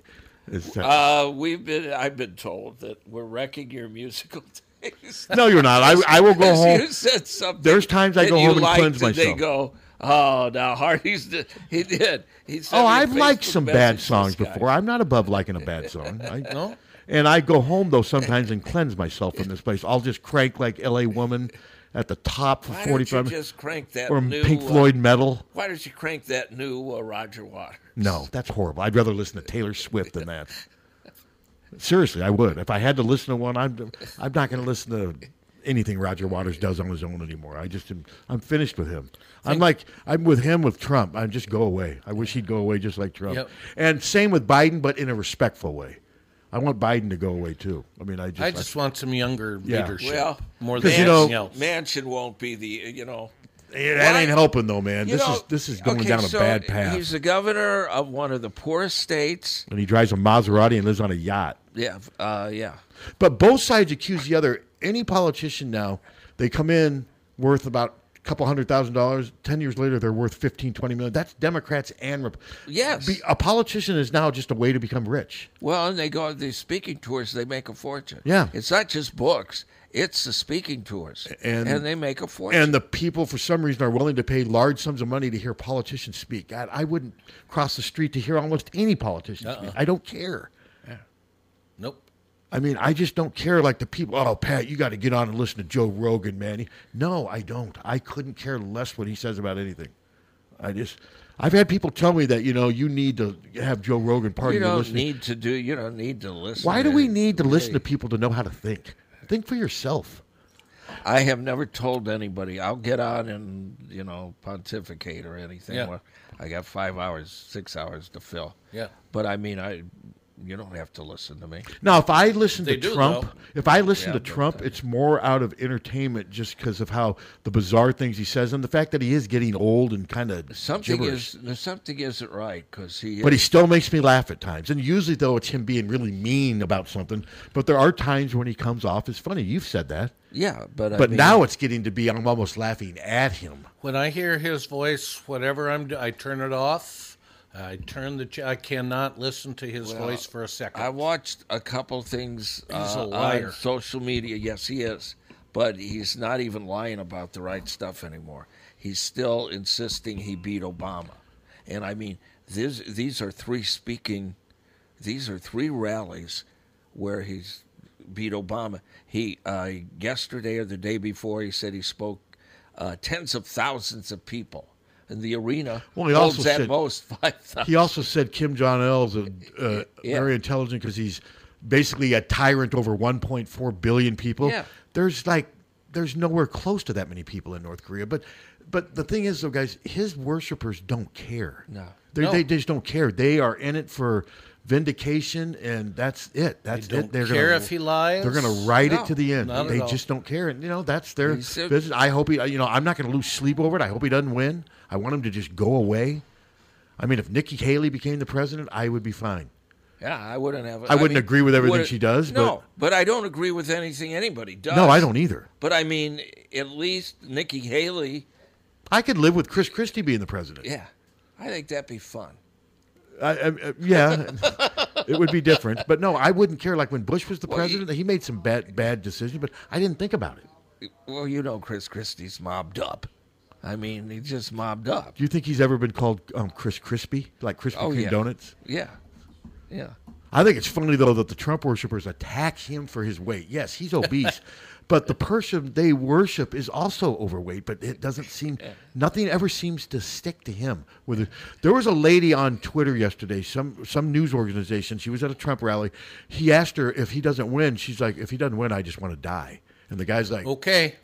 It's that- Uh, we've been. I've been told that we're wrecking your musical taste. No, you're not. I- I will go Because home. You said something. There's times I that go you home and liked cleanse They myself. go, oh, now Hardy's. The, he did. He sent oh, me a I've liked Facebook some bad message, songs this guy. before. I'm not above liking a bad song. I, No? And I go home though sometimes and cleanse myself from this place. I'll just crank like L.A. Woman at the top for Why 45 don't you just crank that or new Pink uh, Floyd metal. Why don't you crank that new uh, Roger Waters? No, that's horrible. I'd rather listen to Taylor Swift than that. Seriously, I would. If I had to listen to one, I'm I'm not going to listen to anything Roger Waters does on his own anymore. I just am, I'm finished with him. I'm like I'm with him with Trump. I just go away. I wish he'd go away just like Trump. Yep. And same with Biden, but in a respectful way. I want Biden to go away too. I mean, I just I just want some younger Yeah. leadership. Well, more than Because, you anything know- else. Mansion won't be the you know. that Why- ain't helping though, man. You This know, is this is going okay, down a so bad path. He's the governor of one of the poorest states. and he drives a Maserati and lives on a yacht. Yeah, uh, yeah. But both sides accuse the other. Any politician now, they come in worth about a couple hundred thousand dollars. Ten years later, they're worth 15, 20 million. That's Democrats and Rep- Yes. Be, a politician is now just a way to become rich. Well, and they go on these speaking tours. They make a fortune. Yeah. it's not just books; it's the speaking tours, And, they make a fortune. And the people, for some reason, are willing to pay large sums of money to hear politicians speak. God, I wouldn't cross the street to hear almost any politician speak. I don't care. Nope. I mean, I just don't care. Like the people, oh, Pat, you got to get on and listen to Joe Rogan, man. He- No, I don't. I couldn't care less what he says about anything. I just, I've had people tell me that, you know, you need to have Joe Rogan party you to don't listen. need to do. You don't need to listen. Why do to- we need to listen to people to know how to think? Think for yourself. I have never told anybody. I'll get on and you know pontificate or anything. Yeah. Well, I got five hours, six hours to fill. Yeah. but I mean, I you don't have to listen to me. Now, if I listen They to do, Trump, though. if I listen Yeah, to but, uh, Trump, it's more out of entertainment just because of how the bizarre things he says and the fact that he is getting old and kind of Something gibberish. is something isn't right because he. But he is- still makes me laugh at times. And usually, though, it's him being really mean about something. But there are times when he comes off as funny. You've said that. Yeah, but I but mean- now it's getting to be I'm almost laughing at him. When I hear his voice, whatever I'm, do- I turn it off. I turn the. ch- I cannot listen to his Well, voice for a second. I watched a couple things He's uh, a liar. on social media. Yes, he is, but he's not even lying about the right stuff anymore. He's still insisting he beat Obama, and I mean, this, these are three speaking, these are three rallies where he's beat Obama. He uh, yesterday or the day before, he said he spoke uh, tens of thousands of people. in the arena Well, he holds also at said- most five thousand. He also said Kim Jong Il's a, uh, Yeah. very intelligent because he's basically a tyrant over 1.4 billion people. Yeah. There's like there's nowhere close to that many people in North Korea. But but the thing is, though, guys, his worshipers don't care. No. They, No. they just don't care. They are in it for vindication, and that's it. That's don't it. They're care gonna, if he lies. They're going to ride No, it to the end. not at They all. just don't care, and you know that's their He said- business. I hope he. You know, I'm not going to lose sleep over it. I hope he doesn't win. I want him to just go away. I mean, if Nikki Haley became the president, I would be fine. Yeah, I wouldn't have. I wouldn't agree with everything wouldn't- she does, but- No, but, I don't agree with anything anybody does. No, I don't either. But I mean, at least Nikki Haley. I could live with Chris Christie being the president. Yeah, I think that'd be fun. I, I, I- yeah, it would be different, but no, I wouldn't care. Like when Bush was the president, he, made some bad bad decisions, but I didn't think about it. Well, you know, Chris Christie's mobbed up. I mean, he's just mobbed up. Do you think he's ever been called um, Chris Crispy, like Krispy Oh, Kreme yeah. donuts? Yeah, yeah. I think it's funny though that the Trump worshippers attack him for his weight. Yes, he's obese, but the person they worship is also overweight. But it doesn't seem nothing ever seems to stick to him. With it. there was a lady on Twitter yesterday, some some news organization. She was at a Trump rally. He asked her if he doesn't win. She's like, if he doesn't win, I just want to die. And the guy's like, okay.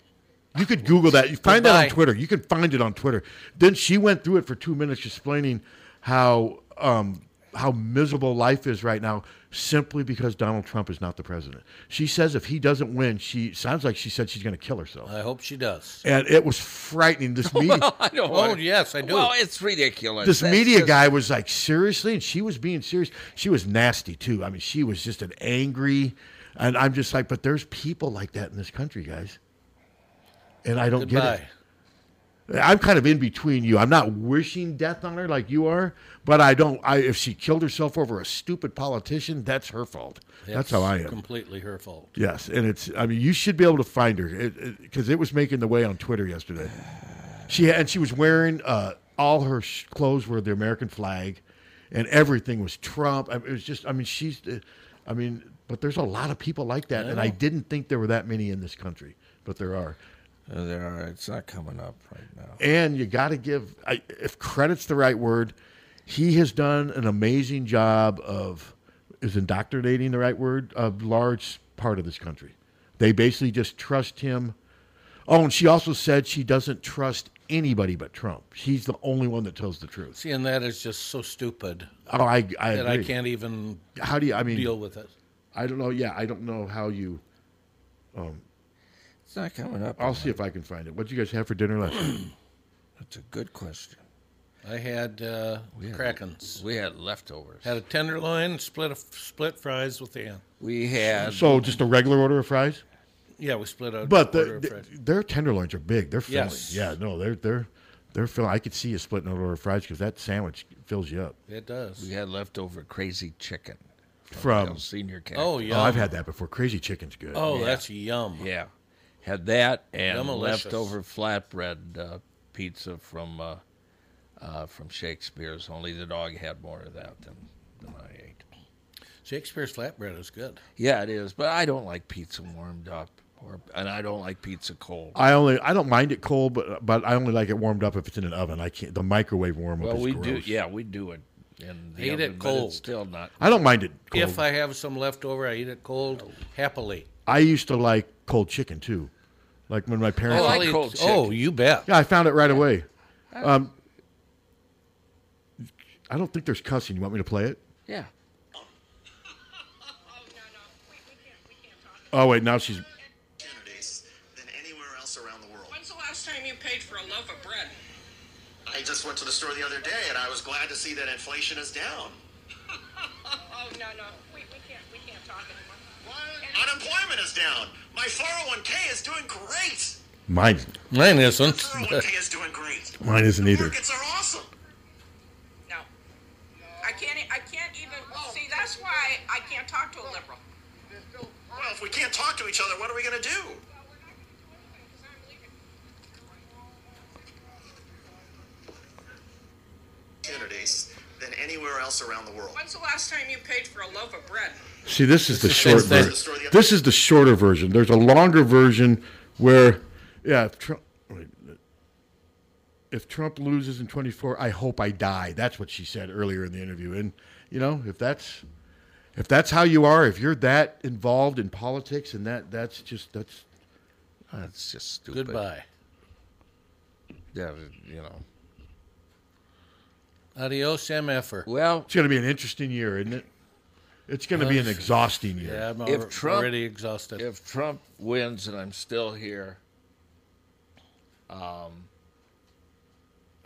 You could Google that. You find that on Goodbye. Twitter. You can find it on Twitter. Then she went through it for two minutes, explaining how um, how miserable life is right now, simply because Donald Trump is not the president. She says if he doesn't win, she sounds like she said she's going to kill herself. I hope she does. And it was frightening. This meeting, I don't oh wanna- yes, I do. Well, it's ridiculous. this That's media just- guy was like, seriously, and she was being serious. She was nasty too. I mean, she was just an angry, and I'm just like, but there's people like that in this country, guys, and I don't get Goodbye. it. I'm kind of in between you. I'm not wishing death on her like you are, but I don't. I if she killed herself over a stupid politician, that's her fault. That's how I am. Completely her fault. Yes, and it's. I mean, you should be able to find her because it, was making the way on Twitter yesterday. She and she was wearing uh, all her sh- clothes were the American flag, and everything was Trump. I- It was just. I mean, she's. uh, I mean, but there's a lot of people like that, and I know. didn't think there were that many in this country, but there are. Uh, there are. It's not coming up right now. And you got to give, I, if credit's the right word, he has done an amazing job of, is indoctrinating the right word, a large part of this country. They basically just trust him. Oh, and she also said she doesn't trust anybody but Trump. She's the only one that tells the truth. See, and that is just so stupid. Oh, I, I that I agree. can't even. How do you? I mean, deal with it. I don't know. Yeah, I don't know how you. Um, it's not coming up. I'll see if I can find it. What did you guys have for dinner last? night? That's a good question. I had uh, krakens. We had leftovers. Had a tenderloin, split a, split fries with the end. We Uh, had so just a regular order of fries. Yeah, we split a. But order the, of fries. th- their tenderloins are big. They're filling. Yes. Yeah, no, they're they're they're filling. I could see you splitting an order of fries because that sandwich fills you up. It does. We had leftover crazy chicken From- El Senior Cat. Oh, yeah. I've had that before. Crazy chicken's good. Oh, that's yum. Yeah, had that and Yum-alicious. leftover flatbread uh, pizza from uh, uh, from Shakespeare's. Only the dog had more of that than than I ate. Shakespeare's flatbread is good. Yeah, it is, but I don't like pizza warmed up, or and I don't like pizza cold. I only I don't mind it cold, but but I only like it warmed up if it's in an oven. I can't the microwave warm up. well, is we gross. do. Yeah, we do it. In the Eat oven, it but it's cold. still not. I don't mind it cold. If I have some left over, I eat it cold happily. I used to like cold chicken too, like when my parents. I like Really? cold Oh, chicken. you bet. Yeah, I found it right away. Um, I don't think there's cussing. You want me to play it? Yeah. Oh wait, now she's. opportunities than anywhere else around the world. When's the last time you paid for a loaf of bread? I just went to the store the other day and I was glad to see that inflation is down. Oh, no, no. We, we can't, we can't talk anymore. Unemployment is down. My 401k is doing great. Mine. Mine isn't. 401k is doing great. Mine isn't The either. Markets are awesome. I can't, e- I can't even, see, that's why I can't talk to a liberal. Well, if we can't talk to each other, what are we going to do? Opportunities than anywhere else around the world. When's the last time you paid for a loaf of bread? See, this is the This is short the same version. thing. This is the shorter version. There's a longer version where, yeah, if Trump, wait, if Trump loses in 24, I hope I die. That's what she said earlier in the interview. And you know, if that's if that's how you are, if you're that involved in politics, and that that's just that's that's just stupid. Goodbye. Yeah, you know. Adios, er. Sam Effer. Well, it's going to be an interesting year, isn't it? It's going to be an exhausting year. Yeah, I'm al- if Trump, already exhausted. If Trump wins and I'm still here, um,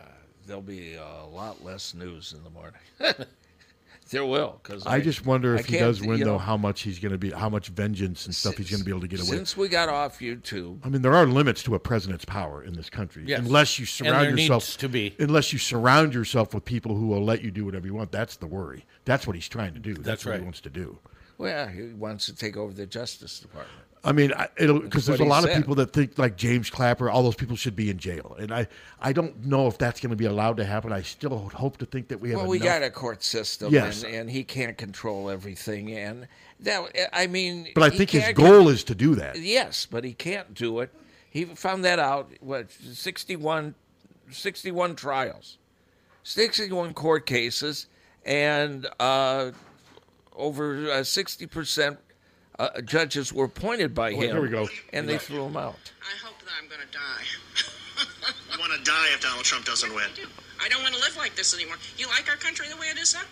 uh, there'll be a lot less news in the morning. There will because I just wonder I if he can't- does win, you know, though, how much he's going to be, how much vengeance and stuff he's going to be able to get away. Since we got off YouTube, I mean, there are limits to a president's power in this country, Yes. unless you And surround there yourself needs to be. Unless you surround yourself with people who will let you do whatever you want. That's the worry. That's what he's trying to do. That's, That's what right. he wants to do. well, he wants to take over the Justice Department. I mean, I- it'll because That's there's a what he lot said. of people that think like James Clapper, all those people should be in jail, and I, I don't know if that's going to be allowed to happen. I still hope to think that we have. well, we enough- got a court system, Yes. and, and he can't control everything. And that, I mean, But I he think his can't goal is to do that. Yes, but he can't do it. He found that out. What 61, 61 trials, sixty-one court cases, and uh, over sixty percent uh, judges were appointed by Oh, him. there we go. And they threw him out. You want to die if Donald Trump doesn't win. I don't want to live like this anymore. You like our country the way it is now?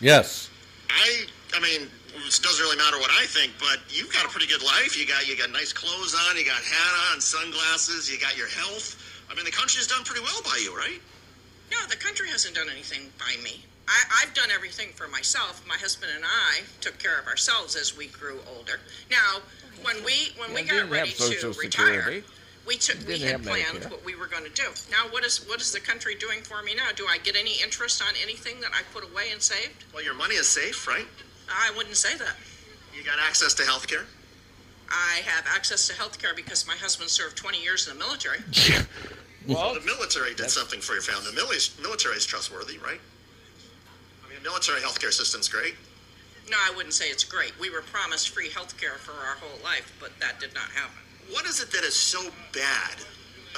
Yes. I, I mean, it doesn't really matter what I think, but you've got a pretty good life. You got, you got nice clothes on. You got hat on, sunglasses. You got your health. I mean, the country's done pretty well by you, right? No, the country hasn't done anything by me. I, I've done everything for myself. My husband and I took care of ourselves as we grew older. Now, when we when we Yeah, got didn't have ready to Social retire, Security. we took we Didn't had have planned Medicare. what we were going to do. Now, what is what is the country doing for me now? Do I get any interest on anything that I put away and saved? Well, your money is safe, right? I wouldn't say that. You got access to health care. I have access to health care because my husband served 20 years in the military. Well, the military did something for your family. The military, military is trustworthy, right? I mean, the military healthcare system's great. No, I wouldn't say it's great. We were promised free health care for our whole life, but that did not happen. What is it that is so bad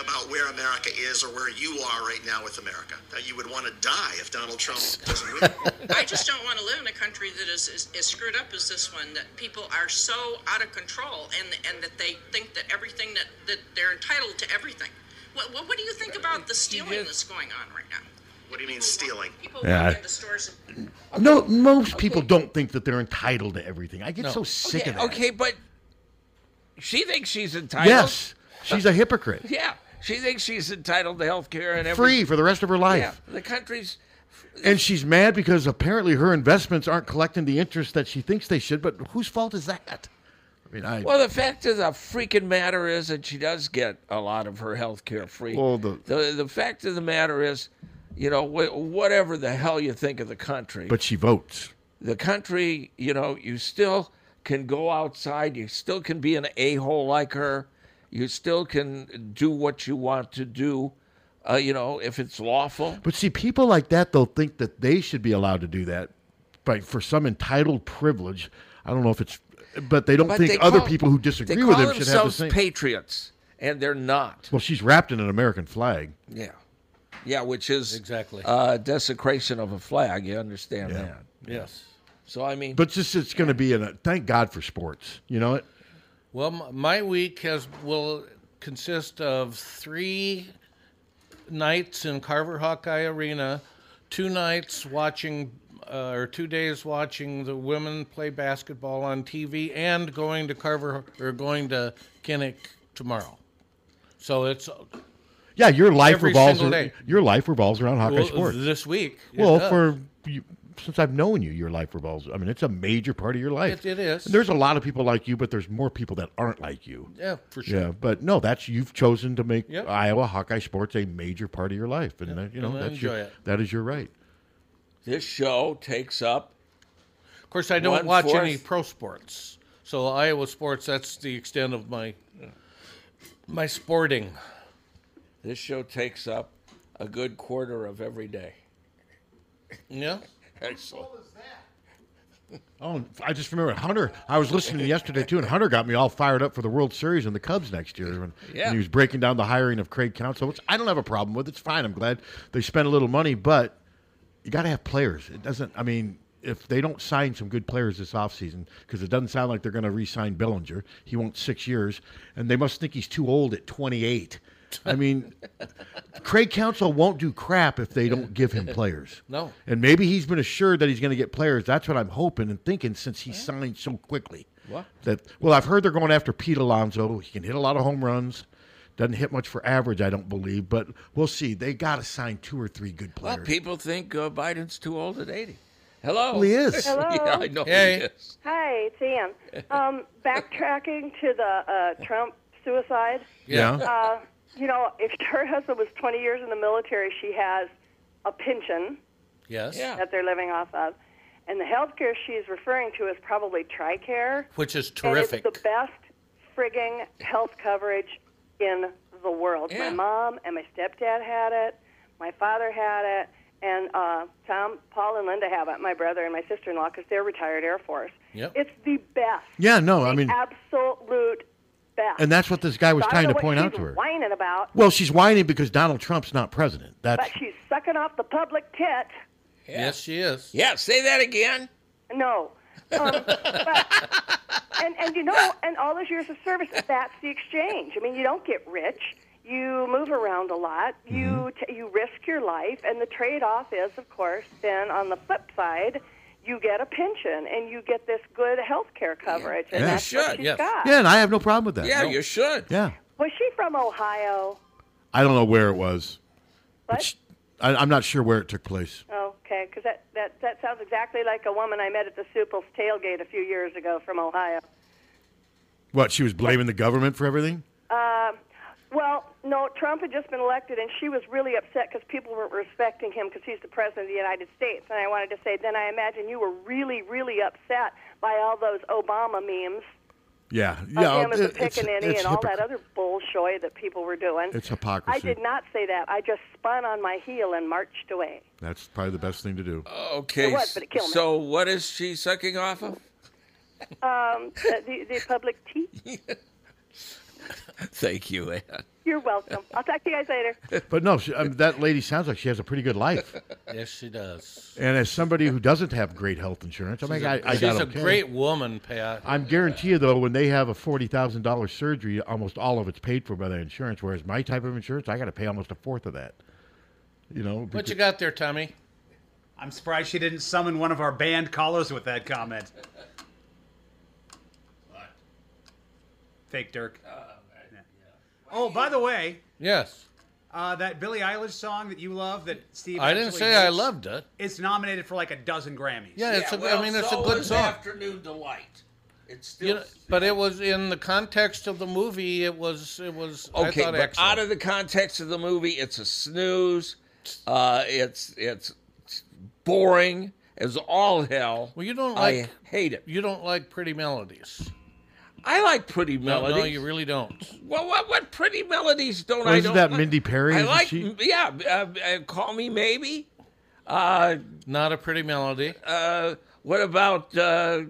about where America is or where you are right now with America that you would want to die if Donald Trump doesn't win? I just don't want to live in a country that is as, as screwed up as this one, that people are so out of control and, and that they think that everything that, that they're entitled to everything. What, what, what do you think about the stealing that's going on right now? What do you mean stealing? People Yeah. walk into stores and No, most people don't think that they're entitled to everything. I get so sick okay, of that. Okay, but she thinks she's entitled. Yes, she's a hypocrite. Yeah, she thinks she's entitled to health care and every, Free for the rest of her life. Yeah, the country's And she's mad because apparently her investments aren't collecting the interest that she thinks they should. But whose fault is that? I mean, I Well, the fact of the freaking matter is that she does get a lot of her health care free. Well, the- the the fact of the matter is, you know, wh- whatever the hell you think of the country, but she votes. the country, you know, you still can go outside, you still can be an a hole like her, you still can do what you want to do, uh, you know, if it's lawful. But see, people like that though think that they should be allowed to do that, but for some entitled privilege. I don't know if it's, but they don't But think they other call- people who they disagree call with them should have the themselves same. patriots, and they're not. well, she's wrapped in an American flag. Yeah, yeah, which is exactly uh, desecration of a flag. You understand that? Yes. So I mean, But just it's going to be in a thank God for sports. You know it. Well, m- my week has will consist of three nights in Carver Hawkeye Arena, two nights watching uh, or two days watching the women play basketball on TV, and going to Carver or going to Kinnick tomorrow. So it's Yeah, your life Every revolves. single ar- day. Your life revolves around Hawkeye Well, sports. this week, it Well, does. for you, since I've known you, your life revolves. I mean, it's a major part of your life. It- it is. And there's a lot of people like you, but there's more people that aren't like you. Yeah, for sure. Yeah, but no, that's you've chosen to make Yep. Iowa Hawkeye sports a major part of your life, and that, you know and I that's your, enjoy it. that is your right. this show takes up. Of course, I don't One watch fourth. any pro sports. So Iowa sports, that's the extent of my my sporting. This show takes up a good quarter of every day. Yeah. Excellent. Oh, I just remember Hunter. I was listening yesterday too, and Hunter got me all fired up for the World Series and the Cubs next year. When, when Yeah. he was breaking down the hiring of Craig Counsell, which I don't have a problem with. It's fine. I'm glad they spent a little money, but you got to have players. It doesn't. I mean, if they don't sign some good players this offseason, because it doesn't sound like they're going to re-sign Bellinger. He wants six years, and they must think he's too old at 28. I mean, Craig Counsell won't do crap if they don't give him players. No. And maybe he's been assured that he's going to get players. That's what I'm hoping and thinking since he signed so quickly. What? That well, I've heard they're going after Pete Alonso. He can hit a lot of home runs. Doesn't hit much for average, I don't believe, but we'll see. They got to sign two or three good Well, players. people think uh, Biden's too old at 80. Hello. Well, he is. Hello. Yeah, I know he is. Hi, it's Ann. Um, backtracking to the uh, Trump suicide. Yeah. Uh, you know, if her husband was 20 years in the military, she has a pension Yes. that they're living off of. And the health care she's referring to is probably TRICARE. Which is And terrific. it's the best frigging health coverage in the world. My mom and my stepdad had it. My father had it. And uh, Tom, Paul, and Linda have it. My brother and my sister-in-law, because they're retired Air Force. Yep. It's the best. Yeah, no, the I mean- absolute best. And that's what this guy was So I trying don't to know what point out she's to her. Whining about. Well, she's whining because Donald Trump's not president. That's but she's sucking off the public tit. Yes, she is. Yeah, say that again. No. Um, but, and, and you know, and all those years of service, that's the exchange. I mean, you don't get rich. You move around a lot. You t- you risk your life, and the trade-off is, of course, then on the flip side, you get a pension and you get this good health care coverage, and Yeah. that's You what should, she's yes. got. yeah, and I have no problem with that. Yeah, No. you should. Yeah, Was she from Ohio? I don't know where it was. What? I, I'm not sure where it took place. Okay, because that, that, that sounds exactly like a woman I met at the Supple's tailgate a few years ago from Ohio. What she was blaming the government for everything? Um, well, no, Trump had just been elected, and she was really upset because people weren't respecting him because he's the president of the United States. And I wanted to say, then I imagine you were really, really upset by all those Obama memes Yeah, of yeah. him as a it- it's, pickaninny it's and all hypocr- that other bullshit that people were doing. It's hypocrisy. I did not say that. I just spun on my heel and marched away. That's probably the best thing to do. Okay. It was, but it killed me. so what is she sucking off of? Um, the, the, the public tea. Thank you, Ann. You're welcome. I'll talk to you guys later. But no, she, I mean, that lady sounds like she has a pretty good life. Yes, she does. And as somebody who doesn't have great health insurance, I mean, she's a, I, I she's got a okay. great woman, Pat. I'm guarantee you though, when they have a forty thousand dollars surgery, almost all of it's paid for by their insurance. Whereas my type of insurance, I got to pay almost a fourth of that. You know, What you got there, Tommy? I'm surprised she didn't summon one of our band callers with that comment. Fake Dirk. Yeah. Oh, by the way, Yes. uh, that Billie Eilish song that you love that Steve. I didn't actually say I hates, loved it. It's nominated for like a dozen Grammys. Yeah, it's a- I mean, it's a good is song. Afternoon delight. It's still. You know, but it was in the context of the movie. It was. It was. okay, I thought but excellent. out of the context of the movie, it's a snooze. Uh, it's it's boring as all hell. Well, you don't I like- hate it. You don't like pretty melodies. I like pretty No, melodies. no, you really don't. Well, what, what pretty melodies don't Well, I? isn't Don't that like? Mindy Perry? I Isn't like, she- yeah. Uh, uh, call me maybe. Uh, Not a pretty melody. Uh, what about uh,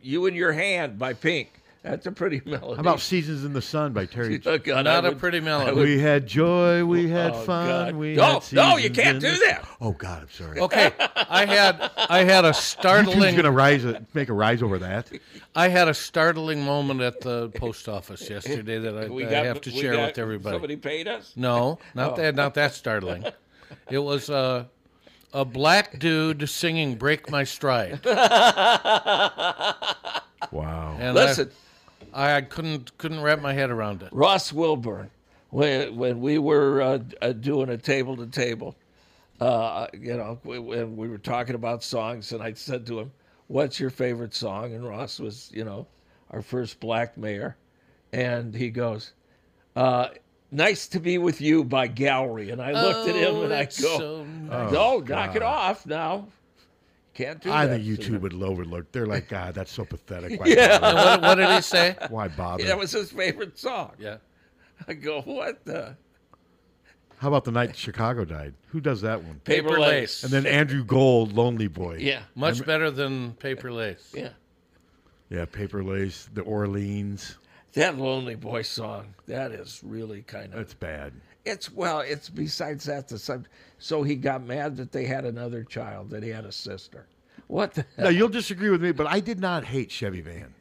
you and your hand by Pink? That's a pretty melody. Oh, How about "Seasons in the Sun" by Terry? Oh, God, I would- I would- We had joy, we had Oh, fun, God. we No, had no, you seasons can't in do the- that. Oh God, I'm sorry. Okay, I had I had a YouTube's startling. gonna rise, uh, make a rise over that. I had a startling moment at the post office yesterday that I, We I got- have to we share got- with everybody. somebody paid us? No, not Oh. that. Not that startling. It was a a black dude singing "Break My Stride." Wow. And Listen, I, I couldn't couldn't wrap my head around it. Ross Wilburn, when when we were uh, d- uh, doing a table to table, uh, you know, we, when we were talking about songs, and I said to him, "What's your favorite song?" And Ross was, you know, our first black mayor, and he goes, uh, "Nice to be with you" by Gallery, and I looked at him Oh, and I it's go, so nice. "No, Oh, knock it God. off now." Can't do I that. think YouTube would overlook. They're like, God, that's so pathetic. Why Yeah. bother?" And what- what did he say? Why bother? Yeah, that was his favorite song. Yeah. I go, what the? How about the night Chicago died? Who does that one? Paper Paper Lace. Lace. And then Andrew Gold, Lonely Boy. much better than paper lace. Yeah, Yeah, Paper Lace, The Orleans. That Lonely Boy song, that is really kind of. It's bad. It's, well, it's besides that, the sub. So he got mad that they had another child, that he had a sister. What the Now you'll disagree with me, but I did not hate Chevy Van.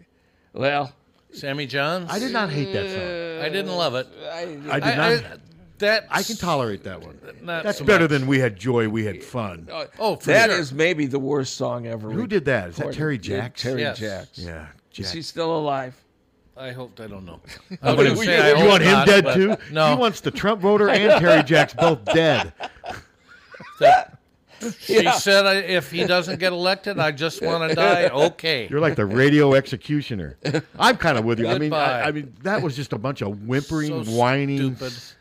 Well, Sammy Johns. I did not hate that song. I didn't love it. I, I did not. that I can tolerate that one. Not That's so better much. than we had joy, we had fun. Oh, for That sure. is maybe the worst song ever. Who did that? Is that recorded. Terry Did Jacks? Terry Yes. Jacks. Yeah, Is Jack. he still alive? I hope I don't know. I was wouldn't gonna say say, I you hope want him not, dead but- too? No. He wants the Trump voter and Terry Jacks both dead. That- She said, "I- if he doesn't get elected, I just want to die. Okay. You're like the radio executioner. I'm kind of with you. I mean, Goodbye. I, I mean, that was just a bunch of whimpering, So whining. s-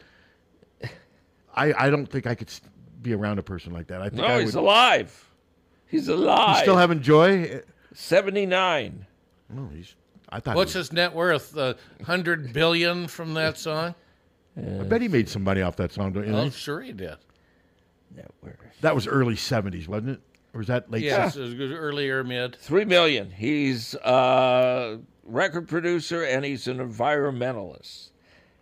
I, I don't think I could s- be around a person like that. I think No, I he's would- alive. He's alive. You still having joy? seventy nine. No, he's. I thought. What's he, his net worth? Uh, Hundred billion from that song? I bet he made some money off that song. Don't you Oh, know? sure he did. Oh, That was early '70s, wasn't it? Or was that late? Yes, 60s? it was good earlier mid. Three million. He's a record producer and he's an environmentalist,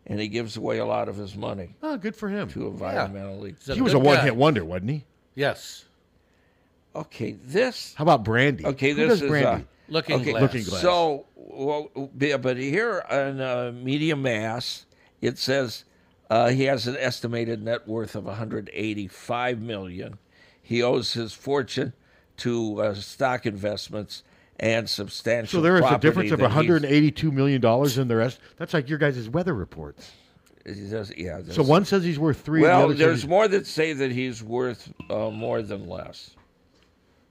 and he gives away a lot of his money. Oh, good for him. To environmentally, He was a one-hit wonder, wasn't he? Yes. Okay, this. How about Brandy? Okay, Who this does is Brandy? uh, okay, Looking glass. So, well, yeah, but here on uh, Media Mass, it says uh, he has an estimated net worth of 185 million. He owes his fortune to uh, stock investments and substantial. so there is a property difference of that he's- 182 million dollars in the rest. That's like your guys' weather reports. he does- yeah. So there's- one says he's worth three. and the Well, other says there's he's- more that say that he's worth uh, more than less.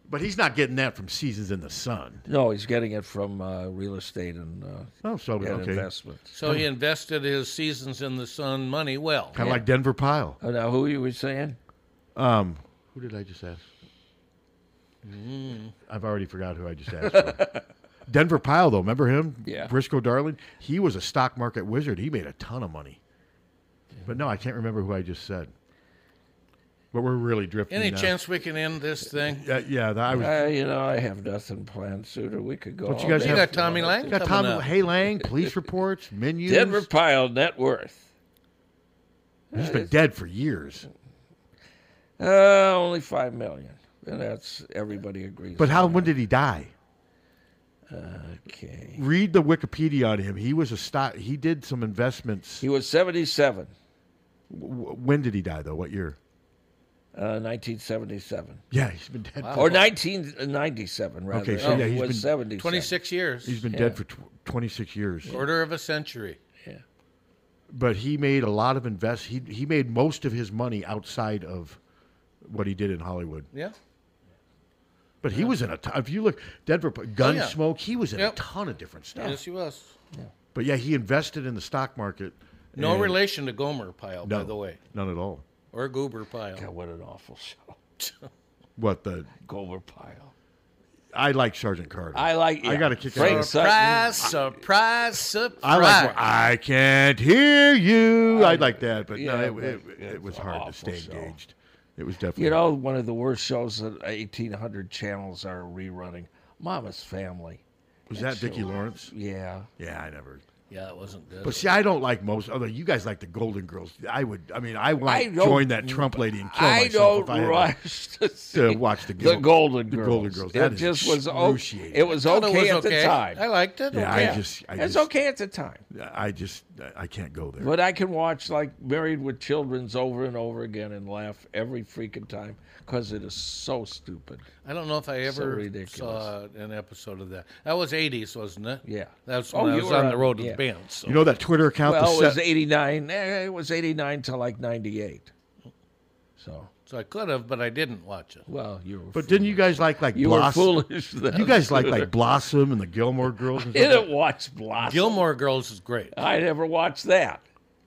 But he's not getting that from Seasons in the Sun. No, he's getting it from uh, real estate and uh, Oh, so- and okay. investments. So he invested his seasons in the sun money well. Kind of like Denver Pyle. Oh, now, who you were saying? Um, who did I just ask? Hmm. I've already forgot who I just asked. for. Denver Pyle, though, remember him? Yeah. Briscoe Darling. He was a stock market wizard. He made a ton of money. But no, I can't remember who I just said. But we're really drifting. Any now. chance we can end this thing? Yeah, yeah. That I was. Uh, you know, I have nothing planned, Suter. We could go. Don't you all guys day. have- got Tommy Lang You got coming Tommy up. Hey Lang, police reports, menus. Denver Pyle net worth. He's been dead for years. Uh, only five million, and that's everybody agrees. But how? When did he die? Okay. Read the Wikipedia on him. He was a stock. He did some investments. He was seventy-seven. When did he die though? What year? Uh, 1977. Yeah, he's been dead. Or 1997, rather. Okay, so yeah, he he's was been 77. 26 years. He's been dead for tw- 26 years. quarter of a century. Yeah. But he made a lot of invest. He he made most of his money outside of what he did in Hollywood. Yeah. But he was in a. T- if you look, Denver Oh, yeah. Gunsmoke. He was in Yep. a ton of different stuff. Yes, he was. But yeah, he invested in the stock market. No and- relation to Gomer Pyle, by No, the way, none at all. or Goober Pyle. God, what an awful show. What the? Gomer Pyle. I like Sergeant Carter. I like. I yeah, got to kick Frank out. surprise, Ah, surprise, surprise. I like. more, I can't hear you. I like that, but Yeah, no, it, it, but it was it's hard to awful stay show. engaged. It was definitely. You know, one of the worst shows that 1,800 channels are rerunning. Mama's Family. Was that Dickie Lawrence? Yeah. Yeah, I never. Yeah, it wasn't good. But see, I don't like most. Although you guys like the Golden Girls, I would. I mean, I I might don't- join that Trump lady and kill I myself if don't I had rush to, to see watch the, the Gol- Golden the Girls. Golden Girls. It That is just was o- excruciating. it was Thought it okay was at okay. the time. I liked it. Yeah, okay. I just. I it's just, okay at the time, I just. I can't go there. but I can watch like Married with Children's over and over again and laugh every freaking time because it is so stupid. I don't know if I So ever ridiculous. saw an episode of that. That was '80s, wasn't it? Yeah. that's Oh, when I you was were on on- the road with yeah. the band. So. You know that Twitter account. well, the it was se- eighty nine. It was eighty nine to like ninety eight. Mm. So, so I could have, but I didn't watch it. Well, you were. but didn't you guys like like You were Blossom? foolish then. You guys like like Blossom and the Gilmore Girls. And I stuff? didn't watch Blossom. Gilmore Girls is great. I never watched that.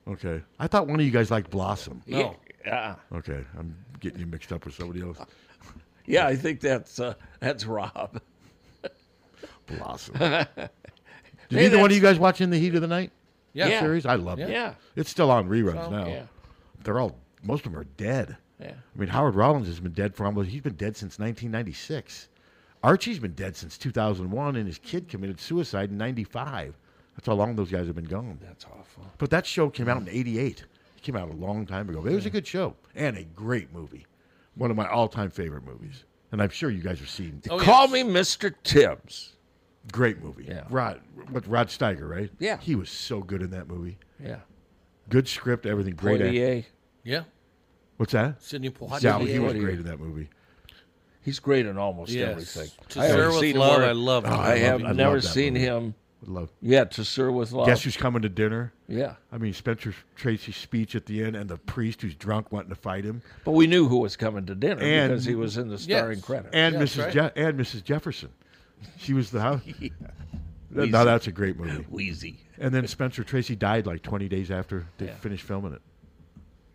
Okay, I thought one of you guys liked Blossom. No. Yeah. Okay, I'm getting you mixed up with somebody else. Yeah, I think that's uh, that's Rob. Blossom. Did Did either one of you guys watch In the Heat of the Night? Yeah. Yeah. Series? I love it. Yeah. It's still on reruns So, now. yeah. They're all, most of them are dead. Yeah. I mean, Howard Rollins has been dead for almost, he's been dead since 1996. Archie's been dead since 2001, and his kid committed suicide in 95. That's how long those guys have been gone. That's awful. But that show came out in 88. It came out a long time ago. But it was a good show and a great movie. One of my all time favorite movies. And I'm sure you guys have seen Call me Mr. Tibbs. Great movie. Yeah. Rod, what Rod Steiger, right? Yeah. He was so good in that movie. Yeah. Good script, everything. Great. act- Poitier. Yeah, What's that? Sidney Poitier. Yeah, he was Poitier. great in that movie. He's great in almost Yes. everything. To haven't Swear with seen Love, where- I love it. Oh, I I have love it. I never love that seen movie. him With love. Yeah, to serve with love. Guess who's coming to dinner? Yeah. I mean, Spencer Tracy's speech at the end and the priest who's drunk wanting to fight him. But we knew who was coming to dinner because he was in the starring Yes. credits. And Yes, Mrs. right. Je- and Mrs. Jefferson. She was the house. Wheezy. Now that's a great movie. Wheezy. And then Spencer Tracy died like 20 days after they Yeah. finished filming it.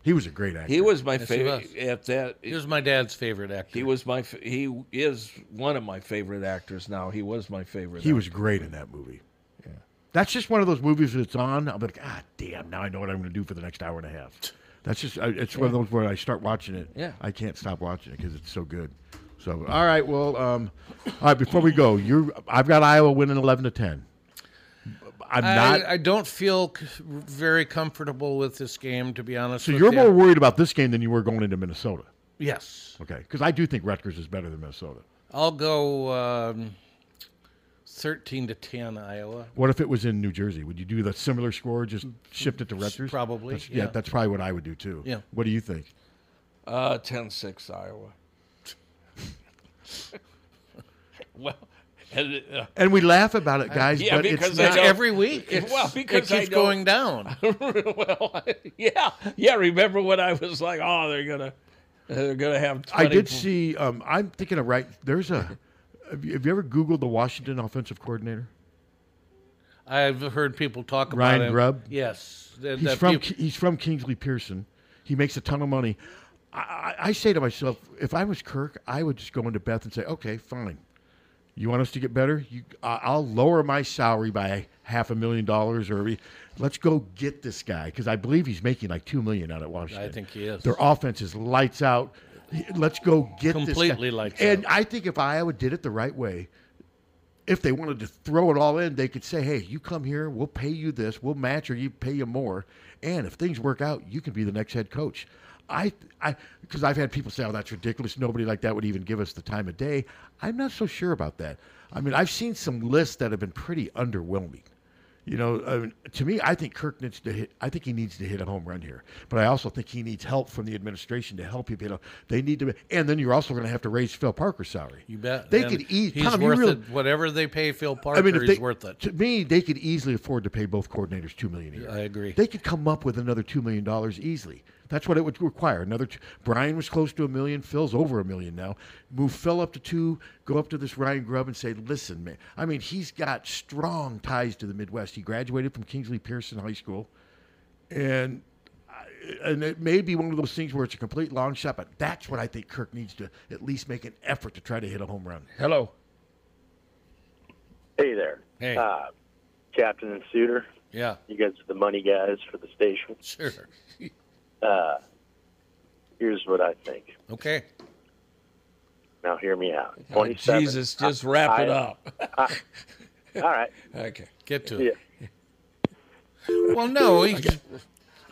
He was a great actor. He was my Yes, he favorite. was. At that, he was my dad's favorite actor. He was my. fa- He is one of my favorite actors now. He was my favorite. He was actor. great in that movie. Yeah. That's just one of those movies that's on. I'll be like, ah, damn, now I know what I'm going to do for the next hour and a half. That's just, I- it's one of Yeah. those where I start watching it. Yeah. I can't stop watching it because it's so good. So, all right, well, um, all right, before we go, you're, I've got Iowa winning 11 to 10. I'm not. I, I don't feel c- very comfortable with this game, to be honest. so with you're you. more worried about this game than you were going into Minnesota. Yes. Okay. Because I do think Rutgers is better than Minnesota. I'll go um, thirteen to ten, Iowa. What if it was in New Jersey? Would you do the similar score, just shift it to Rutgers? Probably, That's- yeah, yeah. that's probably what I would do too. Yeah. What do you think? Uh, 10-6 Iowa. well, and, uh, And we laugh about it, guys. Yeah, but because it's I not don't- Every week, it's, well, because it I keeps don't- going down. well, yeah, yeah. Remember when I was like, "Oh, they're gonna, they're gonna have." 20 I did see. Um, I'm thinking of right. There's a. Have you, have you ever Googled the Washington offensive coordinator? I've heard people talk about Ryan him. Grubb. Yes, That- He's that from peop- Ki- he's from Kingsley Pearson. He makes a ton of money. I, I, I say to myself, if I was Kirk, I would just go into Beth and say, "Okay, fine. You want us to get better? You, I I'll lower my salary by half a million dollars, or e- let's go get this guy because I believe he's making like two million out at Washington. think he is. Their offense is lights out. He- Let's go get this guy. Completely lights And I think if Iowa did it the right way, if they wanted to throw it all in, they could say, "Hey, you come here, we'll pay you this, we'll match or you pay you more, and if things work out, you can be the next head coach." I, I, because I've had people say, "Oh, that's ridiculous. Nobody like that would even give us the time of day." I'm not so sure about that. I mean, I've seen some lists that have been pretty underwhelming. You know, I mean, to me, I think Kirk needs to hit. I think he needs to hit a home run here, but I also think he needs help from the administration to help him. You know, they need to, and then you're also going to have to raise Phil Parker's salary. You bet. they And could eat. He's Tom, you worth really- it. Whatever they pay Phil Parker, if he's they- worth it. To me, they could easily afford to pay both coordinators two million a year. I agree. They could come up with another two million dollars easily. That's what it would require. Another two, Brian was close to a million. Phil's over a million now. Move Phil up to two. Go up to this Ryan Grubb and say, "Listen, man. I mean, he's got strong ties to the Midwest. He graduated from Kingsley Pearson High School, and and it may be one of those things where it's a complete long shot. But that's what I think Kirk needs to at least make an effort to try to hit a home run. Hello. Hey there. Hey. Uh, Captain and Suter. Yeah. You guys are the money guys for the station. Sure. Uh, here's what I think. Okay. Now, hear me out. Oh, 27. Jesus, just wrap it I- up. I- Uh, all right. Okay. Get to Yeah. Well, no, he,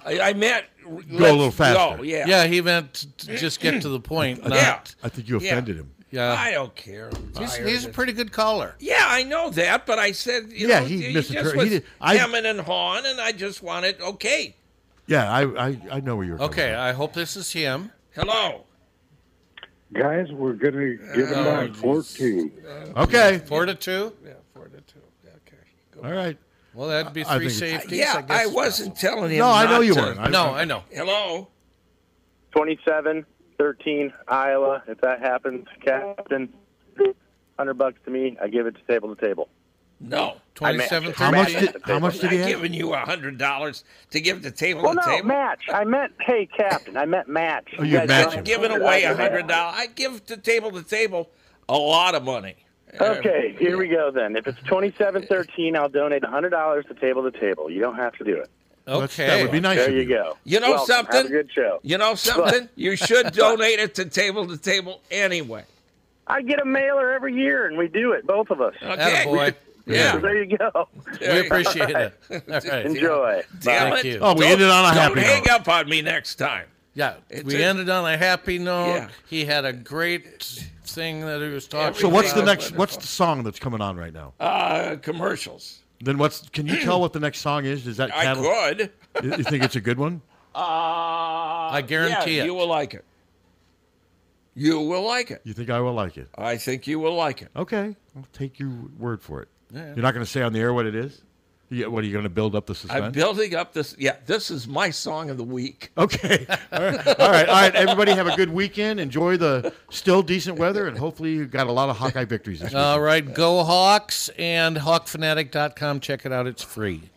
I, I meant a little faster. Go, yeah. yeah, he meant to just get to the point. I- Not, I think you offended him. Yeah. I don't care. I'm He's, tired. he's a pretty good caller. Yeah, I know that, but I said, you Yeah, know, he just misinterpreted- was he did- I- hemming and hawing, and I just wanted, okay, Yeah, I I, I know where you're. Okay, I hope this is him. hello. Guys, we're going to give it Oh, on 14. Okay. Four to two? Yeah, four to two. Okay. All right. Well, that'd be I three think it's- safeties. Yeah, I, I, guess. wasn't telling him. No, I know not Oh, you to. weren't. I- No, I know. Hello. 27, 13, Iowa. If that happens, Captain, 100 bucks to me. I give it to table to table. No. I match it. How much did- how much did he I'm have? giving you a hundred dollars to give the table Well, to no, table. match. I meant, hey, Captain. I meant match. Oh, you're guys matching. don't- giving away I- a hundred dollars. I give to table to table a lot of money. Okay, here we go then. If it's 2713, I'll donate $100 to table to table. You don't have to do it. Okay. that would be nice. There of you go. You know Welcome. something? Have a good show. You know something? you should donate it to table to table anyway. I get a mailer every year, and we do it, both of us. Okay. Attaboy. Yeah. So there you go. We appreciate it. All right. Enjoy. Damn Thank it. you. Oh, we Don't- ended on a happy Don't hang note. up on me next time. Yeah, It's we a- ended on a happy note. Yeah. He had a great thing that he was talking. So what's the about. next? What's the song that's coming on right now? Uh, commercials. Then what's? Can you tell what the next song is? Does that I cattle? could. You you think it's a good one? Uh, I guarantee it. You will like it. You will like it. You think I will like it? I think you will like it. Okay, I'll take your word for it. You're not going to say on the air what it is. Yeah, what are you going to build up the suspense? I'm building up this. Yeah, this is my song of the week. Okay. all right. All right. All right. Everybody have a good weekend. Enjoy the still decent weather, and hopefully you got a lot of Hawkeye victories this week. All right, go Hawks and hawkfanatic.com. Check it out. It's free.